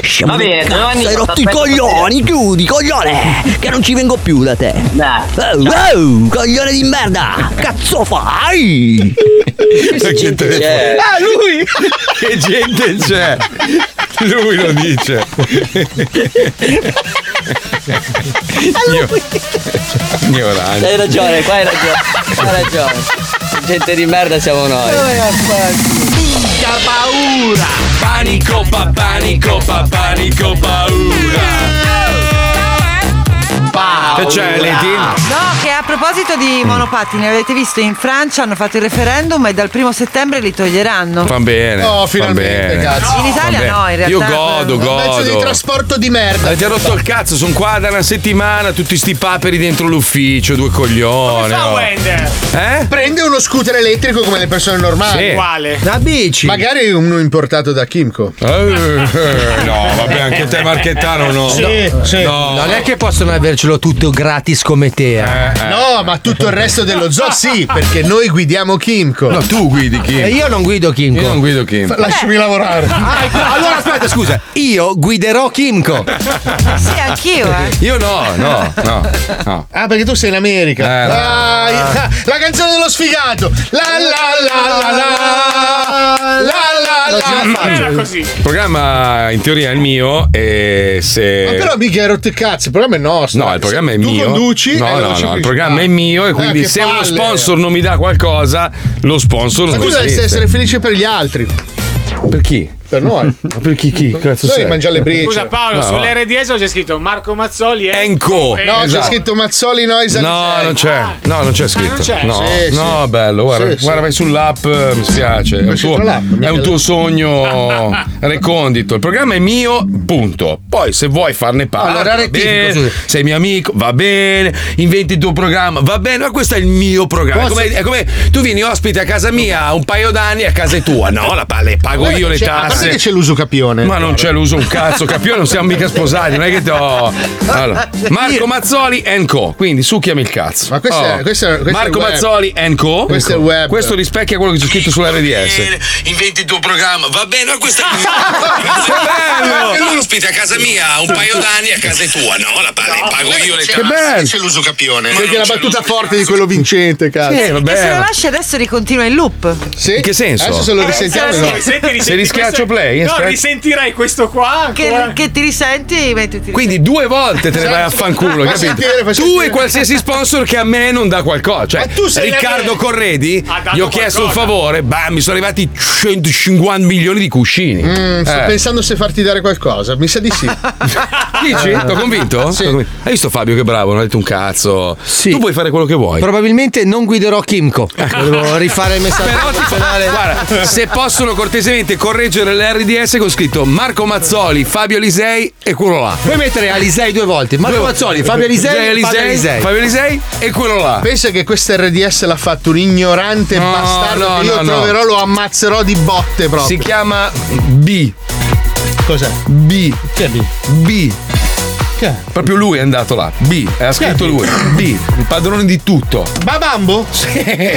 Speaker 31: Scemo
Speaker 18: Va
Speaker 31: del
Speaker 18: bene,
Speaker 31: cazzo,
Speaker 18: Giovanni,
Speaker 31: hai rotto i
Speaker 18: t'aspetto
Speaker 31: coglioni,
Speaker 18: stasera.
Speaker 31: chiudi, coglione! Che non ci vengo più da te! Wow, wow, coglione di merda! Cazzo fai?
Speaker 2: che telefono.
Speaker 31: Ah, lui!
Speaker 2: Che gente c'è? Lui lo dice. Io- Ignorante.
Speaker 31: Hai ragione, qua hai ragione, hai ragione. Gente di merda siamo noi.
Speaker 3: Minchia paura! Panico, pa, panico, pa, panico, paura!
Speaker 2: Che c'è, Mm. Leti?
Speaker 12: No, che a proposito di monopattini, avete visto in Francia hanno fatto il referendum e dal primo settembre li toglieranno.
Speaker 2: Fan bene.
Speaker 12: No,
Speaker 2: fan
Speaker 12: finalmente,
Speaker 2: bene.
Speaker 12: cazzo. In Italia
Speaker 2: Fan bene.
Speaker 12: no, in realtà.
Speaker 2: Io godo,
Speaker 12: Un
Speaker 2: godo.
Speaker 12: mezzo
Speaker 9: Di trasporto di merda.
Speaker 2: Avete rotto il cazzo, sono qua da una settimana, tutti sti paperi dentro l'ufficio, due coglioni. oh. Eh?
Speaker 9: Prende uno scooter elettrico come le persone normali.
Speaker 2: Sì. Quale?
Speaker 9: Da bici. Magari uno importato da Kimco.
Speaker 2: Eh, no, vabbè, anche te Marchettano no.
Speaker 9: Sì,
Speaker 2: No,
Speaker 9: sì.
Speaker 2: no.
Speaker 6: Non è che possono avercelo tutto gratis come te. eh.
Speaker 9: No, ma tutto il resto dello zoo sì, perché noi guidiamo Kimco.
Speaker 2: No, tu guidi Kimco.
Speaker 6: E io non guido Kimco.
Speaker 2: Io non guido Kimco.
Speaker 9: Fa- Lasciami lavorare.
Speaker 6: Ah, ecco, allora aspetta, scusa. Io guiderò Kimco.
Speaker 12: Sì, anch'io, eh.
Speaker 2: Io no, no, no, no.
Speaker 9: Ah, perché tu sei in America.
Speaker 2: Eh, no.
Speaker 9: Dai,
Speaker 2: Ah.
Speaker 9: La canzone dello sfigato. La la la la la. La la la.
Speaker 2: Non era
Speaker 9: così.
Speaker 2: Il programma in teoria è il mio e se...
Speaker 9: Ma però mica hai rotto il cazzo, il programma è nostro.
Speaker 2: No, il programma è
Speaker 9: tu
Speaker 2: mio.
Speaker 9: conduci
Speaker 2: No,
Speaker 9: e
Speaker 2: no,
Speaker 9: ci
Speaker 2: no, il
Speaker 9: guidi.
Speaker 2: programma è mio e quindi
Speaker 9: Ah. Eh, che
Speaker 2: se uno
Speaker 9: palle.
Speaker 2: sponsor non mi dà qualcosa, lo sponsor
Speaker 9: Ma
Speaker 2: non
Speaker 9: tu dovresti
Speaker 2: esiste.
Speaker 9: essere felice per gli altri.
Speaker 2: Per chi?
Speaker 9: Per noi.
Speaker 2: Ma per chi chi? Cazzo
Speaker 9: Noi
Speaker 2: sei?
Speaker 9: mangiare le briciole.
Speaker 24: Scusa Paolo,
Speaker 2: No.
Speaker 24: sull'RDS c'è scritto Marco Mazzoli e
Speaker 2: Enco.
Speaker 24: Eh,
Speaker 9: No,
Speaker 2: Esatto.
Speaker 9: c'è scritto Mazzoli Noise.
Speaker 2: No, non c'è. No, non c'è scritto.
Speaker 9: Ah, non c'è?
Speaker 2: No,
Speaker 9: Sì,
Speaker 2: no, bello. Guarda,
Speaker 9: Sì, sì.
Speaker 2: guarda, vai sull'app, eh, mi spiace. È un tuo, è un tuo sogno recondito. Il programma è mio, punto. Poi se vuoi farne parte,
Speaker 6: Allora,
Speaker 2: va
Speaker 6: rettifico,
Speaker 2: bene.
Speaker 6: scusa.
Speaker 2: sei mio amico, va bene. Inventi il tuo programma, va bene. Ma questo è il mio programma. È
Speaker 6: Posso-
Speaker 2: come, è come tu vieni ospite a casa mia un paio d'anni a casa è tua. No, la pa- le pago
Speaker 9: Guarda
Speaker 2: io
Speaker 9: che
Speaker 2: le
Speaker 9: c'è- Cioè, A parte
Speaker 2: tasse.
Speaker 9: che c'è l'uso capione.
Speaker 2: Ma non c'è l'uso un cazzo, capione, non siamo mica sposati, non è che ti ho. Allora, Marco Mazzoli and Co. Quindi succhiami il cazzo. Ma
Speaker 9: questo è- questo è- questo è
Speaker 2: Marco
Speaker 9: il web.
Speaker 2: Mazzoli and Co.
Speaker 9: Questo è il web.
Speaker 2: Questo rispecchia quello che c'è scritto sull'RDS.
Speaker 3: Inventi il tuo programma, va bene, ma questo è il
Speaker 2: Bello!
Speaker 3: Bello! Ospite a casa mia, un paio d'anni a casa è tua, no? La palla pago io le
Speaker 9: Che
Speaker 3: tasse.
Speaker 9: bello.
Speaker 3: C'è l'uso capione.
Speaker 9: Perché è la battuta forte di quello vincente, cazzo.
Speaker 2: Sì, vabbè.
Speaker 12: E se lo lasci adesso ricontinua in loop.
Speaker 9: Sì.
Speaker 2: In che senso?
Speaker 9: Adesso se lo
Speaker 24: Eh,
Speaker 9: risentiamo, no?
Speaker 2: Se rischiaccio play,
Speaker 24: No,
Speaker 2: aspetta.
Speaker 24: risentirai questo qua.
Speaker 12: Che, che ti risenti mettiti.
Speaker 2: Quindi due volte te ne vai a fanculo,
Speaker 12: Fa
Speaker 2: capito?
Speaker 12: sentire, fa
Speaker 2: Tu e qualsiasi sponsor che a me non dà qualcosa. Cioè,
Speaker 12: Ma tu sei
Speaker 2: Riccardo
Speaker 12: la-
Speaker 2: Corredi,
Speaker 9: Ah,
Speaker 12: Ha dato
Speaker 2: gli ho chiesto un
Speaker 12: qualcosa.
Speaker 2: favore, bah, mi sono arrivati 150 milioni di cuscini.
Speaker 9: Mm, sto
Speaker 2: Eh.
Speaker 9: pensando se farti dare qualcosa. Mi sa di sì.
Speaker 2: Dici?
Speaker 9: Eh.
Speaker 2: T'ho convinto? T'ho convinto? Hai visto Fabio che bravo, non ha detto un cazzo. Tu puoi fare quello che vuoi.
Speaker 6: Probabilmente non guiderò Kimco. Devo rifare il messaggio.
Speaker 2: Ecco. Però ti fa- Guarda, se possono cortesemente correggere l'RDS con scritto Marco Mazzoli, Fabio Lisei e quello là.
Speaker 6: Puoi mettere Alisei due volte. Marco
Speaker 2: Due-
Speaker 6: Mazzoli, Fabio Alisei,
Speaker 2: Jay
Speaker 6: Fabio Alisei.
Speaker 2: Fabio Lisei e quello là.
Speaker 9: Pensa che questa RDS l'ha fatto un ignorante
Speaker 2: No,
Speaker 9: bastardo.
Speaker 2: no,
Speaker 9: che io
Speaker 2: no, no.
Speaker 9: troverò, lo ammazzerò di botte proprio.
Speaker 2: Si chiama B.
Speaker 9: Cos'è?
Speaker 2: B.
Speaker 9: Che B?
Speaker 2: B. Proprio lui è andato là. B, ha scritto lui. B, il padrone di tutto.
Speaker 9: Babambo? Sì.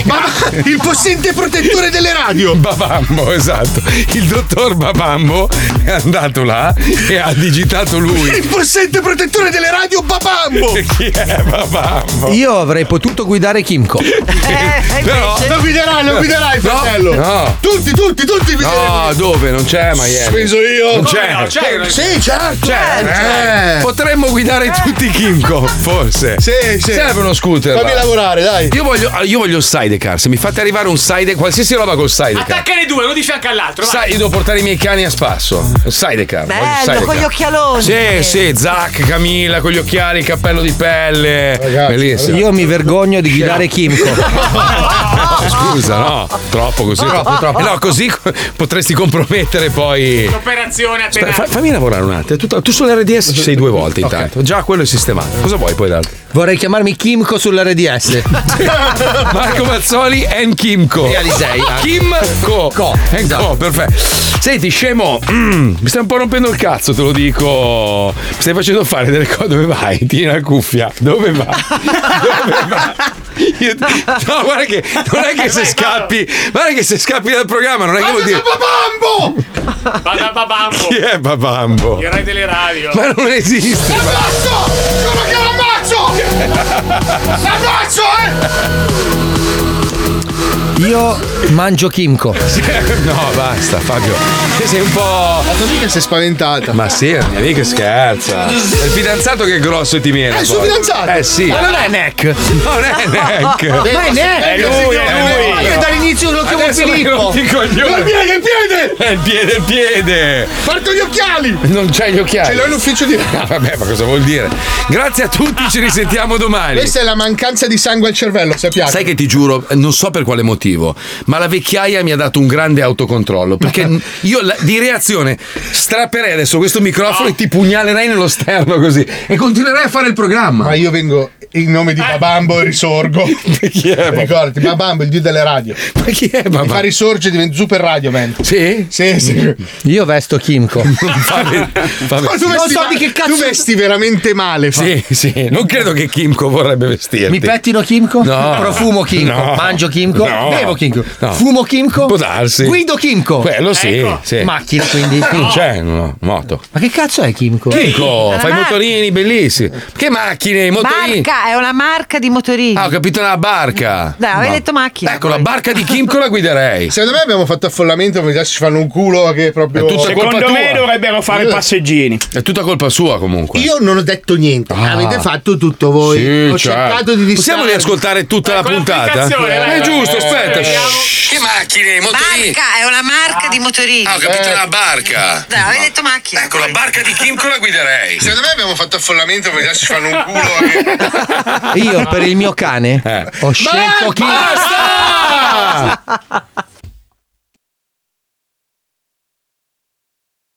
Speaker 2: Ah,
Speaker 9: il possente protettore delle radio.
Speaker 2: Babambo, esatto. Il dottor Babambo è andato là e ha digitato lui.
Speaker 9: Il possente protettore delle radio Babambo.
Speaker 2: Chi è Babambo?
Speaker 6: Io avrei potuto guidare Kimco.
Speaker 2: Però-
Speaker 9: Lo guiderai, lo
Speaker 2: No,
Speaker 9: guiderai, fratello.
Speaker 2: no.
Speaker 9: Tutti, tutti, tutti
Speaker 2: No, dove? Non c'è Miami.
Speaker 9: Speso io.
Speaker 2: Non
Speaker 9: Come
Speaker 2: c'è.
Speaker 9: no? C'è. Sì, certo.
Speaker 2: C'è.
Speaker 9: Eh.
Speaker 2: Potremmo guidare tutti Kimco, forse.
Speaker 9: Sì, sì.
Speaker 2: Serve uno scooter.
Speaker 9: Fammi
Speaker 2: va.
Speaker 9: lavorare, dai.
Speaker 2: Io voglio, ah, io voglio il sidecar. Se mi fate arrivare un sidecar, qualsiasi roba col
Speaker 12: Ah,
Speaker 2: sidecar.
Speaker 24: Attaccane due, uno di fianco all'altro.
Speaker 2: Sai, io devo portare i miei cani a spasso. Sidecar. voglio il
Speaker 12: Bello,
Speaker 2: sidecar.
Speaker 12: con gli occhialoni.
Speaker 6: Eh.
Speaker 2: Sì, sì, Zac, Camilla, con gli occhiali, il cappello di pelle. Bellissimo.
Speaker 6: Io mi vergogno di guidare Kimco.
Speaker 2: No, scusa, no. Troppo così.
Speaker 6: Ah. Troppo, troppo.
Speaker 2: Eh No, così co- potresti compromettere poi.
Speaker 24: L'operazione
Speaker 2: Aspetta,
Speaker 24: appena.
Speaker 2: fa- fammi lavorare un attimo. Tu, tu sull'RDS ci sei due volte intanto. Già quello è sistemato. Cosa vuoi poi dare?
Speaker 6: Vorrei chiamarmi Kimco sull'RDS.
Speaker 2: Marco Mazzoli and Kimco.
Speaker 6: E Alisei. Esatto.
Speaker 2: Kimco. Eh, Co. perfetto. Senti, scemo, mm, mi stai un po' rompendo il cazzo, te lo dico. Mi stai facendo fare delle cose. Dove vai? Tieni la cuffia. Dove vai? Dove vai? Io- No, guarda che non è che se scappi, guarda che se scappi dal programma, non è che vuol dire.
Speaker 24: Babambo! Vada Babambo!
Speaker 2: Chi è Babambo?
Speaker 24: Il re delle radio.
Speaker 2: Ma non esiste.
Speaker 28: L'ammazzo! Sono che l'ammazzo! L'ammazzo,
Speaker 9: eh!
Speaker 6: Io mangio Kimco.
Speaker 2: No, basta, Fabio. Te sei un po'. La
Speaker 9: tua amica si è spaventata.
Speaker 2: Ma sì, è mia amica scherza. È il fidanzato che è grosso e ti viene.
Speaker 9: È il suo
Speaker 2: poi.
Speaker 9: fidanzato?
Speaker 2: Eh sì.
Speaker 9: Ma non è
Speaker 2: Neck. Non è Neck.
Speaker 9: Ma è Neck?
Speaker 2: È lui, è lui.
Speaker 9: Ma io dall'inizio lo chiamo
Speaker 2: Adesso mi
Speaker 9: Filippo.
Speaker 2: rompi i coglioni.
Speaker 9: Ma il piede, il piede!
Speaker 2: È il piede, il piede.
Speaker 9: Porto gli occhiali!
Speaker 2: Non c'hai gli occhiali.
Speaker 9: Ce l'ho in ufficio di.
Speaker 2: Ah, vabbè, ma cosa vuol dire? Grazie a tutti, ci risentiamo domani.
Speaker 9: Questa è la mancanza di sangue al cervello, sappiate.
Speaker 2: Sai che ti giuro, non so per quale motivo, ma la vecchiaia mi ha dato un grande autocontrollo. Perché io la- di reazione strapperei adesso questo microfono e ti pugnalerei nello sterno così. E continuerai a fare il programma. Eh.
Speaker 9: Ma io vengo in nome di Babambo e risorgo.
Speaker 2: chi è?
Speaker 9: Ricordati, Babambo, il dio delle radio.
Speaker 2: Ma chi è
Speaker 9: Mi fa risorgere, diventa super radio, man.
Speaker 2: Sì? Mm.
Speaker 9: Sì, sì.
Speaker 6: Io vesto Kimco.
Speaker 9: Ma tu vesti, ma- tu vesti veramente male. fa.
Speaker 2: Sì, sì, non credo che Kimco vorrebbe vestirti.
Speaker 6: Mi pettino Kimco?
Speaker 2: No.
Speaker 6: Profumo Kimco?
Speaker 2: No.
Speaker 6: Mangio Kimco?
Speaker 2: No.
Speaker 6: Bevo Kimco?
Speaker 2: No.
Speaker 6: Fumo Kimco?
Speaker 2: Può darsi.
Speaker 6: Guido Kimco?
Speaker 2: Quello sì,
Speaker 9: Ecco.
Speaker 2: sì.
Speaker 6: Macchina quindi?
Speaker 2: Non c'è, no, moto.
Speaker 6: Ma che cazzo è Kimco?
Speaker 2: Kimco,
Speaker 12: Alla
Speaker 2: fai i
Speaker 12: mar-
Speaker 2: motorini bellissimi. Che macchine, i motorini.
Speaker 12: Marca, è una marca di motorini.
Speaker 2: Ah, ho capito una barca.
Speaker 12: Dai, avevi
Speaker 2: Ma-
Speaker 12: detto macchina.
Speaker 2: Ecco, la barca di Kimco la guiderei.
Speaker 9: Secondo me abbiamo fatto affollamento, ma adesso ci fanno un culo che proprio.
Speaker 2: È tutta colpa
Speaker 11: Secondo me
Speaker 2: tua.
Speaker 11: dovrebbero fare passeggini.
Speaker 2: È tutta colpa sua comunque.
Speaker 9: Io non ho detto niente,
Speaker 2: Ah.
Speaker 9: avete fatto tutto voi.
Speaker 2: Sì, certo.
Speaker 9: ho cercato di distrarre.
Speaker 2: Possiamo riascoltare tutta la puntata?
Speaker 9: Ecco l'applicazione,
Speaker 2: È
Speaker 9: vai, vai,
Speaker 2: giusto,
Speaker 9: vai,
Speaker 2: aspetta.
Speaker 9: vai, vai.
Speaker 2: Che macchine,
Speaker 12: Marca, è una marca di motorini.
Speaker 2: Ah, ho
Speaker 9: Eh.
Speaker 2: capito la barca.
Speaker 12: Dai, avevi detto macchina.
Speaker 2: Ecco, la barca di Kimco la guiderei.
Speaker 9: Secondo me abbiamo fatto affollamento perché adesso ci fanno un culo. eh.
Speaker 6: Io per il mio cane ho scelto Kimco.
Speaker 2: Basta!